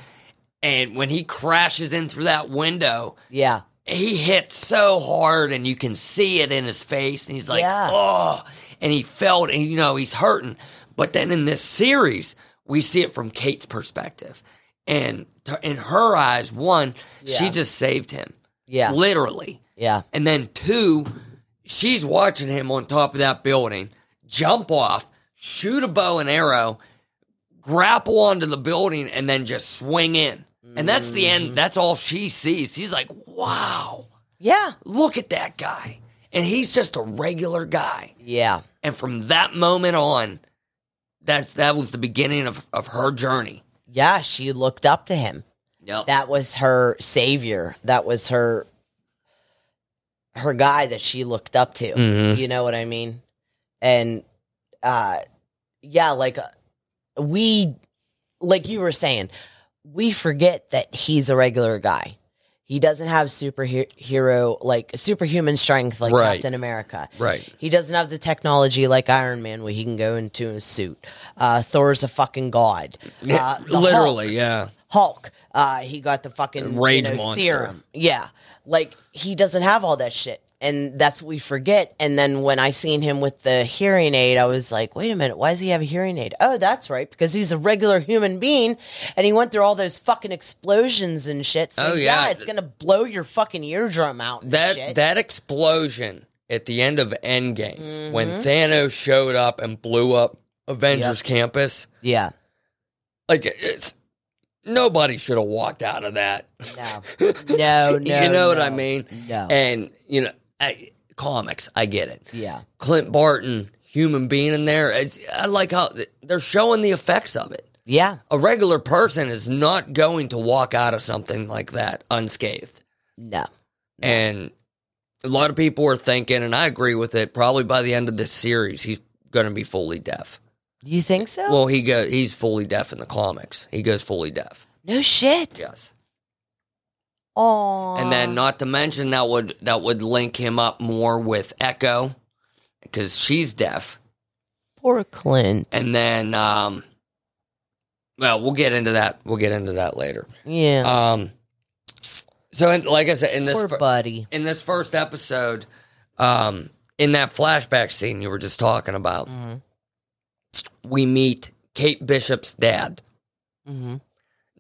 Speaker 6: And when he crashes in through that window,
Speaker 4: yeah,
Speaker 6: he hits so hard, and you can see it in his face. And he's like,
Speaker 4: Yeah.
Speaker 6: "Oh!" And he felt, and you know, he's hurting. But then in this series, we see it from Kate's perspective, and t- in her eyes, one, she
Speaker 4: Yeah.
Speaker 6: just saved him
Speaker 4: yeah,
Speaker 6: literally.
Speaker 4: yeah,
Speaker 6: And then two, she's watching him on top of that building jump off, shoot a bow and arrow, grapple onto the building, and then just swing in. And that's the
Speaker 4: Mm-hmm.
Speaker 6: end. That's all she sees. She's like, wow,
Speaker 4: yeah,
Speaker 6: look at that guy. And he's just a regular guy.
Speaker 4: yeah.
Speaker 6: And from that moment on, that's that was the beginning of, of her journey.
Speaker 4: Yeah, she looked up to him.
Speaker 6: Yep.
Speaker 4: That was her savior. That was her her guy that she looked up to.
Speaker 6: Mhm.
Speaker 4: You know what I mean? And uh yeah, like uh, we like you were saying, we forget that he's a regular guy. He doesn't have superhero like superhuman strength like
Speaker 6: Right.
Speaker 4: Captain America.
Speaker 6: Right.
Speaker 4: He doesn't have the technology like Iron Man where he can go into a suit. Uh, Thor's a fucking god. Uh, the
Speaker 6: Literally,
Speaker 4: Hulk,
Speaker 6: yeah.
Speaker 4: Hulk. Uh, he got the fucking
Speaker 6: Rage
Speaker 4: you know,
Speaker 6: monster.
Speaker 4: serum. Yeah, like he doesn't have all that shit, and that's what we forget. And then when I seen him with the hearing aid, I was like, wait a minute, why does he have a hearing aid? Oh, that's right, because he's a regular human being, and he went through all those fucking explosions and shit. So
Speaker 6: Oh,
Speaker 4: yeah.
Speaker 6: yeah.
Speaker 4: it's gonna blow your fucking eardrum out. And
Speaker 6: that
Speaker 4: shit.
Speaker 6: that explosion at the end of Endgame when
Speaker 4: Mm-hmm.
Speaker 6: Thanos showed up and blew up Avengers Campus,
Speaker 4: yeah,
Speaker 6: like it's nobody should have walked out of that.
Speaker 4: no, Oh, no, no.
Speaker 6: you know what I
Speaker 4: no.
Speaker 6: mean?
Speaker 4: No.
Speaker 6: And you know, I, comics, I get it.
Speaker 4: Yeah.
Speaker 6: Clint Barton, human being in there. It's, I like how th- they're showing the effects of it.
Speaker 4: Yeah.
Speaker 6: A regular person is not going to walk out of something like that unscathed.
Speaker 4: No.
Speaker 6: And a lot of people are thinking, and I agree with it. Probably by the end of this series, he's going to be fully deaf.
Speaker 4: You think so?
Speaker 6: Well, he go he's fully deaf in the comics. He goes fully deaf.
Speaker 4: no shit.
Speaker 6: Yes.
Speaker 4: Oh.
Speaker 6: And then, not to mention that would that would link him up more with Echo because she's deaf.
Speaker 4: poor Clint.
Speaker 6: And then, um, well, we'll get into that. We'll get into that later.
Speaker 4: Yeah.
Speaker 6: Um, so, in, like I said, in this
Speaker 4: poor
Speaker 6: fir-
Speaker 4: buddy.
Speaker 6: in this first episode, um, in that flashback scene you were just talking about,
Speaker 4: Mhm. Mm-hmm.
Speaker 6: we meet Kate Bishop's dad.
Speaker 4: Mhm.
Speaker 6: Mm-hmm.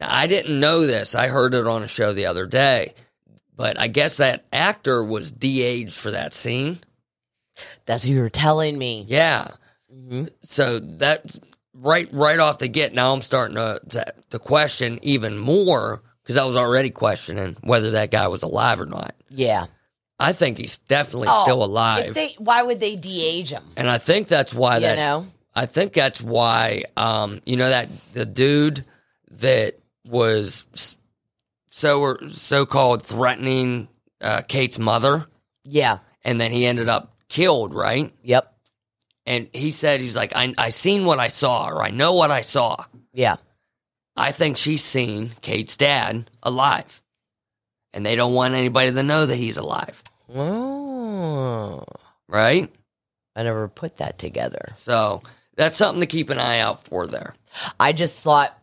Speaker 6: Now, I didn't know this. I heard it on a show the other day. But I guess that actor was de-aged for that scene.
Speaker 4: That's what you were telling me.
Speaker 6: Yeah. So that's right right off the get. Now I'm starting to to, to question even more because I was already questioning whether that guy was alive or not.
Speaker 4: Yeah.
Speaker 6: I think he's definitely
Speaker 4: Oh,
Speaker 6: still
Speaker 4: if
Speaker 6: alive,
Speaker 4: they- why would they de-age him?
Speaker 6: and I think that's why
Speaker 4: You
Speaker 6: that
Speaker 4: know?
Speaker 6: I think that's why, um, you know, that the dude that was s- so so called threatening uh, Kate's mother,
Speaker 4: Yeah.
Speaker 6: and then he ended up killed, right?
Speaker 4: Yep.
Speaker 6: And he said he's like, I I seen what I saw, or I know what I saw.
Speaker 4: Yeah.
Speaker 6: I think she's seen Kate's dad alive, and they don't want anybody to know that he's alive,
Speaker 4: Oh,
Speaker 6: right?
Speaker 4: I never put that together.
Speaker 6: So that's something to keep an eye out for there.
Speaker 4: I just thought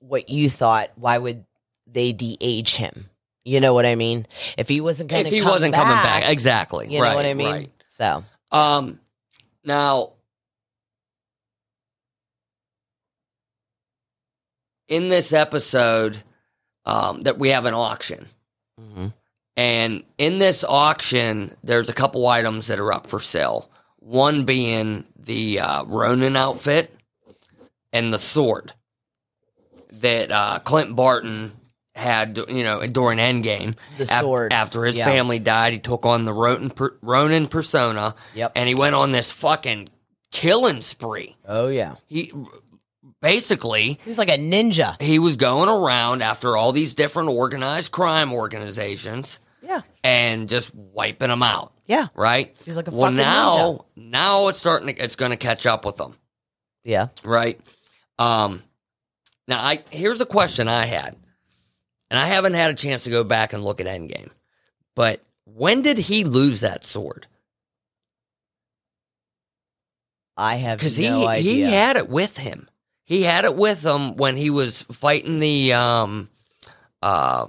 Speaker 4: what you thought. Why would they de-age him? You know what I mean? If he wasn't going
Speaker 6: If
Speaker 4: to,
Speaker 6: he wasn't coming back, exactly.
Speaker 4: you know
Speaker 6: right,
Speaker 4: what I mean.
Speaker 6: right.
Speaker 4: So
Speaker 6: Um, now, in this episode, um, that we have an auction,
Speaker 4: Mm-hmm.
Speaker 6: and in this auction, there's a couple items that are up for sale. One being the uh, Ronin outfit and the sword that uh, Clint Barton had, you know, during Endgame.
Speaker 4: The
Speaker 6: Af-
Speaker 4: sword.
Speaker 6: after his
Speaker 4: Yeah.
Speaker 6: family died, he took on the Ronin, per- Ronin persona.
Speaker 4: Yep.
Speaker 6: And he went on this fucking killing spree.
Speaker 4: oh yeah,
Speaker 6: He basically
Speaker 4: he was like a ninja.
Speaker 6: he was going around after all these different organized crime organizations
Speaker 4: Yeah,
Speaker 6: and just wiping them out.
Speaker 4: yeah,
Speaker 6: Right.
Speaker 4: He's like a
Speaker 6: well
Speaker 4: fucking
Speaker 6: now now it's starting to, it's going to catch up with them.
Speaker 4: yeah.
Speaker 6: Right. Um. Now I here's a question I had, and I haven't had a chance to go back and look at Endgame, but when did he lose that sword?
Speaker 4: I have
Speaker 6: because
Speaker 4: no
Speaker 6: he
Speaker 4: idea.
Speaker 6: he had it with him. He had it with him when he was fighting the um, uh,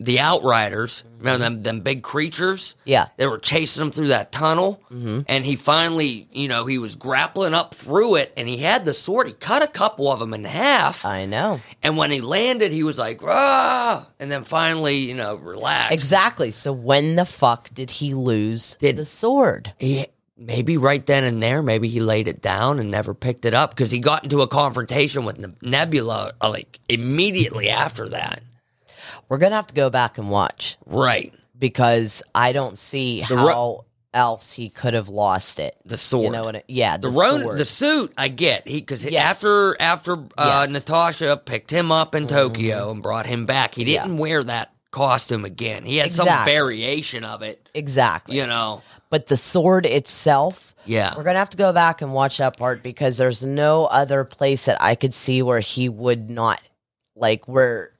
Speaker 6: the outriders.
Speaker 4: Mm-hmm.
Speaker 6: Remember them them big creatures?
Speaker 4: yeah,
Speaker 6: They were chasing him through that tunnel,
Speaker 4: Mm-hmm.
Speaker 6: and he finally, you know, he was grappling up through it, and he had the sword. He cut a couple of them in half,
Speaker 4: I know
Speaker 6: and when he landed, he was like, "Ah!" And then finally, you know, relaxed.
Speaker 4: exactly. So when the fuck did he lose
Speaker 6: Did-
Speaker 4: the sword?
Speaker 6: he maybe right then and there, maybe he laid it down and never picked it up because he got into a confrontation with Neb- Nebula uh, like immediately after that.
Speaker 4: We're gonna have to go back and watch
Speaker 6: Right,
Speaker 4: because I don't see
Speaker 6: ro-
Speaker 4: how else he could have lost it.
Speaker 6: the sword.
Speaker 4: You know what? I, yeah, the,
Speaker 6: the Ron,
Speaker 4: sword.
Speaker 6: the suit, I get he because
Speaker 4: Yes.
Speaker 6: after after uh,
Speaker 4: Yes. Mm-hmm.
Speaker 6: Natasha picked him up in Tokyo and brought him back, he
Speaker 4: Yeah.
Speaker 6: didn't wear that costume again. He had some
Speaker 4: Exactly.
Speaker 6: variation of it,
Speaker 4: exactly.
Speaker 6: you know.
Speaker 4: but the sword itself
Speaker 6: Yeah,
Speaker 4: we're gonna have to go back and watch that part because there's no other place that i could see where he would not like where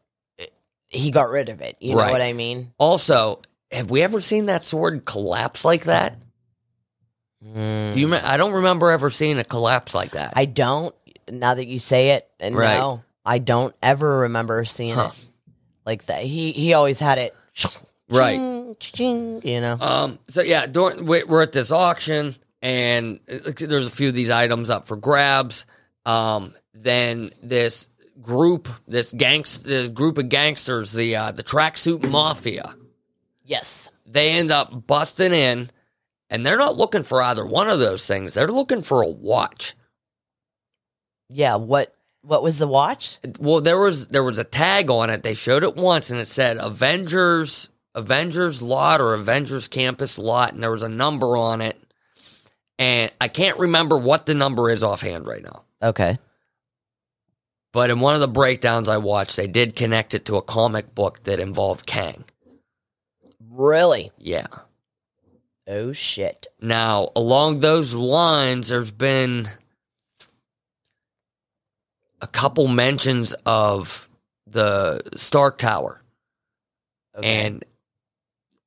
Speaker 4: eh, he got rid of it you
Speaker 6: Right.
Speaker 4: know what i mean
Speaker 6: Also, have we ever seen that sword collapse like that?
Speaker 4: Mm.
Speaker 6: Do you? me- I don't remember ever seeing it collapse like that.
Speaker 4: i don't now that you say it and
Speaker 6: Right.
Speaker 4: no i don't ever remember seeing
Speaker 6: Huh.
Speaker 4: it like that he he always had it
Speaker 6: Right.
Speaker 4: ching, ching, you know
Speaker 6: Um. So yeah, during, we- we're at this auction, and uh, there's a few of these items up for grabs. Um. Then this group, this gangs, this group of gangsters, the uh, the tracksuit mafia,
Speaker 4: yes
Speaker 6: they end up busting in, and they're not looking for either one of those things. They're looking for a watch.
Speaker 4: yeah what what was the watch
Speaker 6: Well, there was there was a tag on it. They showed it once, and it said Avengers Avengers lot or Avengers Campus lot, and there was a number on it. And I can't remember what the number is offhand right now.
Speaker 4: okay
Speaker 6: But in one of the breakdowns I watched, they did connect it to a comic book that involved Kang.
Speaker 4: really
Speaker 6: Yeah.
Speaker 4: oh shit
Speaker 6: Now, along those lines, there's been a couple mentions of the Stark Tower. and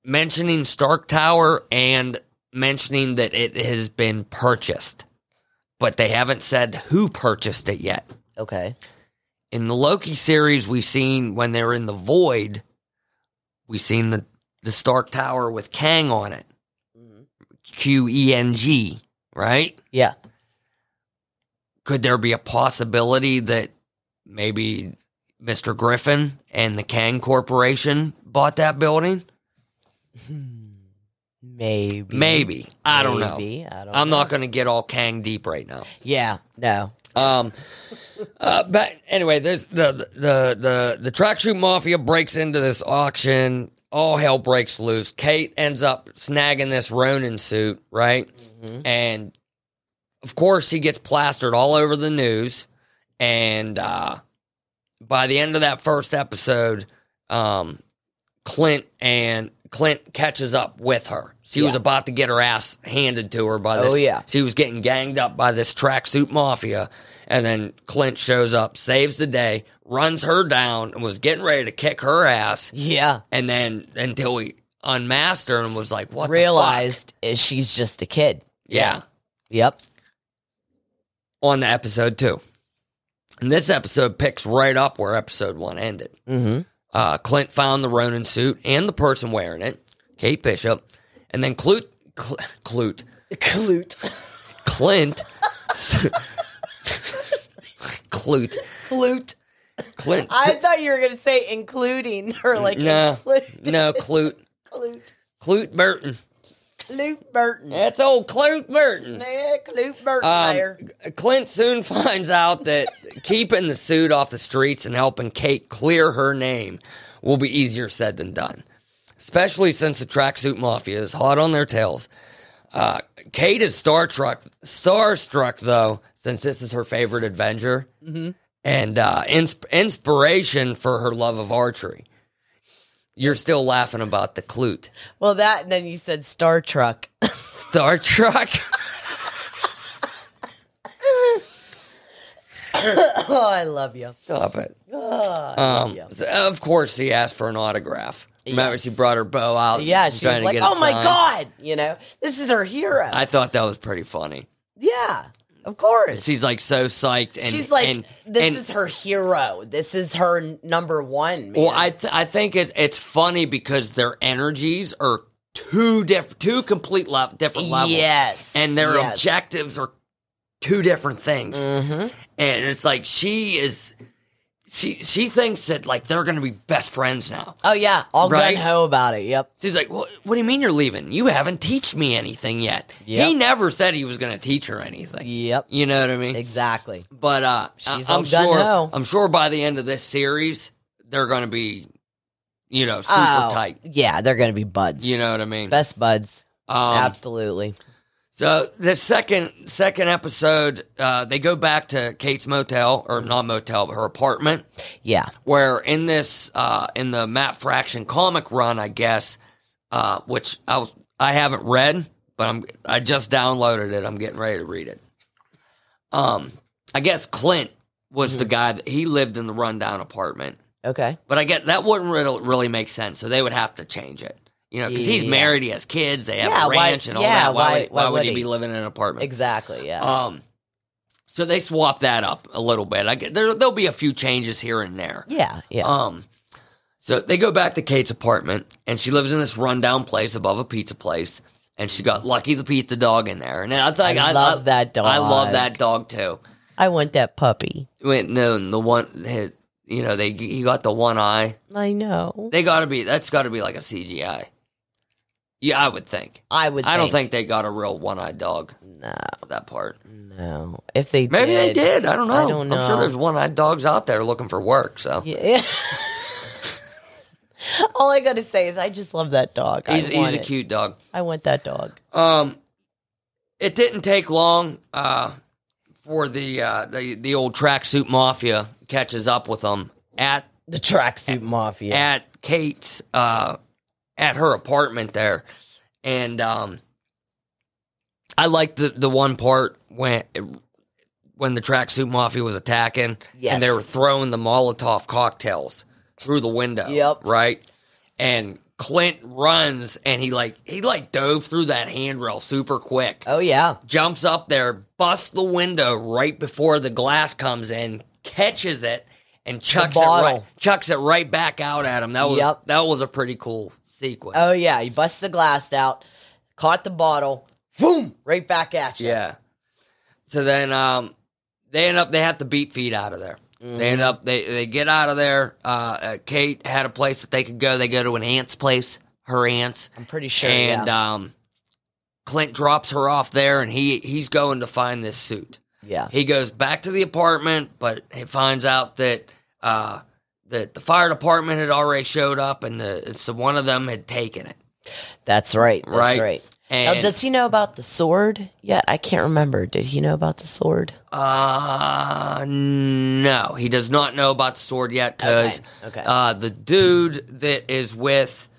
Speaker 6: mentioning Stark Tower and mentioning that it has been purchased, but they haven't said who purchased it yet.
Speaker 4: okay
Speaker 6: In the Loki series, we seen when they're in the void, we seen the the Stark Tower with Kang on it, Q E N G, right?
Speaker 4: yeah
Speaker 6: Could there be a possibility that maybe Mister Griffin and the Kang Corporation bought that building?
Speaker 4: Maybe.
Speaker 6: Maybe. I don't know.
Speaker 4: Maybe. I don't
Speaker 6: I'm
Speaker 4: know.
Speaker 6: not going to get all Kang deep right now.
Speaker 4: Yeah. No.
Speaker 6: Um, uh, but anyway, there's the the the the tracksuit mafia breaks into this auction. All hell breaks loose. Kate ends up snagging this Ronin suit, right? And of course, he gets plastered all over the news. And uh, by the end of that first episode, um, Clint and Clint catches up with her. She was
Speaker 4: Yeah.
Speaker 6: about to get her ass handed to her by this.
Speaker 4: Oh, yeah.
Speaker 6: she was getting ganged up by this tracksuit mafia, and then Clint shows up, saves the day, runs her down, and was getting ready to kick her ass.
Speaker 4: Yeah.
Speaker 6: And then until he unmasked her and was like, "What?" the fuck?
Speaker 4: Realized is she's just a kid.
Speaker 6: yeah,
Speaker 4: Yep.
Speaker 6: on the episode two. And this episode picks right up where episode one ended.
Speaker 4: Mm-hmm.
Speaker 6: Uh, Clint found the Ronin suit and the person wearing it, Kate Bishop, and then Clute, Cl- Clute,
Speaker 4: Clute.
Speaker 6: Clint, Clute,
Speaker 4: Clute.
Speaker 6: Clint.
Speaker 4: I thought you were gonna say including or like
Speaker 6: no,
Speaker 4: include-
Speaker 6: no, Clute,
Speaker 4: Clute.
Speaker 6: Clute Burton.
Speaker 4: Clute Burton. Yeah,
Speaker 6: That's old Clute Burton.
Speaker 4: Clute Burton
Speaker 6: Um,
Speaker 4: there.
Speaker 6: Clint soon finds out that keeping the suit off the streets and helping Kate clear her name will be easier said than done, especially since the tracksuit mafia is hot on their tails. Uh, Kate is starstruck, starstruck though, since this is her favorite Avenger and uh, ins- inspiration for her love of archery. You're still laughing about the Clute.
Speaker 4: Well, that and then you said Star Trek.
Speaker 6: Star Trek.
Speaker 4: oh, I love you.
Speaker 6: Stop it.
Speaker 4: Oh, I love
Speaker 6: Um,
Speaker 4: you.
Speaker 6: so, of course, he asked for an autograph. Remember,
Speaker 4: Yes.
Speaker 6: she brought her bow out.
Speaker 4: Yeah, she
Speaker 6: trying
Speaker 4: was
Speaker 6: to
Speaker 4: like,
Speaker 6: get it
Speaker 4: "Oh my
Speaker 6: signed."
Speaker 4: god," you know, this is her hero.
Speaker 6: I thought that was pretty funny.
Speaker 4: yeah, of course.
Speaker 6: She's like so psyched, and
Speaker 4: She's like,
Speaker 6: and-
Speaker 4: "This
Speaker 6: and-
Speaker 4: is her hero. This is her n- number one." Man.
Speaker 6: Well, I th- I think it, it's funny because their energies are two different, two complete le- different levels.
Speaker 4: Yes,
Speaker 6: and their
Speaker 4: yes. Mm-hmm.
Speaker 6: objectives are two different things. And it's like she is, she she thinks that like they're gonna be best friends now.
Speaker 4: Oh yeah, all
Speaker 6: Right?
Speaker 4: gun ho about it. Yep.
Speaker 6: She's like, what, what do you mean you're leaving? You haven't teached me anything yet.
Speaker 4: Yep.
Speaker 6: He never said he was going to teach her anything.
Speaker 4: Yep.
Speaker 6: You know what I mean?
Speaker 4: Exactly.
Speaker 6: But uh, I-
Speaker 4: She's
Speaker 6: I'm
Speaker 4: all
Speaker 6: sure.
Speaker 4: gung-ho.
Speaker 6: I'm sure by the end of this series, they're going to be, you know, super
Speaker 4: Oh,
Speaker 6: tight.
Speaker 4: Yeah, they're gonna be buds.
Speaker 6: You know what I mean?
Speaker 4: best buds.
Speaker 6: Um,
Speaker 4: Absolutely.
Speaker 6: so the second second episode, uh, they go back to Kate's motel or
Speaker 4: Mm-hmm.
Speaker 6: not motel, but her apartment.
Speaker 4: Yeah.
Speaker 6: where in this uh in the Matt Fraction comic run, I guess, uh, which I was, I haven't read, but I'm I just downloaded it. I'm getting ready to read it. Um, I guess Clint was
Speaker 4: Mm-hmm.
Speaker 6: the guy that he lived in the rundown apartment,
Speaker 4: Okay.
Speaker 6: but I get that wouldn't really, really make sense, so they would have to change it. You know, because he's
Speaker 4: Yeah.
Speaker 6: married, he has kids, they have
Speaker 4: Yeah,
Speaker 6: a
Speaker 4: why-
Speaker 6: ranch and all
Speaker 4: yeah,
Speaker 6: that. Why,
Speaker 4: why-
Speaker 6: would, why,
Speaker 4: why
Speaker 6: would
Speaker 4: would
Speaker 6: he be
Speaker 4: he?
Speaker 6: living in an apartment?
Speaker 4: Exactly. Yeah.
Speaker 6: Um, so they swap that up a little bit. I get, there, there'll be a few changes here and there.
Speaker 4: yeah. Yeah.
Speaker 6: Um, so they go back to Kate's apartment, and she lives in this rundown place above a pizza place, and she got Lucky the pizza dog in there. And I think
Speaker 4: I love that dog.
Speaker 6: I love that dog too.
Speaker 4: I want that puppy.
Speaker 6: Wait, no, the one, his, you know, they he got the one eye.
Speaker 4: I know.
Speaker 6: They got to be that's got to be like a CGI. Yeah, I would think.
Speaker 4: I would.
Speaker 6: I don't think they got a real one-eyed dog
Speaker 4: No.
Speaker 6: for that part.
Speaker 4: No. If they
Speaker 6: Maybe they did. I don't know.
Speaker 4: I don't
Speaker 6: I'm sure
Speaker 4: know.
Speaker 6: there's one-eyed dogs out there looking for work. So
Speaker 4: Yeah. All I gotta say is I just love that dog. I
Speaker 6: he's,
Speaker 4: want
Speaker 6: he's a
Speaker 4: it.
Speaker 6: cute dog.
Speaker 4: I want that dog.
Speaker 6: Um, it didn't take long uh, for the, uh, the the old tracksuit mafia catches up with them at
Speaker 4: The tracksuit mafia.
Speaker 6: at Kate's uh, at her apartment there, and um, I liked the the one part when. When the tracksuit mafia was attacking, and they
Speaker 4: Yes.
Speaker 6: were throwing the Molotov cocktails through the window,
Speaker 4: Yep.
Speaker 6: right? And Clint runs, and he like he like dove through that handrail super quick,
Speaker 4: oh yeah.
Speaker 6: jumps up there, busts the window right before the glass comes in, catches it, and chucks it right,
Speaker 4: bottle.
Speaker 6: chucks it right back out at him. That was
Speaker 4: Yep.
Speaker 6: that was a pretty cool sequence.
Speaker 4: Oh yeah. He busts the glass out, caught the bottle, boom, right back at you.
Speaker 6: yeah. So then um, they end up they have to beat feet out of there. They
Speaker 4: Mm-hmm.
Speaker 6: end up they they get out of there. Uh, uh, Kate had a place that they could go. They go to an aunt's place, her aunts.
Speaker 4: I'm pretty sure.
Speaker 6: and
Speaker 4: yeah.
Speaker 6: um, Clint drops her off there, and he he's going to find this suit.
Speaker 4: yeah.
Speaker 6: He goes back to the apartment, but he finds out that uh, that the fire department had already showed up, and the so one of them had taken it.
Speaker 4: That's right. That's
Speaker 6: Right.
Speaker 4: right.
Speaker 6: And-
Speaker 4: now, does he know about the sword yet? I can't remember. Did he know about the sword?
Speaker 6: Uh, no, he does not know about the sword yet because
Speaker 4: Okay, okay.
Speaker 6: uh, the dude that is with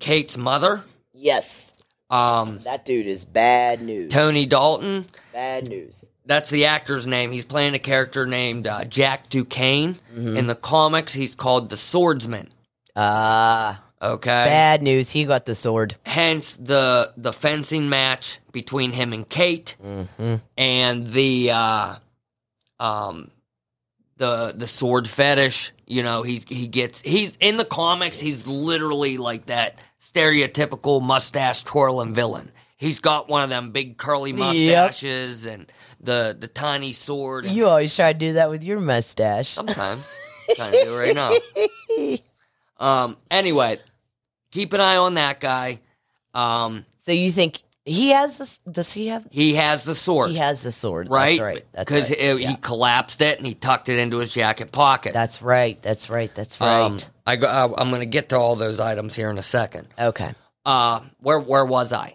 Speaker 6: Kate's mother,
Speaker 4: Yes.
Speaker 6: um,
Speaker 4: That dude is bad news.
Speaker 6: Tony Dalton,
Speaker 4: Bad news.
Speaker 6: that's the actor's name. He's playing a character named uh, Jack Duquesne.
Speaker 4: Mm-hmm.
Speaker 6: In the comics, he's called the Swordsman.
Speaker 4: Ah,
Speaker 6: Okay.
Speaker 4: bad news. He got the sword.
Speaker 6: Hence the the fencing match between him and Kate, and the uh, um the the sword fetish. You know, he's he gets he's in the comics. He's literally like that stereotypical mustache twirling villain. He's got one of them big curly mustaches and the the tiny sword. And
Speaker 4: You always try to do that with your mustache.
Speaker 6: Oh. Sometimes. trying to do it right now. Um. Anyway, keep an eye on that guy. Um.
Speaker 4: So you think he has this? Does he have?
Speaker 6: He has the sword,
Speaker 4: He has the sword.
Speaker 6: right?
Speaker 4: That's right. That's
Speaker 6: Because
Speaker 4: right.
Speaker 6: he,
Speaker 4: Yeah.
Speaker 6: collapsed it and he tucked it into his jacket pocket.
Speaker 4: That's right. That's right. That's right.
Speaker 6: Um, I go, I, I'm going to get to all those items here in a second.
Speaker 4: okay.
Speaker 6: Uh, where where was I?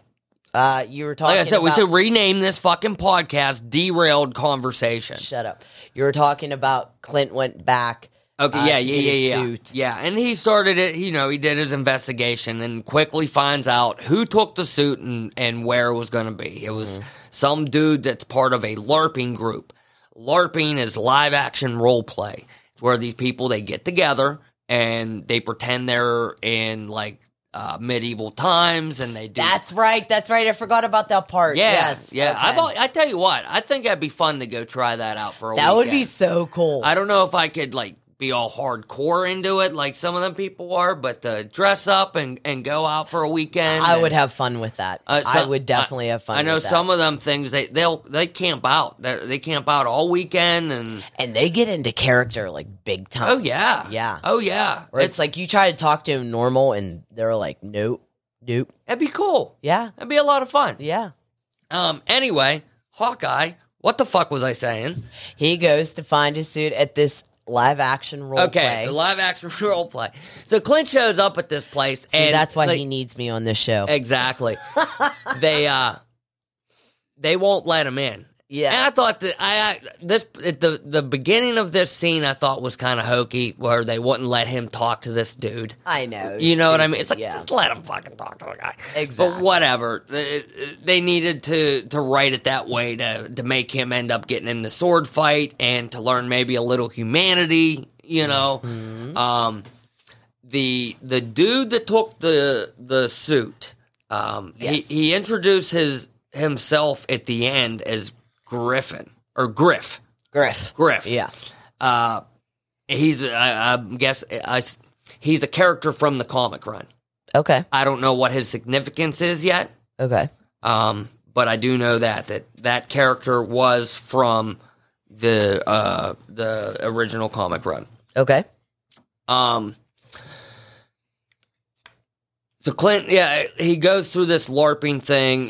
Speaker 4: Uh, you were talking.
Speaker 6: Like I said,
Speaker 4: about,
Speaker 6: we should rename this fucking podcast "Derailed Conversation."
Speaker 4: Shut up. You were talking about Clint went back.
Speaker 6: Okay,
Speaker 4: uh,
Speaker 6: yeah,
Speaker 4: to
Speaker 6: yeah,
Speaker 4: get his
Speaker 6: yeah, yeah.
Speaker 4: suit.
Speaker 6: Yeah, and he started it, you know, he did his investigation and quickly finds out who took the suit and, and where it was going to be. It was
Speaker 4: Mm-hmm.
Speaker 6: some dude that's part of a LARPing group. LARPing is live action role play. It's where these people they get together and they pretend they're in like uh, medieval times and they do
Speaker 4: That's right. That's right. I forgot about that part.
Speaker 6: yeah,
Speaker 4: yes.
Speaker 6: yeah.
Speaker 4: Okay.
Speaker 6: I've, al- I tell you what, I think that'd be fun to go try that out for a
Speaker 4: that would be
Speaker 6: weekend.
Speaker 4: so cool.
Speaker 6: I don't know if I could like be all hardcore into it like some of them people are, but to dress up and, and go out for a weekend.
Speaker 4: I
Speaker 6: and-
Speaker 4: would have fun with that.
Speaker 6: Uh,
Speaker 4: I
Speaker 6: some-
Speaker 4: would definitely have fun.
Speaker 6: I know
Speaker 4: with that.
Speaker 6: some of them things they they'll they camp out. They they camp out all weekend and
Speaker 4: and they get into character like big time.
Speaker 6: oh yeah
Speaker 4: Uh, Yeah.
Speaker 6: oh yeah.
Speaker 4: Where it's, like you try to talk to him normal, and they're like, nope, nope.
Speaker 6: that'd be cool.
Speaker 4: Yeah,
Speaker 6: That'd be a lot of fun.
Speaker 4: yeah.
Speaker 6: Um. Anyway, Hawkeye. What the fuck was I saying?
Speaker 4: He goes to find his suit at this live action role
Speaker 6: okay,
Speaker 4: play.
Speaker 6: the live action role play. So Clint shows up at this place,
Speaker 4: See,
Speaker 6: and
Speaker 4: that's why
Speaker 6: like,
Speaker 4: he needs me on this show.
Speaker 6: Exactly. they uh they won't let him in.
Speaker 4: Yeah.
Speaker 6: And I thought that I, I this at the the beginning of this scene I thought was kind of hokey where they wouldn't let him talk to this dude.
Speaker 4: I know.
Speaker 6: You know what I mean?
Speaker 4: stupid,
Speaker 6: It's like
Speaker 4: yeah.
Speaker 6: just let him fucking talk to the guy. But
Speaker 4: Exactly.
Speaker 6: whatever. They, they needed to to write it that way to to make him end up getting in the sword fight and to learn maybe a little humanity. You know,
Speaker 4: Mm-hmm.
Speaker 6: um, the the dude that took the the suit. Um,
Speaker 4: Yes.
Speaker 6: he, he introduced his himself at the end as Griffin or Griff.
Speaker 4: Griff.
Speaker 6: Griff.
Speaker 4: Yeah.
Speaker 6: Uh, he's I, I guess I s he's a character from the comic run.
Speaker 4: Okay.
Speaker 6: I don't know what his significance is yet,
Speaker 4: Okay.
Speaker 6: um, but I do know that that that character was from the uh, the original comic run.
Speaker 4: Okay.
Speaker 6: Um, so Clint, yeah, he goes through this LARPing thing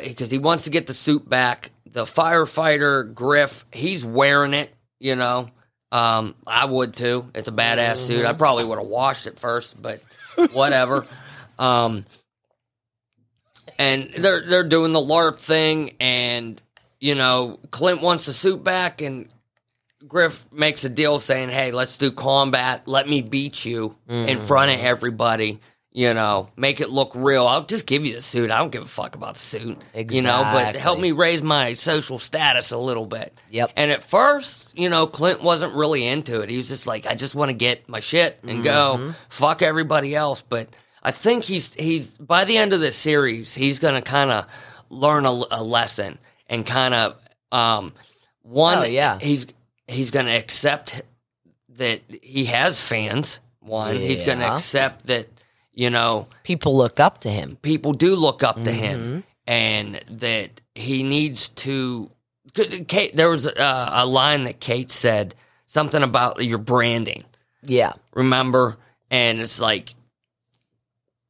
Speaker 6: because he wants to get the suit back. The firefighter Griff, he's wearing it. You know, um, I would too. It's a badass suit. I probably would have washed it first, but whatever. um, and they're they're doing the LARP thing, and you know, Clint wants the suit back, and Griff makes a deal saying, "Hey, let's do combat. Let me beat you in front of everybody. You know, make it look real. I'll just give you the suit. I don't give a fuck about the suit. You know, but help
Speaker 4: Exactly.
Speaker 6: me raise my social status a little bit.
Speaker 4: Yep.
Speaker 6: And at first, you know, Clint wasn't really into it. He was just like, I just want to get my shit and
Speaker 4: Mm-hmm.
Speaker 6: go fuck everybody else. But I think he's he's by the end of this series, he's gonna kind of learn a, a lesson and kind of um one
Speaker 4: Oh, yeah.
Speaker 6: he's he's gonna accept that he has fans. One, he's gonna
Speaker 4: Yeah.
Speaker 6: accept that you know
Speaker 4: People look up to him.
Speaker 6: people do look up to him and that he needs to 'cause Kate, there was uh, a, a line that Kate said something about your branding
Speaker 4: Yeah.
Speaker 6: remember and it's like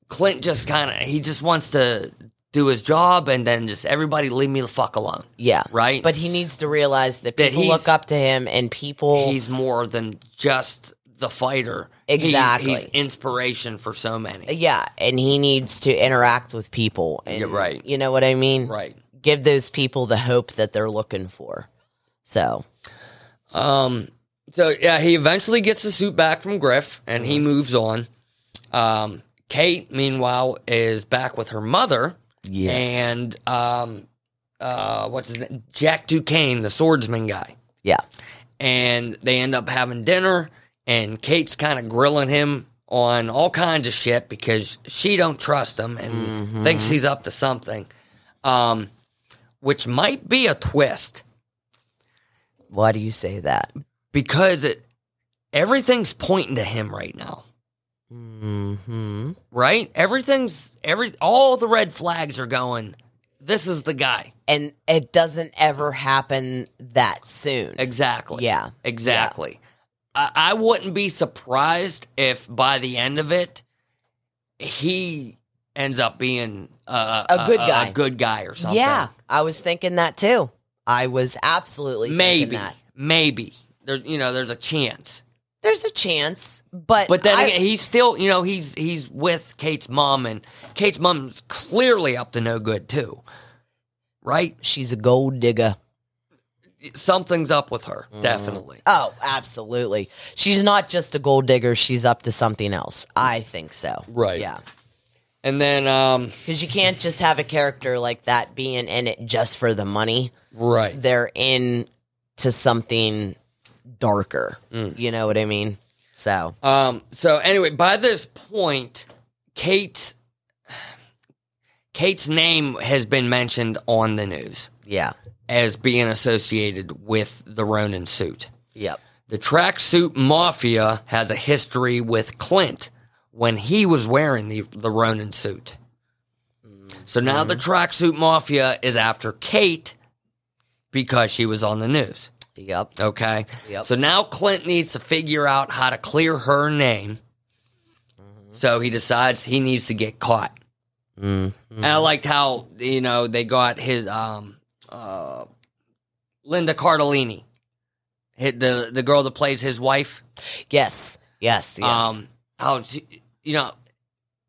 Speaker 6: Clint just kind of he just wants to do his job and then just everybody leave me the fuck alone.
Speaker 4: Yeah.
Speaker 6: Right?
Speaker 4: But he needs to realize that
Speaker 6: That
Speaker 4: people
Speaker 6: he's-
Speaker 4: look up to him and people.
Speaker 6: He's more than just the fighter. He's-
Speaker 4: Exactly.
Speaker 6: He's, inspiration for so many.
Speaker 4: yeah. And he needs to interact with people. And,
Speaker 6: Yeah, right.
Speaker 4: You know what I mean?
Speaker 6: Right.
Speaker 4: Give those people the hope that they're looking for. So,
Speaker 6: Um so yeah, he eventually gets the suit back from Griff and he moves on. Um Kate meanwhile is back with her mother.
Speaker 4: Yes.
Speaker 6: And um uh what's his name? Jack Duquesne, the swordsman guy.
Speaker 4: yeah.
Speaker 6: and they end up having dinner and kate's kind of grilling him on all kinds of shit because she don't trust him and thinks he's up to something um, which might be a twist
Speaker 4: Why do you say that?
Speaker 6: because it, everything's pointing to him right now
Speaker 4: hmm
Speaker 6: right everything's every all the red flags are going this is the guy
Speaker 4: And it doesn't ever happen that soon.
Speaker 6: Exactly.
Speaker 4: Yeah.
Speaker 6: Exactly. I, I wouldn't be surprised if by the end of it, he ends up being uh,
Speaker 4: A good guy.
Speaker 6: a good guy or something.
Speaker 4: Yeah. I was thinking that too. I was absolutely thinking
Speaker 6: Maybe.
Speaker 4: that.
Speaker 6: Maybe. There, you know, there's a chance.
Speaker 4: There's a chance, but
Speaker 6: But then
Speaker 4: I-
Speaker 6: again, he's still, you know, he's he's with Kate's mom, and Kate's mom's clearly up to no good too, right?
Speaker 4: she's a gold digger.
Speaker 6: Something's up with her, definitely.
Speaker 4: Oh, absolutely. She's not just a gold digger. She's up to something else. I think so.
Speaker 6: Right.
Speaker 4: Yeah.
Speaker 6: And then, um,
Speaker 4: Because you can't just have a character like that being in it just for the money.
Speaker 6: right?
Speaker 4: They're in to something darker.
Speaker 6: Mm.
Speaker 4: You know what I mean? So,
Speaker 6: Um, so anyway, by this point, Kate's Kate's name has been mentioned on the news
Speaker 4: yeah.
Speaker 6: as being associated with the Ronin suit.
Speaker 4: Yep.
Speaker 6: The tracksuit mafia has a history with Clint when he was wearing the the Ronin suit. So now the tracksuit mafia is after Kate because she was on the news.
Speaker 4: Yep.
Speaker 6: Okay.
Speaker 4: Yep.
Speaker 6: So now Clint needs to figure out how to clear her name.
Speaker 4: Mm-hmm.
Speaker 6: So he decides he needs to get caught. And I liked how, you know, they got his um uh Linda Cardellini. hit The the girl that plays his wife.
Speaker 4: Yes. Yes. Yes.
Speaker 6: Um how she, you know,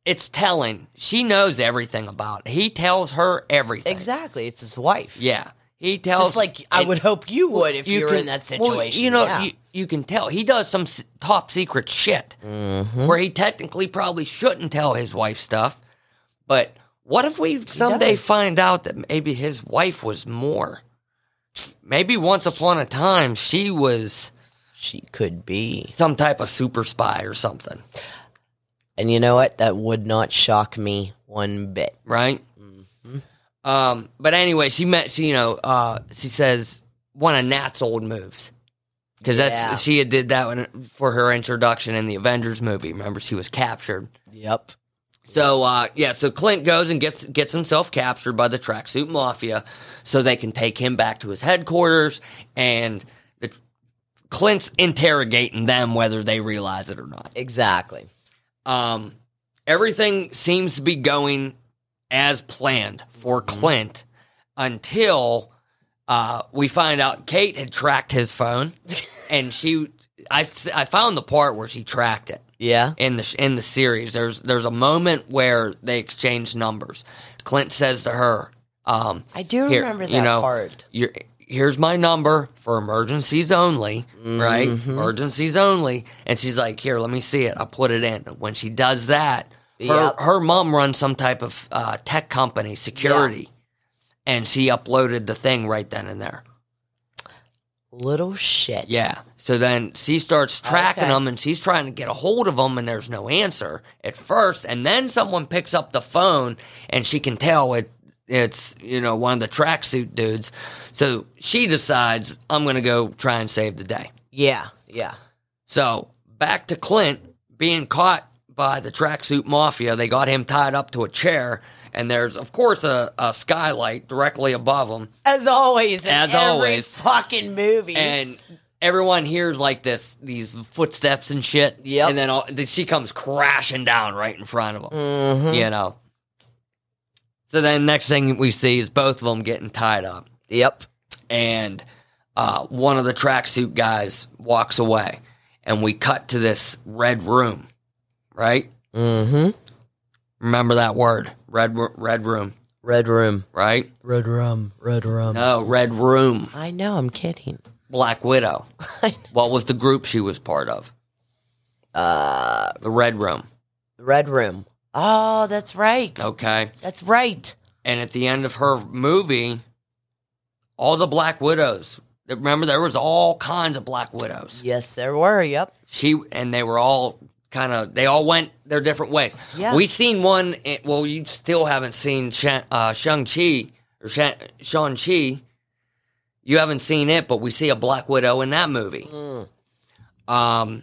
Speaker 6: it's telling. She knows everything about. It. He tells her everything.
Speaker 4: exactly. It's his wife.
Speaker 6: Yeah. He tells
Speaker 4: Just like I
Speaker 6: it-
Speaker 4: would hope you would if you, were
Speaker 6: can-
Speaker 4: in that
Speaker 6: well,
Speaker 4: situation.
Speaker 6: you know,
Speaker 4: Yeah.
Speaker 6: you, you can tell he does some s- top secret shit
Speaker 4: Mm-hmm.
Speaker 6: where he technically probably shouldn't tell his wife stuff. But what if we someday
Speaker 4: does.
Speaker 6: find out that maybe his wife was more? Maybe once upon a time she was
Speaker 4: she could be.
Speaker 6: some type of super spy or something,
Speaker 4: And you know what? That would not shock me one bit.
Speaker 6: right? Um, but anyway, she met. She you know, uh, she says one of Nat's old moves. Because that's
Speaker 4: Yeah.
Speaker 6: she had did that one for her introduction in the Avengers movie. Remember, she was captured.
Speaker 4: Yep.
Speaker 6: So uh, yeah, so Clint goes and gets gets himself captured by the tracksuit mafia, so they can take him back to his headquarters, and the, Clint's interrogating them whether they realize it or not.
Speaker 4: Exactly.
Speaker 6: Um, everything seems to be going as planned for Clint until uh, we find out Kate had tracked his phone, and she I I found the part where she tracked it
Speaker 4: Yeah.
Speaker 6: in the in the series. There's there's a moment where they exchange numbers. Clint says to her, um,
Speaker 4: I do
Speaker 6: "Here,
Speaker 4: remember that
Speaker 6: you know,
Speaker 4: part.
Speaker 6: You're, here's my number for emergencies only, right?
Speaker 4: Mm-hmm.
Speaker 6: Emergencies only." And she's like, "Here, let me see it." I put it in. When she does that, her
Speaker 4: Yep.
Speaker 6: her mom runs some type of uh, tech company, security, and she uploaded the thing right then and there.
Speaker 4: Little shit.
Speaker 6: Yeah. So then she starts tracking
Speaker 4: Okay.
Speaker 6: them and she's trying to get a hold of them and there's no answer at first. And then someone picks up the phone and she can tell it it's, you know, one of the tracksuit dudes. So she decides, I'm going to go try and save the day.
Speaker 4: Yeah. Yeah.
Speaker 6: So back to Clint being caught by the tracksuit mafia. They got him tied up to a chair. And there's, of course, a, a skylight directly above him.
Speaker 4: As always. in
Speaker 6: As
Speaker 4: every
Speaker 6: always.
Speaker 4: Fucking movie.
Speaker 6: And everyone hears like this, these footsteps and shit.
Speaker 4: Yep.
Speaker 6: And then, all, then she comes crashing down right in front of them. You know. So then, next thing we see is both of them getting tied up,
Speaker 4: Yep.
Speaker 6: and uh, one of the tracksuit guys walks away, and we cut to this red room, right?
Speaker 4: Mm-hmm.
Speaker 6: Remember that word, red ro- red room,
Speaker 4: Red room.
Speaker 6: right?
Speaker 4: Red room. Red room.
Speaker 6: No, red room.
Speaker 4: I know. I'm kidding.
Speaker 6: Black Widow. what was the group she was part of? Uh, the Red Room.
Speaker 4: Red room. Oh, that's right.
Speaker 6: Okay.
Speaker 4: That's right.
Speaker 6: And at the end of her movie, all the Black Widows. Remember, there was all kinds of Black Widows.
Speaker 4: Yes, there were. Yep.
Speaker 6: She and they were all kind of. They all went their different ways.
Speaker 4: Yeah.
Speaker 6: We seen one. in- Well, you still haven't seen Shang, uh, Shang Chi or Shang Shang Chi. You haven't seen it, but we see a Black Widow in that movie. Um.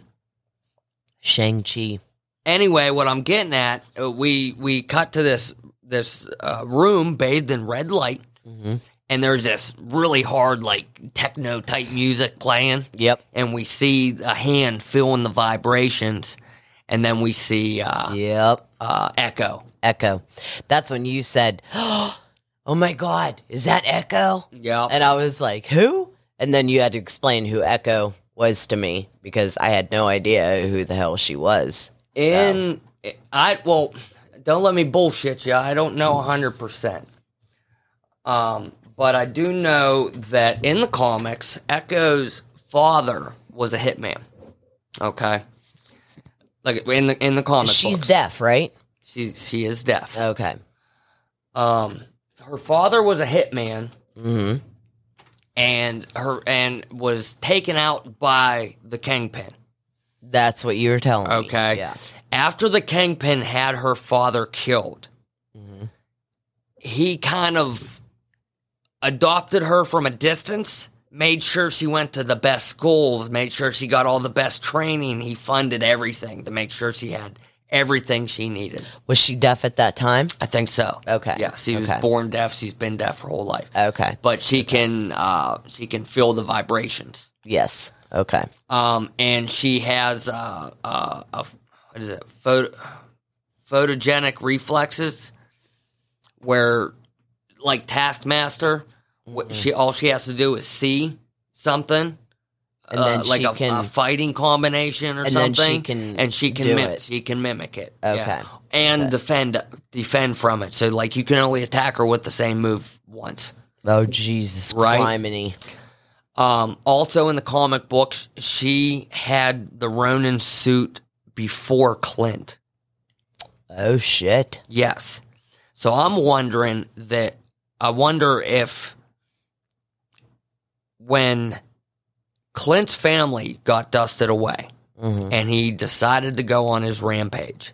Speaker 4: Shang-Chi.
Speaker 6: anyway, what I'm getting at, uh, we we cut to this this uh, room bathed in red light, and there's this really hard like techno type music playing.
Speaker 4: Yep.
Speaker 6: and we see a hand feeling the vibrations, and then we see uh,
Speaker 4: Yep.
Speaker 6: uh, Echo.
Speaker 4: Echo. That's when you said, Oh my God, is that Echo?
Speaker 6: Yep.
Speaker 4: And I was like, Who? And then you had to explain who Echo was to me because I had no idea who the hell she was.
Speaker 6: In I well, don't let me bullshit you. I don't know hundred percent. Um, but I do know that in the comics, Echo's father was a hitman. Okay. Like in the in the comics,
Speaker 4: She's
Speaker 6: books.
Speaker 4: deaf, right?
Speaker 6: She she is deaf.
Speaker 4: Okay.
Speaker 6: Um, her father was a hitman,
Speaker 4: Mm-hmm.
Speaker 6: and her and was taken out by the kingpin.
Speaker 4: That's what you were telling me.
Speaker 6: Okay.
Speaker 4: Yeah.
Speaker 6: After the kingpin had her father killed,
Speaker 4: Mm-hmm.
Speaker 6: he kind of adopted her from a distance, made sure she went to the best schools, made sure she got all the best training. He funded everything to make sure she had everything she needed.
Speaker 4: Was she deaf at that time?
Speaker 6: I think so.
Speaker 4: Okay.
Speaker 6: Yeah. She was
Speaker 4: Okay. Uh,
Speaker 6: born deaf. She's been deaf her whole life.
Speaker 4: Okay.
Speaker 6: But she can uh, she can feel the vibrations
Speaker 4: Yes. Okay.
Speaker 6: um, and she has uh, uh, a what is it photo, photogenic reflexes, where like Taskmaster,
Speaker 4: Mm-hmm.
Speaker 6: what she all she has to do is see something,
Speaker 4: And then
Speaker 6: uh, like
Speaker 4: she
Speaker 6: a,
Speaker 4: can-
Speaker 6: a fighting combination or
Speaker 4: And then
Speaker 6: something,
Speaker 4: she can
Speaker 6: and she can
Speaker 4: do
Speaker 6: mim-
Speaker 4: it.
Speaker 6: she can mimic it, yeah.
Speaker 4: Okay.
Speaker 6: and defend defend from it. So like you can only attack her with the same move once.
Speaker 4: Oh, Jesus.
Speaker 6: Right.
Speaker 4: Criminy.
Speaker 6: Um, also in the comic books, she had the Ronin suit before Clint.
Speaker 4: Oh, shit.
Speaker 6: Yes. So I'm wondering that I wonder if when Clint's family got dusted away and he decided to go on his rampage,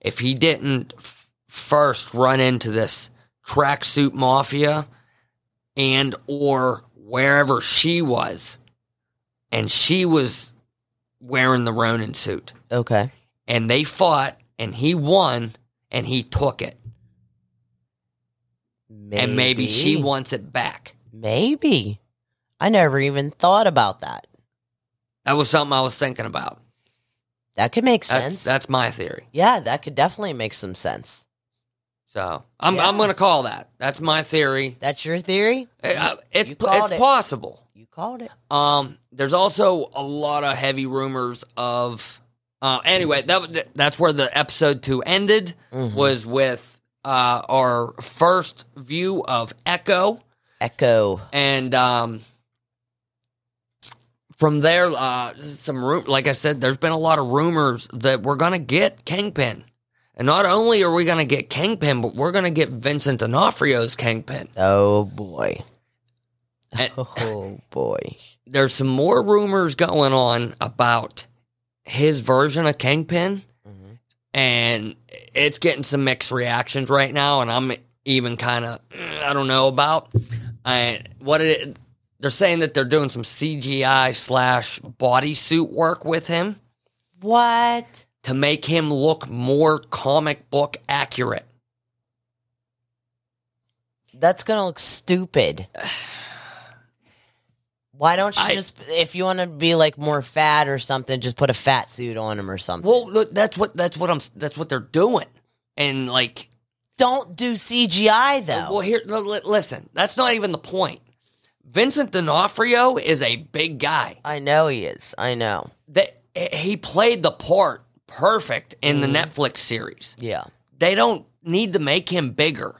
Speaker 6: if he didn't f- first run into this tracksuit mafia and or wherever she was and she was wearing the Ronin suit
Speaker 4: Okay.
Speaker 6: and they fought and he won and he took it
Speaker 4: Maybe.
Speaker 6: and maybe she wants it back
Speaker 4: Maybe. I never even thought about that.
Speaker 6: that was something i was thinking about
Speaker 4: That could make
Speaker 6: that's,
Speaker 4: sense.
Speaker 6: that's my theory
Speaker 4: yeah, that could definitely make some sense.
Speaker 6: so i'm,
Speaker 4: Yeah.
Speaker 6: I'm gonna call that that's my theory
Speaker 4: That's your theory?
Speaker 6: Uh, it's,
Speaker 4: you called
Speaker 6: it's
Speaker 4: it.
Speaker 6: possible
Speaker 4: You called it.
Speaker 6: um there's also a lot of heavy rumors of uh anyway that that's where the episode two ended
Speaker 4: Mm-hmm.
Speaker 6: was with uh our first view of echo
Speaker 4: Echo.
Speaker 6: and um, from there, uh, some ru- like I said, there's been a lot of rumors that we're gonna get Kingpin, and not only are we gonna get Kingpin, but we're gonna get Vincent D'Onofrio's Kingpin.
Speaker 4: Oh boy.
Speaker 6: And
Speaker 4: Oh boy.
Speaker 6: there's some more rumors going on about his version of Kingpin, and it's getting some mixed reactions right now. And I'm even kind of I don't know about and what it. They're saying that they're doing some CGI slash bodysuit work with him
Speaker 4: What?
Speaker 6: to make him look more comic book accurate.
Speaker 4: That's gonna look stupid. Why don't you
Speaker 6: I-
Speaker 4: just, if you want to be like more fat or something, just put a fat suit on him or something.
Speaker 6: Well, look, that's what that's what I'm s- that's what they're doing, and like
Speaker 4: don't do CGI though.
Speaker 6: Well, here, l- l- listen, that's not even the point. Vincent D'Onofrio is a big guy.
Speaker 4: I know he is. I know.
Speaker 6: That he played the part perfect in
Speaker 4: Mm-hmm.
Speaker 6: the Netflix series.
Speaker 4: Yeah.
Speaker 6: They don't need to make him bigger.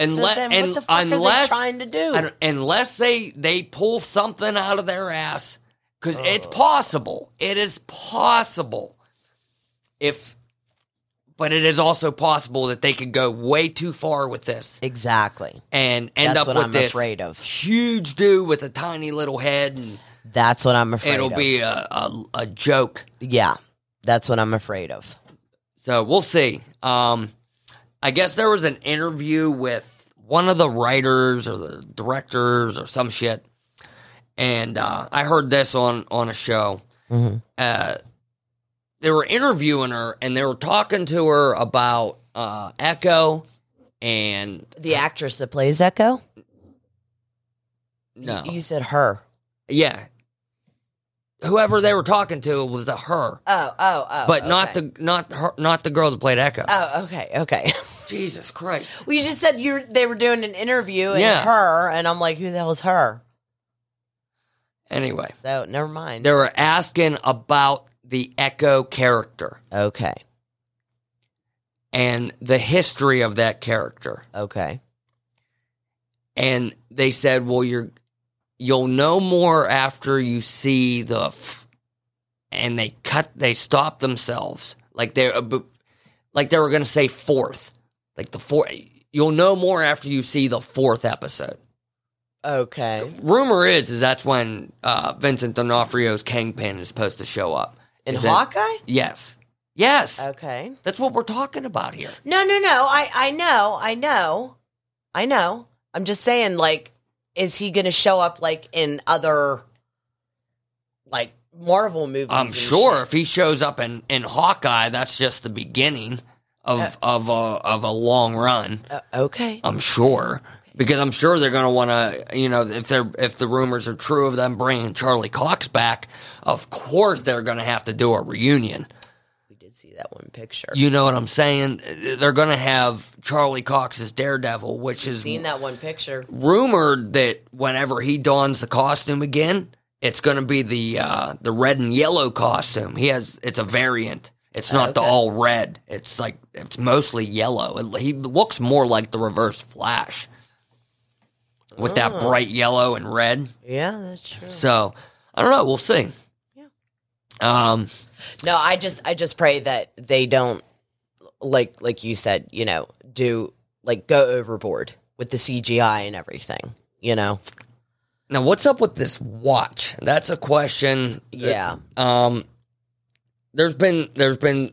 Speaker 4: So
Speaker 6: Unless,
Speaker 4: then
Speaker 6: and
Speaker 4: what the fuck
Speaker 6: unless
Speaker 4: are they trying to do?
Speaker 6: I don't- unless they they pull something out of their ass because it's possible it is possible if but it is also possible that they could go way too far with this
Speaker 4: Exactly.
Speaker 6: and end
Speaker 4: That's
Speaker 6: up
Speaker 4: what
Speaker 6: with
Speaker 4: I'm
Speaker 6: this
Speaker 4: afraid of.
Speaker 6: huge dude with a tiny little head and
Speaker 4: That's what I'm afraid
Speaker 6: it'll
Speaker 4: of.
Speaker 6: be a, a, a joke
Speaker 4: Yeah. That's what I'm afraid of.
Speaker 6: so we'll see um i guess there was an interview with one of the writers or the directors or some shit and uh, i heard this on on a show
Speaker 4: Mm-hmm.
Speaker 6: uh, they were interviewing her and they were talking to her about uh, echo and
Speaker 4: The actress that plays Echo?
Speaker 6: no
Speaker 4: You said her.
Speaker 6: Yeah. Whoever they were talking to was a her,
Speaker 4: Oh, oh, oh.
Speaker 6: but not
Speaker 4: okay.
Speaker 6: the not her, not the girl that played Echo.
Speaker 4: Oh, okay, okay.
Speaker 6: Jesus Christ!
Speaker 4: well, you just said you they were doing an interview and
Speaker 6: Yeah.
Speaker 4: her, and I'm like, who the hell is her?
Speaker 6: Anyway,
Speaker 4: So never mind.
Speaker 6: they were asking about the Echo character
Speaker 4: okay,
Speaker 6: and the history of that character,
Speaker 4: okay.
Speaker 6: and they said, "Well, you're you'll know more after you see the," f-. and they cut they stopped themselves like they uh, like they were gonna say fourth, like the four. You'll know more after you see the fourth episode.
Speaker 4: Okay.
Speaker 6: rumor is is that's when uh, Vincent D'Onofrio's Kingpin is supposed to show up.
Speaker 4: In
Speaker 6: Is it-
Speaker 4: Hawkeye?
Speaker 6: Yes, yes,
Speaker 4: Okay.
Speaker 6: that's what we're talking about here.
Speaker 4: No, no, no. I, I know, I know, I know. I'm just saying, like, is he going to show up like in other, like Marvel movies?
Speaker 6: I'm
Speaker 4: and
Speaker 6: sure
Speaker 4: shit?
Speaker 6: if he shows up in, in Hawkeye, that's just the beginning of of a of a long run.
Speaker 4: Uh, okay.
Speaker 6: I'm sure because I'm sure they're going to want to, you know, if they're if the rumors are true of them bringing Charlie Cox back, of course they're going to have to do a reunion.
Speaker 4: We did see that one picture.
Speaker 6: You know what I'm saying? They're going to have Charlie Cox's Daredevil, which is
Speaker 4: seen that one picture?
Speaker 6: rumored that whenever he dons the costume again, it's going to be the uh, the red and yellow costume. He has it's a variant. It's not the all red. It's like it's mostly yellow. It, he looks more like the Reverse Flash with that bright yellow and red.
Speaker 4: Oh. Yeah, that's true.
Speaker 6: So I don't know. We'll see. Um.
Speaker 4: No, I just I just pray that they don't like like you said, you know, do like go overboard with the CGI and everything, you know.
Speaker 6: Now, what's up with this watch? That's a question.
Speaker 4: Yeah.
Speaker 6: Um, there's been there's been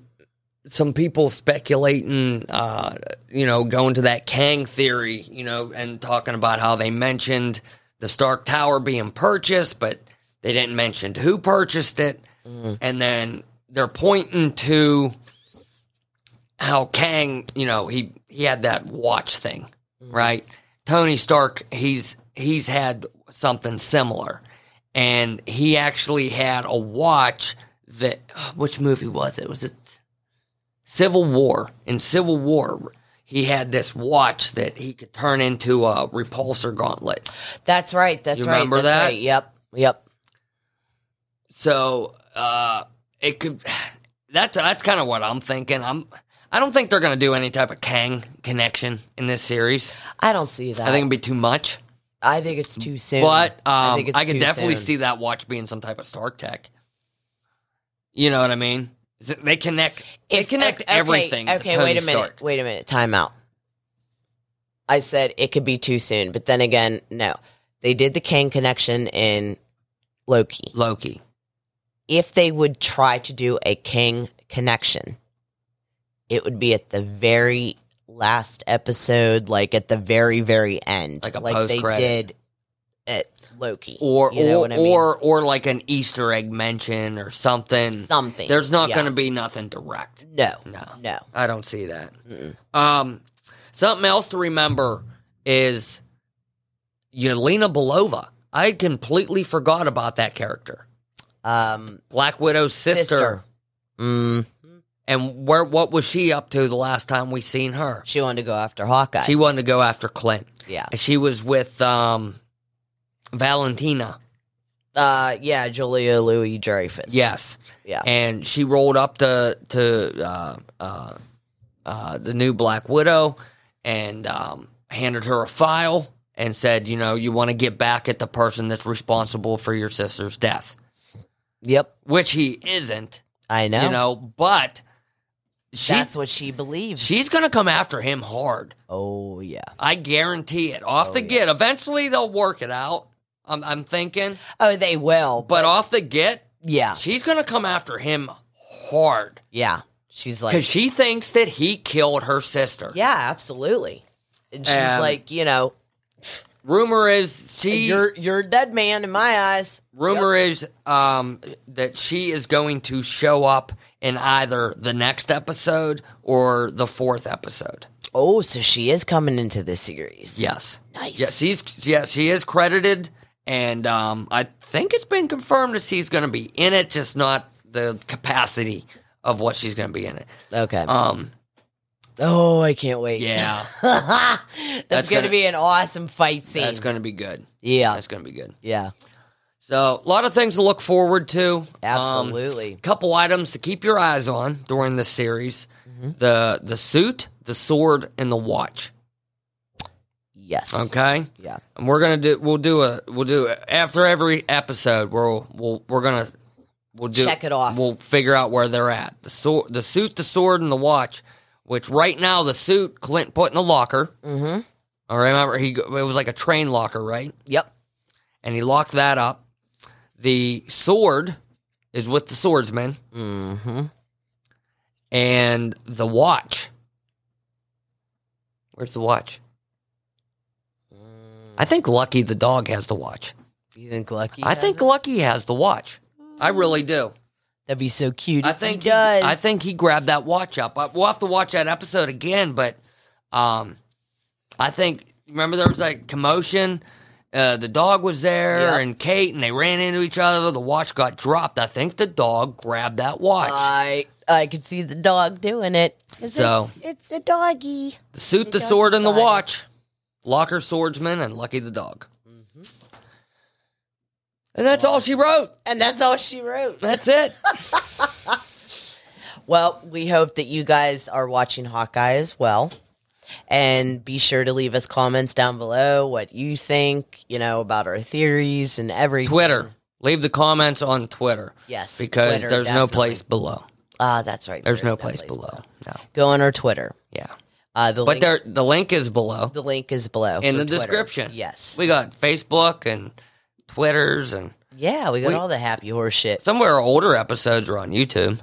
Speaker 6: some people speculating, uh, you know, going to that Kang theory, you know, and talking about how they mentioned the Stark Tower being purchased, but they didn't mention who purchased it, and then they're pointing to how Kang, you know, he he had that watch thing, right? Tony Stark, he's he's had something similar, and he actually had a watch that which movie was it? Was it Civil War? In Civil War, he had this watch that he could turn into a repulsor gauntlet.
Speaker 4: That's right. That's
Speaker 6: You
Speaker 4: right.
Speaker 6: remember
Speaker 4: that's
Speaker 6: that?
Speaker 4: right. Yep. Yep.
Speaker 6: So uh, it could. That's that's kind of what I'm thinking. I'm. I don't think they're going to do any type of Kang connection in this series.
Speaker 4: I don't see that.
Speaker 6: I think it'd be too much.
Speaker 4: I think it's too soon.
Speaker 6: But um, I,
Speaker 4: think it's
Speaker 6: can
Speaker 4: too
Speaker 6: definitely
Speaker 4: soon.
Speaker 6: see that watch being some type of Stark tech. You know what I mean? Is it- They connect. they
Speaker 4: If-
Speaker 6: connect
Speaker 4: okay,
Speaker 6: everything.
Speaker 4: Okay,
Speaker 6: to Tony
Speaker 4: wait a minute.
Speaker 6: Stark.
Speaker 4: Wait a minute. Time out. I said it could be too soon, but then again, no. They did the Kang connection in Loki.
Speaker 6: Loki.
Speaker 4: if they would try to do a King connection, it would be at the very last episode, like at the very, very end,
Speaker 6: Like a
Speaker 4: they
Speaker 6: post-credit.
Speaker 4: did at Loki,
Speaker 6: Or
Speaker 4: you know
Speaker 6: or,
Speaker 4: what I mean?
Speaker 6: or or like an Easter egg mention or something.
Speaker 4: something.
Speaker 6: There's not
Speaker 4: Yeah.
Speaker 6: going to be nothing direct.
Speaker 4: no,
Speaker 6: No.
Speaker 4: no.
Speaker 6: I don't see that. Um, something else to remember is Yelena Belova. I completely forgot about that character.
Speaker 4: Um,
Speaker 6: Black Widow's sister.
Speaker 4: Sister. mm,
Speaker 6: And where what was she up to the last time we seen her?
Speaker 4: she wanted to go after Hawkeye.
Speaker 6: She wanted to go after Clint.
Speaker 4: yeah.
Speaker 6: She was with um Valentina.
Speaker 4: Uh, yeah, Julia Louis Dreyfus.
Speaker 6: Yes.
Speaker 4: Yeah.
Speaker 6: And she rolled up to to uh, uh, uh, the new Black Widow and um, handed her a file and said, you know, you want to get back at the person that's responsible for your sister's death,
Speaker 4: Yep.
Speaker 6: which he isn't,
Speaker 4: I know.
Speaker 6: you know, but
Speaker 4: That's
Speaker 6: she's
Speaker 4: what she believes.
Speaker 6: she's gonna come after him hard.
Speaker 4: oh, yeah.
Speaker 6: I guarantee it.
Speaker 4: Oh,
Speaker 6: Off the get, eventually they'll work it out. I'm, I'm thinking,
Speaker 4: Oh, they will. But,
Speaker 6: but off the get,
Speaker 4: yeah.
Speaker 6: she's gonna come after him hard.
Speaker 4: Yeah. She's like,
Speaker 6: Because she thinks that he killed her sister.
Speaker 4: yeah, absolutely. And she's
Speaker 6: And-
Speaker 4: like, you know,
Speaker 6: Rumor is she.
Speaker 4: you're you're a dead man in my eyes.
Speaker 6: rumor is um, that she is going to show up in either the next episode or the fourth episode.
Speaker 4: Oh, so she is coming into this series.
Speaker 6: Yes.
Speaker 4: Nice.
Speaker 6: Yes, she's yes she is credited, and um, I think it's been confirmed that she's going to be in it, just not the capacity of what she's going to be in it.
Speaker 4: Okay.
Speaker 6: Um,
Speaker 4: oh, I can't wait.
Speaker 6: yeah,
Speaker 4: that's,
Speaker 6: That's
Speaker 4: gonna,
Speaker 6: gonna-
Speaker 4: be an awesome fight scene.
Speaker 6: that's going to be good.
Speaker 4: yeah.
Speaker 6: That's going to be good.
Speaker 4: Yeah.
Speaker 6: So, a lot of things to look forward to.
Speaker 4: Absolutely.
Speaker 6: A couple items to keep your eyes on during this series:
Speaker 4: Mm-hmm.
Speaker 6: the the suit, the sword, and the watch.
Speaker 4: yes.
Speaker 6: Okay,
Speaker 4: Yeah.
Speaker 6: and we're gonna do. We'll do a. We'll do a, after every episode. We'll we'll we're gonna we'll do
Speaker 4: Check it off.
Speaker 6: We'll figure out where they're at. The sword, the suit, the sword, and the watch. Which right now the suit Clint put in a locker. Mm-hmm. I remember he. go- It was like a train locker, right?
Speaker 4: Yep.
Speaker 6: and he locked that up. The sword is with the swordsman. Mm-hmm. And the watch. Where's the watch?
Speaker 4: Mm.
Speaker 6: I think Lucky the dog has the watch.
Speaker 4: You think Lucky?
Speaker 6: I
Speaker 4: has
Speaker 6: think
Speaker 4: it?
Speaker 6: Lucky has the watch. I really do.
Speaker 4: that'd be so cute.
Speaker 6: I
Speaker 4: if
Speaker 6: think
Speaker 4: he does.
Speaker 6: I think he grabbed that watch up. I- We'll have to watch that episode again, but um, I think remember there was like commotion. Uh, the dog was there
Speaker 4: Yeah.
Speaker 6: and Kate, and they ran into each other. The watch got dropped. I think the dog grabbed that watch.
Speaker 4: I I could see the dog doing it. 'Cause
Speaker 6: So-
Speaker 4: it's, it's a doggy.
Speaker 6: the suit, the sword, and the watch. Locker swordsman and Lucky the dog.
Speaker 4: Mm-hmm.
Speaker 6: And that's all she wrote.
Speaker 4: And that's all she wrote.
Speaker 6: That's it.
Speaker 4: Well, we hope that you guys are watching Hawkeye as well. And be sure to leave us comments down below what you think, you know, about our theories and everything.
Speaker 6: Twitter. Leave the comments on Twitter.
Speaker 4: Yes,
Speaker 6: Because
Speaker 4: Twitter,
Speaker 6: there's no
Speaker 4: definitely.
Speaker 6: place below.
Speaker 4: Ah, that's right.
Speaker 6: There's, no, place, below. No.
Speaker 4: Go on our Twitter.
Speaker 6: Yeah.
Speaker 4: Uh, the
Speaker 6: But
Speaker 4: link,
Speaker 6: there the link is below
Speaker 4: the link is below
Speaker 6: in
Speaker 4: for
Speaker 6: the
Speaker 4: Twitter.
Speaker 6: description.
Speaker 4: Yes.
Speaker 6: We got Facebook and Twitters and
Speaker 4: yeah, we got
Speaker 6: we-
Speaker 4: all the happy horse shit.
Speaker 6: some of our older episodes are on YouTube.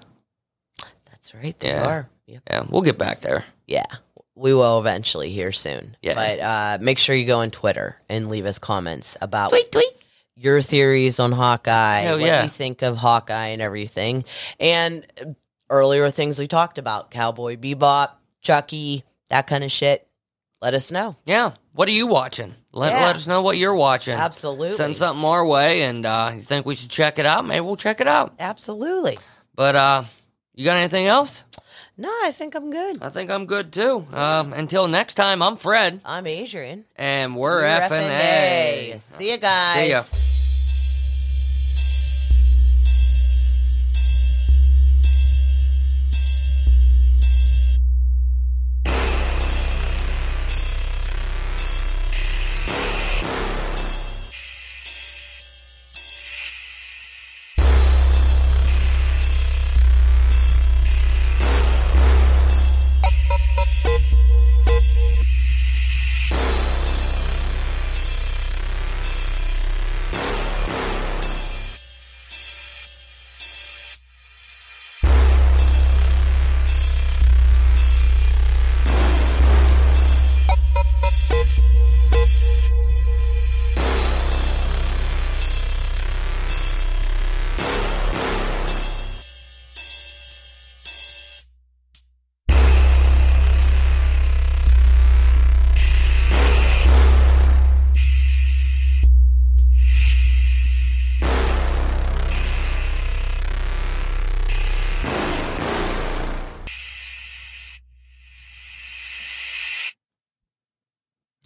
Speaker 4: That's right. They
Speaker 6: Yeah.
Speaker 4: are. Yep.
Speaker 6: Yeah, we'll get back there.
Speaker 4: Yeah. We will eventually here soon.
Speaker 6: Yeah.
Speaker 4: But uh, make sure you go on Twitter and leave us comments about
Speaker 6: tweet.
Speaker 4: your theories on Hawkeye,
Speaker 6: Hell
Speaker 4: what
Speaker 6: yeah.
Speaker 4: you think of Hawkeye and everything. And uh, earlier things we talked about Cowboy Bebop, Chucky, that kind of shit. Let us know.
Speaker 6: Yeah. What are you watching? Let,
Speaker 4: Yeah.
Speaker 6: let us know what you're watching.
Speaker 4: Absolutely.
Speaker 6: Send something our way and uh, you think we should check it out, maybe we'll check it out.
Speaker 4: Absolutely.
Speaker 6: But uh you got anything else?
Speaker 4: No, I think I'm good.
Speaker 6: I think I'm good too. Um, until next time, I'm Fred,
Speaker 4: I'm Adrian.
Speaker 6: and we're,
Speaker 4: You're
Speaker 6: F and A.
Speaker 4: FNA. See you guys.
Speaker 6: See ya.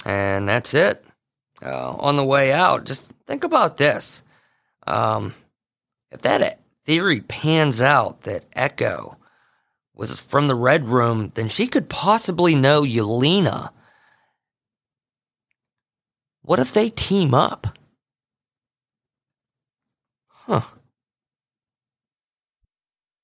Speaker 6: And that's it. Uh, on the way out, just think about this. Um, if that theory pans out that Echo was from the Red Room, then she could possibly know Yelena. What if they team up? Huh.